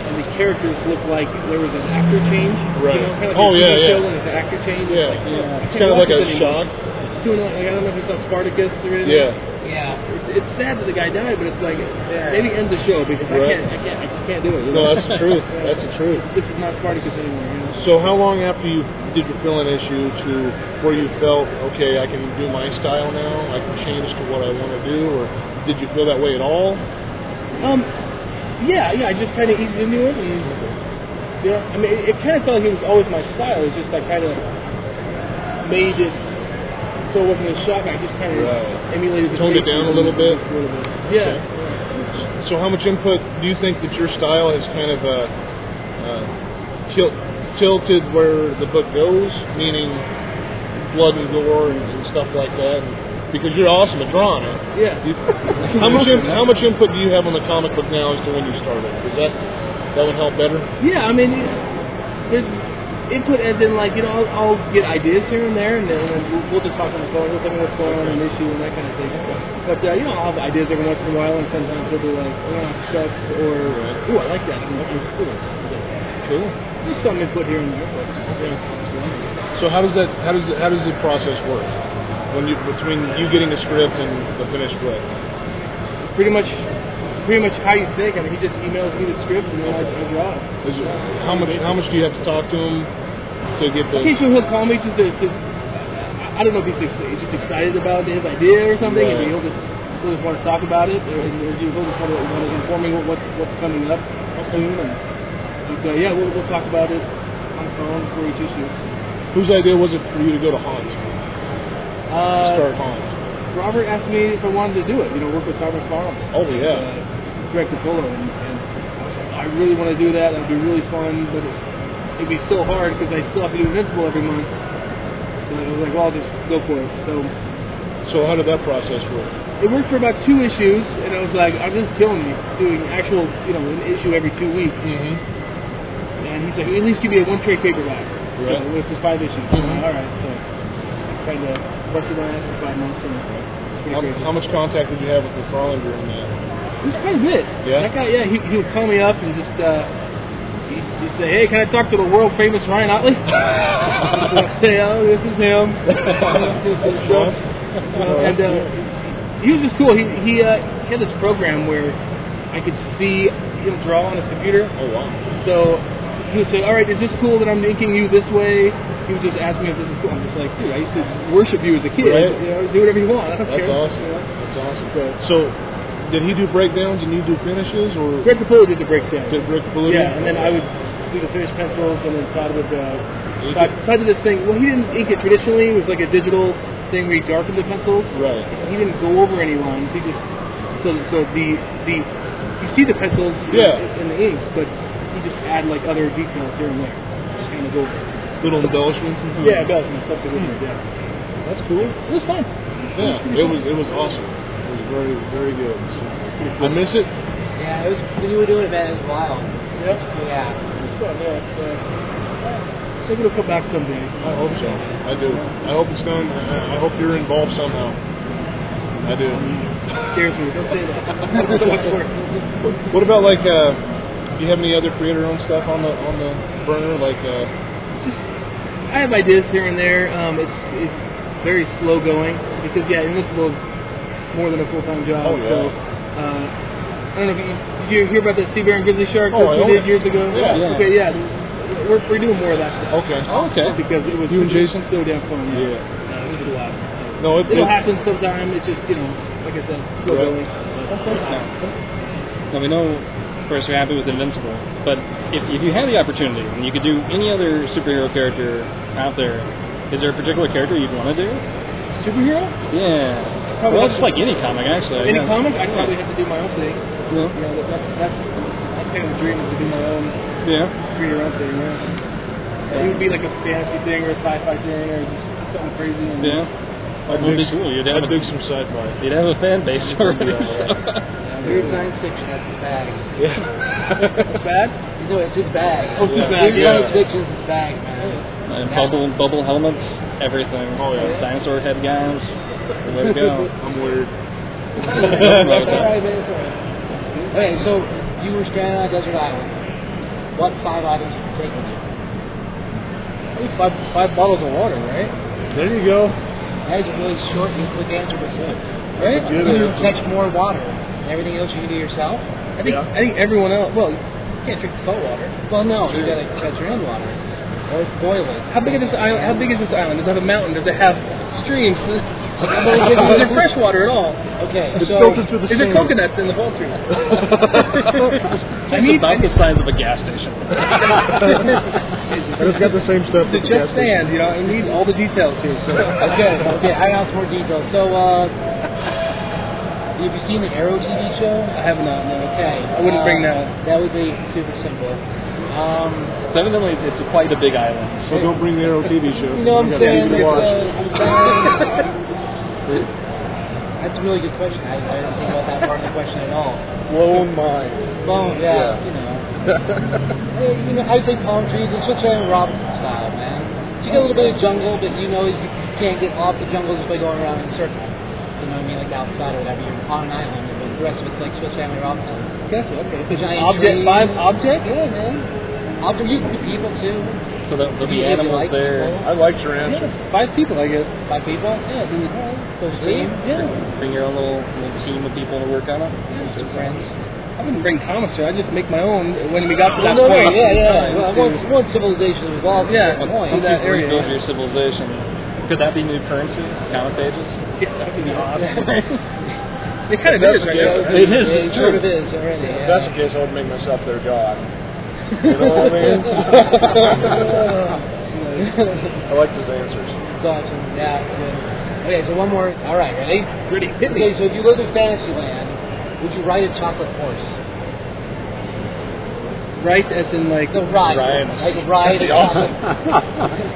and the characters look like there was an actor change. Right. You know, kind of Oh, yeah, like a TV yeah. Show when there's an actor change. Yeah. It's like, yeah. It's kind of like a shock. It's doing like, I don't know if it's on Spartacus or anything. Yeah. It's, it's sad that the guy died, but it's like maybe end the show because Right. I can't, I can't, I just can't do it. No, You know? that's the truth. That's the truth. This is not Spartacus anymore. You know? So how long after you did your fill-in issue to where you felt, okay, I can do my style now, I can change to what I want to do, or did you feel that way at all? Um, yeah, yeah, I just kind of eased into it, and yeah, I mean, it, it kind of felt like it was always my style. It's just I kind of made it so it wasn't a shock. I just kind of Right. emulated the Toned it faces down a and- little bit? a little bit. Yeah. So how much input do you think that your style has kind of uh, uh, til- tilted where the book goes, meaning blood and gore and, and stuff like that? Because you're awesome at drawing. Huh? Yeah. You, how much in, how much input do you have on the comic book now as to when you started? Is that that would help better? Yeah, I mean, there's input as in like you know I'll, I'll get ideas here and there, and then and we'll, we'll just talk on the phone. We'll tell me what's going on in an issue and that kind of thing. But uh, you know I'll have ideas every once in a while, and sometimes they'll be like, oh, sucks, or ooh, I like that. I'm like, it's cool. Cool. There's some input here and there, but yeah. So how does that how does how does the process work when you between you getting the script and the finished book? pretty much, pretty much how you think. I mean, he just emails me the script, and then I, I draw it. Is it, how much how much do you have to talk to him to get the Occasionally he'll call me just to, to I don't know if he's ex- he's just excited about his idea or something, and Right. he'll just he'll just want to talk about it, or, or he'll just want to, want to inform me what what's coming up soon, and but, uh, yeah, we'll, we'll talk about it on the phone for each issue. whose idea was it for you to go to Hans? To Uh, start Hans. Robert asked me if I wanted to do it, you know, work with Robert Farm. Oh yeah. uh, directed Polo, and, and I was like, I really want to do that. That'd be really fun, but it, it'd be so hard because I still have to do Invincible every month. So I was like, well, I'll just go for it. So So how did that process work? it worked for about two issues, and I was like, I'm just killing me doing actual, you know, an issue every two weeks. Mm-hmm. And he's like, at least give me a one trade paperback. Right. Mm-hmm. So with the five issues. I'm like, all right. So kind of busted my ass for five months. And uh, it's pretty How, crazy. how much contact did you have with McFarlane during that? It was quite a bit. Yeah? That guy, yeah, he, he would call me up and just, uh, he'd, he'd say, hey, can I talk to the world famous Ryan Otley? I'd say, oh, this is him. This is him. and uh, he was just cool. He, he, uh, he had this program where I could see he'll draw on his computer. Oh wow. So he would say, "All right, is this cool that I'm making you this way?" He would just ask me if this is cool. I'm just like, "Dude, I used to worship you as a kid. Right. You know, do whatever you want. I don't That's care." awesome. You know? That's awesome. So, did he do breakdowns and you do finishes, or Greg Capullo did the breakdown. did Rick Palooza? Yeah, and then I would do the finished pencils, and then Todd would. Uh, Ink Todd, it? Todd did this thing. Well, he didn't ink it traditionally. It was like a digital thing where he darkened the pencils. Right. He didn't go over any lines. He just so so the the you see the pencils in- Yeah. in, the inks, but you just add like other details here and there. Just kind of go Hmm. over. it. Little embellishments. and things? Yeah, Belgium, subsequently. Yeah. That's cool. It was fun. Yeah, it was it was awesome. It was very very good. I miss it. Yeah, it was when you were doing it, man. It was wild. Yep. Yeah. It's fun. Yeah. It's, uh, maybe it'll come back someday. I hope so. I do. I hope it's done. I, I hope you're involved somehow. I do. Scares me. Don't say that. That's so much work. What about like? Uh, do you have any other creator-owned stuff on the on the burner? Like, uh, just I have ideas here and there. Um, it's it's very slow going because yeah, Invincible is more than a full time Oh, job. yeah. So uh, I don't know if you did you hear about the Sea Bear and Grizzly Shark Oh, I own that we did it. years ago? Yeah. Yeah. Okay, yeah. We're, we're doing more of that stuff okay, Oh, okay. because it was You and it was Jason? so damn fun. Yeah. Yeah, Uh, it was a lot. No, it, it, It'll happen sometime. It's just you know, like I said, slow Right. going. Now we know, of course, you're happy with Invincible, but if, if you had the opportunity and you could do any other superhero character out there, is there a particular character you'd want to do? Superhero? Yeah. Probably well, it's like any comic, actually. Any yeah. comic? I'd probably have to do my own thing. Yeah. You know, that, that's that's that's kind of the dream is to do my own Yeah. create your own thing. Yeah. It would be like a fantasy thing or a sci-fi thing or just something crazy. And Yeah. That would be cool. You'd I'd have, a, do some sci-fi. you'd have a fan base already. so. Weird science fiction. That's his bag. That's bad. You know, it's his bag. Oh, it's his Weird bag, science yeah. fiction's his bag, man. And bubble bubble helmets, everything. Oh yeah. Dinosaur head guys. Way to go. I'm weird. That's all right, man. It's all right. Okay, so you were stranded on a desert island. What five items were taken? Only five, five bottles of water, right? There you go. That is a really short and quick answer to say. Right? You would fetch more water. Everything else you can do yourself? I think I think everyone else. Well, you can't drink salt water. Well, no, you gotta catch your own water. Or boil it. How big is this island? How big is this island? Does it have a mountain? Does it have streams? Does Is it there fresh fresh water at all? Okay, It's so filtered through the Is there sand. coconuts in the poultry? I It's need about the size of a gas station. And it's got the same stuff. to that the just gas station- stand. You know, I need all the details here. So okay, okay, I got some more details. So, uh, have you seen the Arrow TV show? I have not. No. Okay. I uh, wouldn't bring that up. That would be super simple. Um, So evidently, it's quite a big island. So don't bring the Arrow TV show. you know what We I'm gotta saying? leave it to It's, watch. uh, um, that's a really good question. I, I didn't think about that part of the question at all. Blown mind. Boom, yeah, you know. hey, you know, I say palm trees. It's such a Robinson style, man. You get a little bit of jungle, but you know you can't get off the jungle just by going around in circles. You know what I mean? Like outside or whatever. You're on an island, but the rest of it's like Swiss Family Robinson. Gotcha. Okay. So Giant object trees. five object. Yeah, man. I'll do you the people too. So there'll, there'll be Yeah, animals like there. people. I liked your answer. Yeah, five people, I guess. Five people? Yeah, dude. So see? Yeah. Bring your own little, little team of people to work on it. Some friends. I wouldn't bring comics here. I just make my own when we got to that no, no, point. yeah, yeah. Well, Well, once, once civilization evolved, Yeah, at that point. once that you- area. Rebuild your civilization. Could that be new currency? Comic pages? that'd be Awesome. It kind of is right now. It is. It sort of is already. Yeah. If that's the case, I would make myself their god. You know what I mean? I liked his answers. It's awesome. Yeah. it's good. Okay, so one more. All right, ready? Pretty hit me. Okay, so if you lived in Fantasyland, would you ride a chocolate horse? Right as in like No, ride. Ride. Like ride That'd a be awesome. chocolate.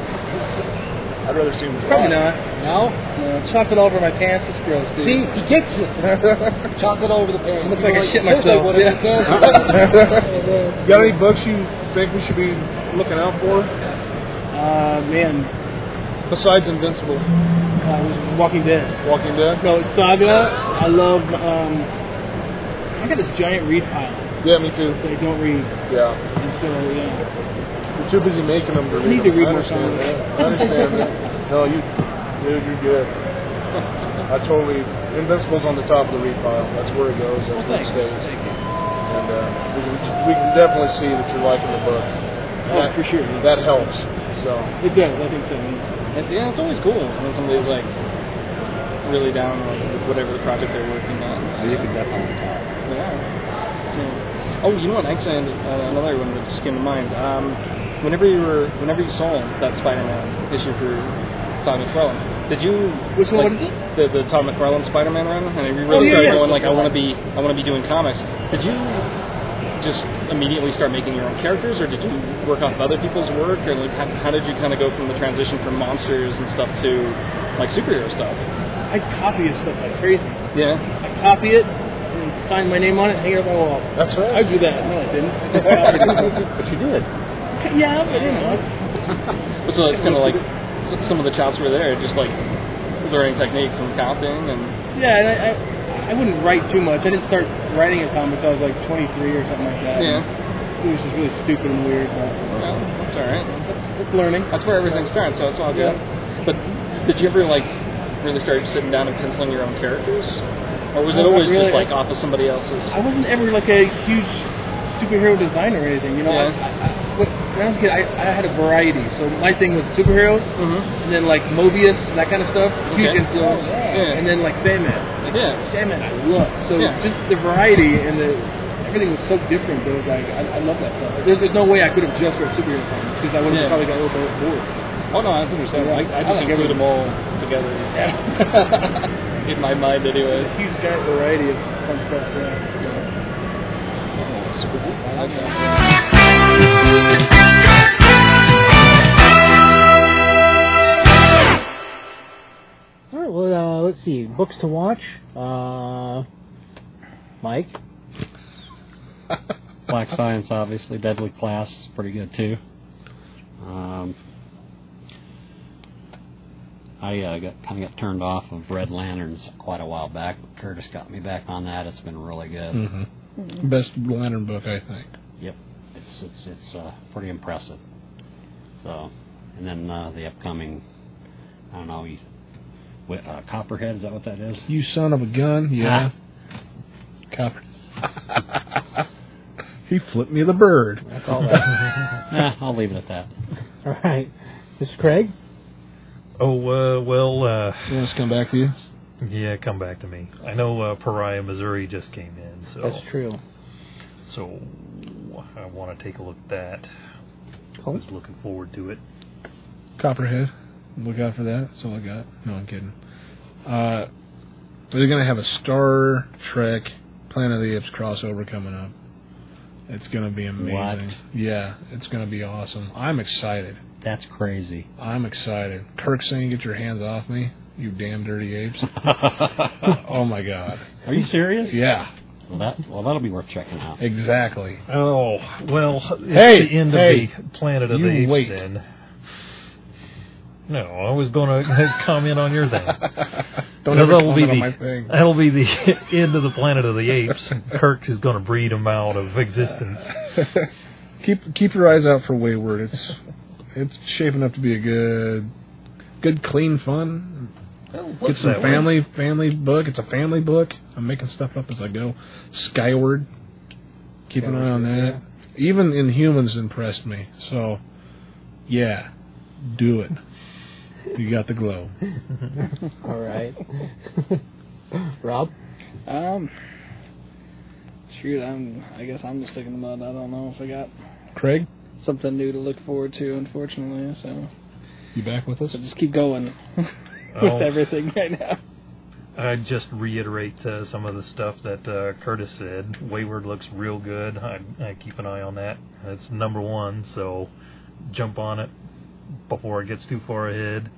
I'd rather see him probably not. No. No, chocolate all over my pants is gross, dude. See, he gets it. chocolate over the pants. Looks People like I are shit "Seriously, myself." What is Yeah. the cancer? Got any books you think we should be looking out for Uh, man, besides Invincible, uh, it was Walking Dead. Walking Dead? No, it's Saga. I love. Um, I got this giant read pile Yeah, me too. that I don't read, Yeah, and so yeah. you're too busy making them to I read. need to them. read I more understand that. comics. I understand that. No, you, dude, you're good. I totally. Invincible's on the top of the read pile. That's where it goes. That's Well, where it thanks. stays. Thank you. And uh, we, can, we can definitely see that you're liking the book. Oh, for sure. That helps. So It does, I think so. And, and, yeah, it's always cool when somebody's like really down like, with whatever the project they're working on. Oh, You can definitely tell. Yeah. Yeah. Oh, you know what? Actually, and, uh, another one that just came to mind. Um, whenever you were, whenever you saw that Spider-Man issue for Tom McFarlane, did you? Which one like, was it? The the Tom McFarlane Spider-Man run, and you Oh, really yeah, started yeah. going like, I want to be, I want to be doing comics. Did you just immediately start making your own characters, or did you work off of other people's work, or like how, how did you kind of go from the transition from monsters and stuff to like superhero stuff? I copy his stuff like crazy. Yeah. I copy it and sign my name on it and hang it up on my wall. That's right. I do that. No, I didn't. I just copied it. But you did. yeah, but you know, it's- So it's kind of like s- some of the chops were there, just like learning technique from copying and yeah, and I, I, I wouldn't write too much. I didn't start writing at time until I was like 23 or something like that. yeah. It was just really stupid and weird. But Well, that's all right. That's, it's learning. that's where everything starts, so it's all good. But did you ever like really start sitting down and penciling your own characters, or was it Not always really. just like off of somebody else's? I wasn't ever like a huge superhero designer or anything. You know, Yeah. I, I, I- when when I was a kid, I, I had a variety. So my thing was superheroes, Mm-hmm. and then like Mobius, and that kind of stuff. Huge Okay. Oh, influence. yeah. And then like Sandman. Like, Yeah. Sandman, I love. So Yeah. just the variety and the everything was so different. That it was like I, I love that stuff. There's, there's no way I could have just read superhero comics because I would have Yeah. probably got a little bit bored. Oh no, I understand. I, I I just like include everything. them all together in my mind, anyway. A huge giant variety of fun stuff. Yeah. Super cool. I like that. All right. Well, uh, let's see. Books to watch. Uh, Mike. Black Science, obviously. Deadly Class is pretty good too. Um, I uh, got kind of got turned off of Red Lanterns quite a while back. Curtis got me back on that. It's been really good. Mm-hmm. Best lantern book, I think. It's it's it's uh, pretty impressive. So, and then uh, the upcoming, I don't know, you, wi- uh, Copperhead. Is that what that is? You son of a gun. Yeah. Copper. Ah. he flipped me the bird. That's all. That. Eh, I'll leave it at that. all right. This is Craig. Oh uh, well, uh, You want us to come back to you? yeah, come back to me. I know uh, Pariah, Missouri just came in, so That's true. so I want to take a look at that. I Cool. Oh. was looking forward to it. Copperhead. Look out for that. That's all I got. No, I'm kidding. Uh, they're going to have a Star Trek Planet of the Apes crossover coming up. It's going to be amazing. Yeah, it's going to be awesome. I'm excited. That's crazy. I'm excited. Kirk saying, get your hands off me, you damn dirty apes. Are oh, my God. you serious? Yeah, Well, that well, that'll be worth checking out. exactly. Oh well, it's Hey, the end hey, of the Planet of you the Apes. wait. Then. No, I was going to comment on your thing. Don't No, ever that'll be comment on my the- thing. That'll be the end of the Planet of the Apes. Kirk is going to breed them out of existence. keep keep your eyes out for Wayward. It's it's shaping up to be a good, good clean fun. Get some that one? family family book. It's a family book. I'm making stuff up as I go. Skyward. Keep an eye on that. Even Inhumans impressed me. So, yeah, do it. You got the glow. All right. Rob. Um, shoot, I'm. I guess I'm just sticking in the mud. I don't know if I got Craig, something new to look forward to, unfortunately. So, you back with us? so just keep going Oh. with everything right now. I'd just reiterate uh, some of the stuff that uh, Curtis said. Wayward looks real good. I, I keep an eye on that. It's number one, so jump on it before it gets too far ahead.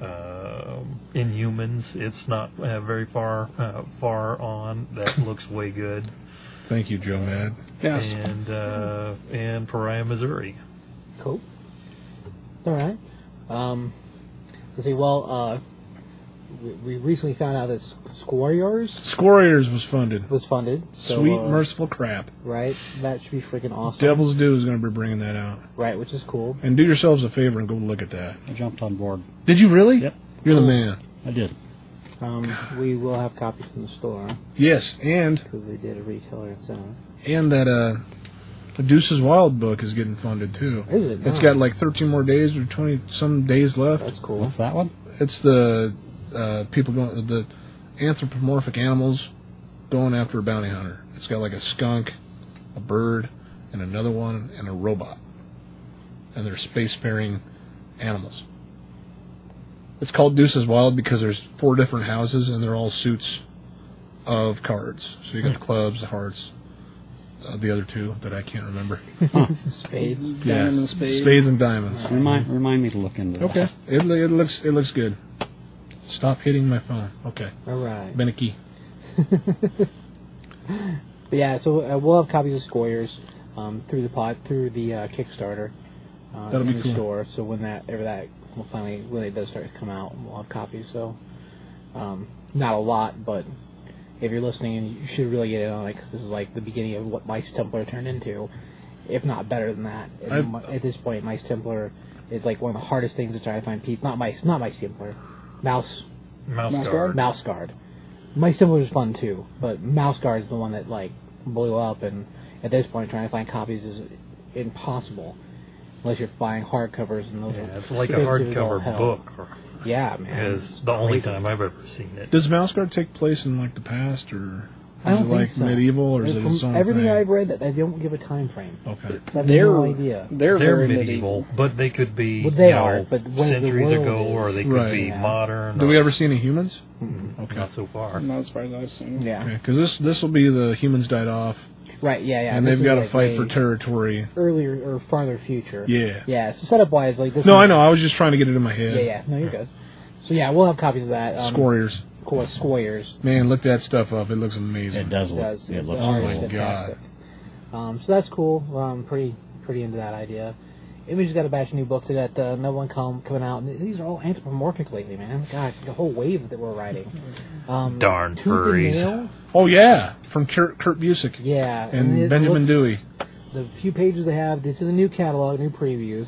Uh, Inhumans, it's not uh, very far uh, far on. That looks way good. Thank you, Joe Mad. Yes. And uh, and Pariah, Missouri. Cool. All right. Um, let's see. Well, uh, we, we recently found out that Squarriors Squarriors was funded. was funded. So, Sweet uh, merciful crap. Right. That should be freaking awesome. Devil's Due is going to be bringing that out. Right, which is cool. And do yourselves a favor and go look at that. I jumped on board. Did you really? Yep. You're the man. I did. Um, we will have copies in the store Yes, and because they did a retailer incentive. and that uh, the Deuces Wild book is getting funded too. Is it? It's got like 13 more days or 20 some days left. That's cool. What's that one? It's the uh, people going the anthropomorphic animals going after a bounty hunter. It's got like a skunk, a bird, and another one, and a robot, and they're spacefaring animals. It's called Deuces Wild because there's four different houses and they're all suits of cards. So you got the clubs, the hearts, uh, the other two that I can't remember. Spades. Yeah, Diamond spade. spades and diamonds. Uh, Remind remind me to look into that. Okay. It, lo- it looks it looks good. Stop hitting my phone. Okay. All right. Been a key. But yeah, so uh, we'll have copies of Squires um, through the pod through the uh, Kickstarter uh, That'll in be the cool. store. So when that ever that will finally when it does start to come out, we'll have copies. So um, not a lot, but if you're listening, you should really get in on it 'cause this is like the beginning of what Mice Templar turned into, if not better than that. And I've- mi- at this point, Mice Templar is like one of the hardest things to try to find people. Not mice, not Mice Templar, Mouse Mouse Mouse guard. Mouse Guard. My symbol was fun too, but Mouse Guard is the one that like blew up, and at this point, trying to find copies is impossible unless you're buying hardcovers and those. Yeah, it's like a those do all hardcover hell. book. Yeah, man. Is the only Crazy. time I've ever seen it. Does Mouse Guard take place in like the past or is I don't it think like so. medieval or is And it from its own everything thing? I've read, that they don't give a time frame. Okay. I have They're- no idea. They're, They're very medieval, but they could be Well, they you know, are, but when the centuries world ago, or they could Right. be Yeah. modern. Do or- we ever see any humans? Mm-mm. Okay. Not so far. Not as far as I've seen. Yeah. Because this this will be the humans died off Right. Yeah. Yeah. and this they've is, got to like, fight way for territory. earlier or farther future. Yeah. Yeah. So setup wise, like this. No, one- I know. I was just trying to get it in my head. Yeah. Yeah. No, you're good. So yeah, we'll have copies of that. Um, Squarriers. Of course, Squires. Man, look that stuff up. It looks amazing. It does look. does. It the looks art my is cool. God. fantastic. Oh, Um, so that's cool. Um, pretty pretty into that idea. Image got a batch of new books that uh, no one come coming out. And these are all anthropomorphic lately, man. Gosh, the whole wave that we're riding. Um, Darn Tooth and furries. Nail? Oh yeah, from Kurt, Kurt Busick Yeah, and it Benjamin looks- Dewey. the few pages they have. This is a new catalog, new previews.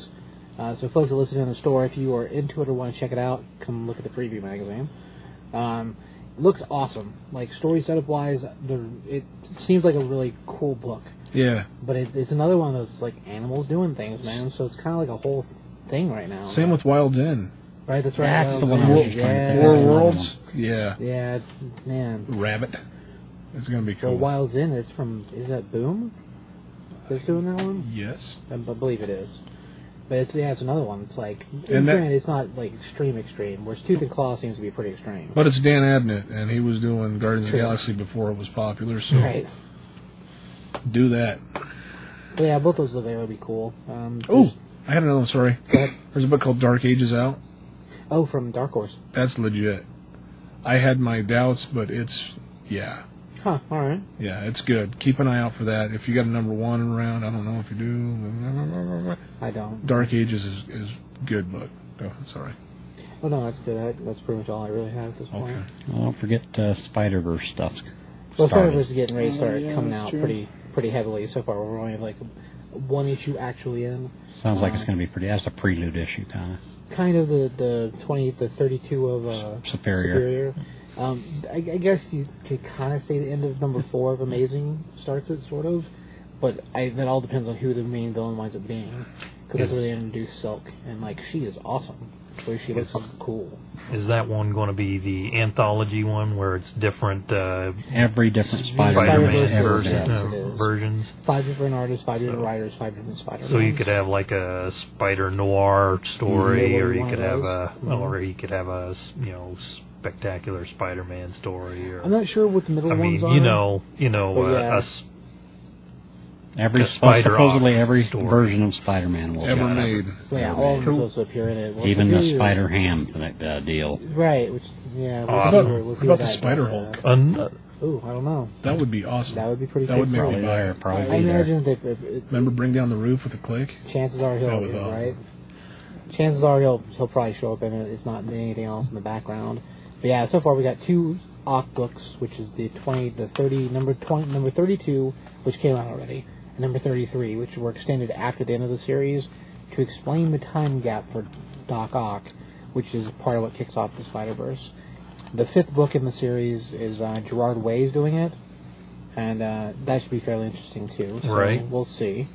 Uh, so folks that listen in the store, if you are into it or want to check it out, come look at the preview magazine. Um, looks awesome. Like story setup wise, the, it seems like a really cool book. Yeah. But it, it's another one of those like animals doing things, man. So it's kind of like a whole thing right now. Same with Wild End. right. That's right. That's Oh, the one man. I was trying to Oh, yeah. think War Yeah. Worlds. Yeah. Yeah, it's- man. Rabbit. It's gonna be Hmm. Well, cool. Wild's In. It's from. Is that Boom? That's doing that one. Yes. I b- believe it is. But it's, yeah, it's another one. It's like, And that- granted, it's not like extreme extreme. Whereas Tooth and Claw seems to be pretty extreme. But it's Dan Abnett, and he was doing Guardians of the Sure. Galaxy before it was popular, so Right. do that. But yeah, both those look like would be cool. Um, Oh, I had another one, sorry. Go ahead. There's a book called Dark Ages Out. Oh, from Dark Horse. That's legit. I had my doubts, but it's, yeah. Huh. All right. Yeah, it's good. Keep an eye out for that. If you got a number one around, I don't know if you do. I don't. Dark Ages is is good book. Oh, sorry. Oh no, that's good. I, that's pretty much all I really have at this point. Okay. Well, don't forget uh, Spider Verse stuff. Well, started. Spider-Verse is getting ready to Oh, start yeah, coming that's out true. pretty pretty heavily so far. We're only like one issue actually in. Sounds like it's Uh, going to be pretty. That's a prelude issue, kind of Kind of the the twenty the thirty two of uh, superior. Superior. Um, I, I guess you could kind of say the end of number four of Amazing starts it, sort of, but I, that all depends on who the main villain winds up being. Because that's where they introduce Silk, and like she is awesome, where she looks cool. Is that one going to be the anthology one where it's different uh, Every different Spider Spider-Man Man ever version. Yes, did. it version, uh, is. versions? Five different artists, five different So- writers, five different Spider. So you could have like a Spider Noir story, Yeah, or you one could of have those. Mm-hmm. a, or you could have a you know spectacular Spider Man story, or I'm not sure what the middle I mean ones are. you know you know But uh, yeah. a s- Every The Spider-Ox supposedly every story. version of Spider Man will Ever be. made. So, yeah, all of them supposed to appear in it. We'll Even the see. Spider Ham uh, deal. Right, which yeah. Oh, We'll Awesome. see where- we'll What see about where the that Spider goes. Hulk? an- Ooh, I don't know. That would be awesome. That would be pretty. That would sick make for me Probably it. buy it. there. I Probably there. imagine that if, if, Remember Bring Down the Roof with a click? chances are he'll That was awesome. right. Chances are he'll he'll probably show up in it. It's not anything else in the background. But yeah, so far we got two Ock books, which is the twenty, the thirty, number twenty, number thirty-two, which came out already, and number thirty-three, which were extended after the end of the series to explain the time gap for Doc Ock, which is part of what kicks off the Spider Verse. The fifth book in the series is uh, Gerard Way is doing it, and uh, that should be fairly interesting too. So Right. We'll see.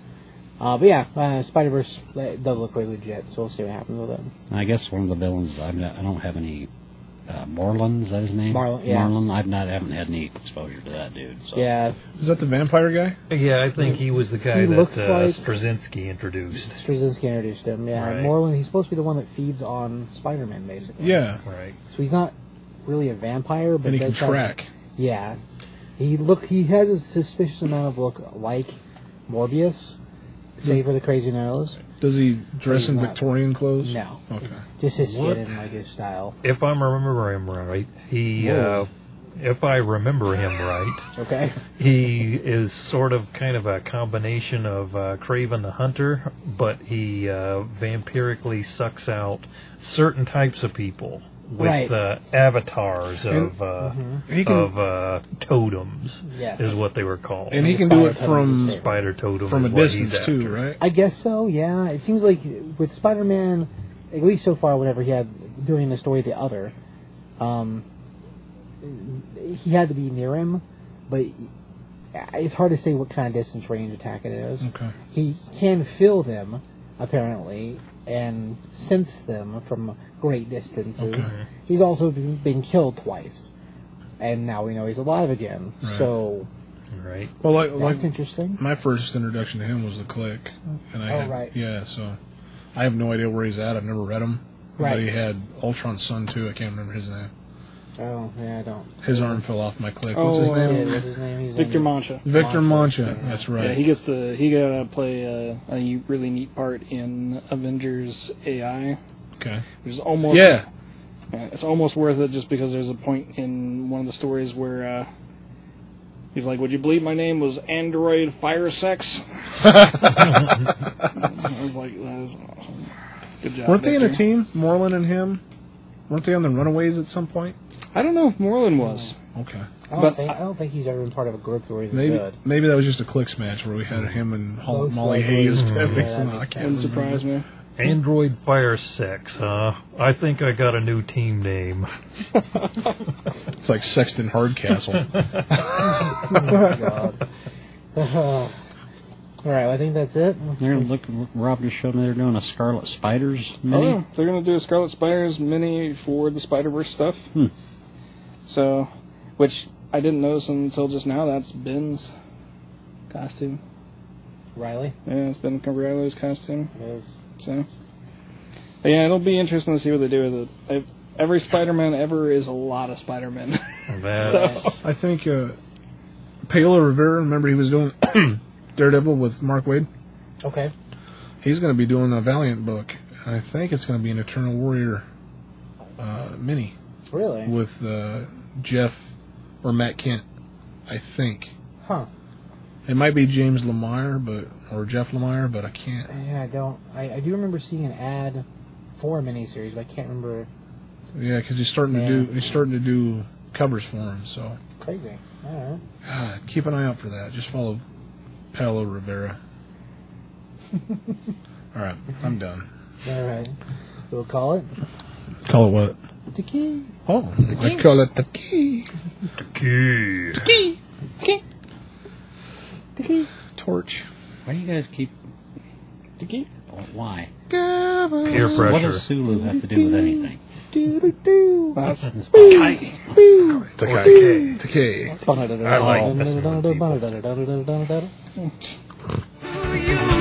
Uh, but yeah, uh, Spider Verse does look pretty legit, so we'll see what happens with it. I guess one of the villains I'm not, I don't have any. Uh, Marlon is that his name? Marlon, yeah. Marlon. I've not haven't had any exposure to that dude. So. Yeah, Is that the vampire guy? Yeah, I think he was the guy He that looks uh, like- Straczynski introduced. Straczynski introduced him. Yeah, Right. Morlun. He's supposed to be the one that feeds on Spider Man, basically. Yeah, Right. So he's not really a vampire, but and he can that's how- track. Yeah, he look. He has a suspicious amount of look like Morbius, save for the crazy nose. Does he dress He's in not- Victorian clothes? No, Okay. just his What? skin and like his style. If I'm remembering him right, he. Uh, Whoa. if I remember him right, Okay. he is sort of kind of a combination of uh, Craven the Hunter, but he uh, vampirically sucks out certain types of people with Right. uh, avatars of uh, Mhm. mm-hmm. He can, of uh, totems, Yes. is what they were called. and he can do it Spider-Man is from his Spider totem from a is what distance he's too, after. right? I guess so. Yeah, it seems like with Spider Man, at least so far, whenever he had doing the story, the other, um, he had to be near him, but it's hard to say what kind of distance range attack it is. Okay. he can feel them apparently and sense them from great distances. Okay. He's also been been killed twice, and now we know he's alive again. Right. So Right. Well, like, that's like interesting. my first introduction to him was the Click, and I Oh, had, right. yeah, so I have no idea where he's at. I've never read him. But Right. he had Ultron Sun too. I can't remember his name. Oh yeah, I don't. His arm fell off my Click. Oh, What's his uh, name? Yeah, what's his name? He's Victor in- Mancha. Victor Mancha. Mancha. Yeah. That's right. Yeah, he gets to he got to play uh, a really neat part in Avengers AI, okay. which is almost Yeah. Uh, it's almost worth it just because there's a point in one of the stories where uh, he's like, "Would you believe my name was Android Firesex?" I was like, that is awesome. "Good job." Weren't they in a Victor. team? Moreland and him. Weren't they on the Runaways at some point? I don't know if Moreland was. Okay. I don't But think I- I don't think he's ever been part of a group where he's Maybe good. maybe that was just a clicks match where we had him and Hol- Most Molly likely. Hayes. Mhm. That Yeah, makes that them- I makes can't Wouldn't remember. surprise me. Android Fire 6, huh? I think I got a new team name. It's like Sexton Hardcastle. God. All right, well, I think that's it. They're look. Rob just showed me they're doing a Scarlet Spiders Oh, mini. yeah. They're going to do a Scarlet Spiders mini for the Spider Verse stuff. Hmm. So, which I didn't notice until just now. That's Ben's costume. Riley, Yeah, it's Ben Cumberbatch's costume. Yes. So, but yeah, it'll be interesting to see what they do with it. I've, every Spider-Man ever is a lot of Spider-Man. That- I think uh, Paolo Rivera. Remember he was doing Daredevil with Mark Wade. okay, He's going to be doing a Valiant book. And I think it's going to be an Eternal Warrior uh, mini really, with uh, Jeff or Matt Kent. I think huh? it might be James Lemire, but or Jeff Lemire, but I can't. Yeah, I don't. I, I do remember seeing an ad for a miniseries, but I can't remember. Yeah, because he's starting Yeah. to do he's starting to do covers for him. So Crazy. All ah, keep an eye out for that. Just follow Paolo Rivera. All right, I'm done. right. All right. We'll call it. Call it what? The key. Oh, I call it the key. Key. Torch. Why do you guys keep? Dickie? Why? Peer What pressure. does Sulu have to do with anything? That's Takei. Takei. I like this one. like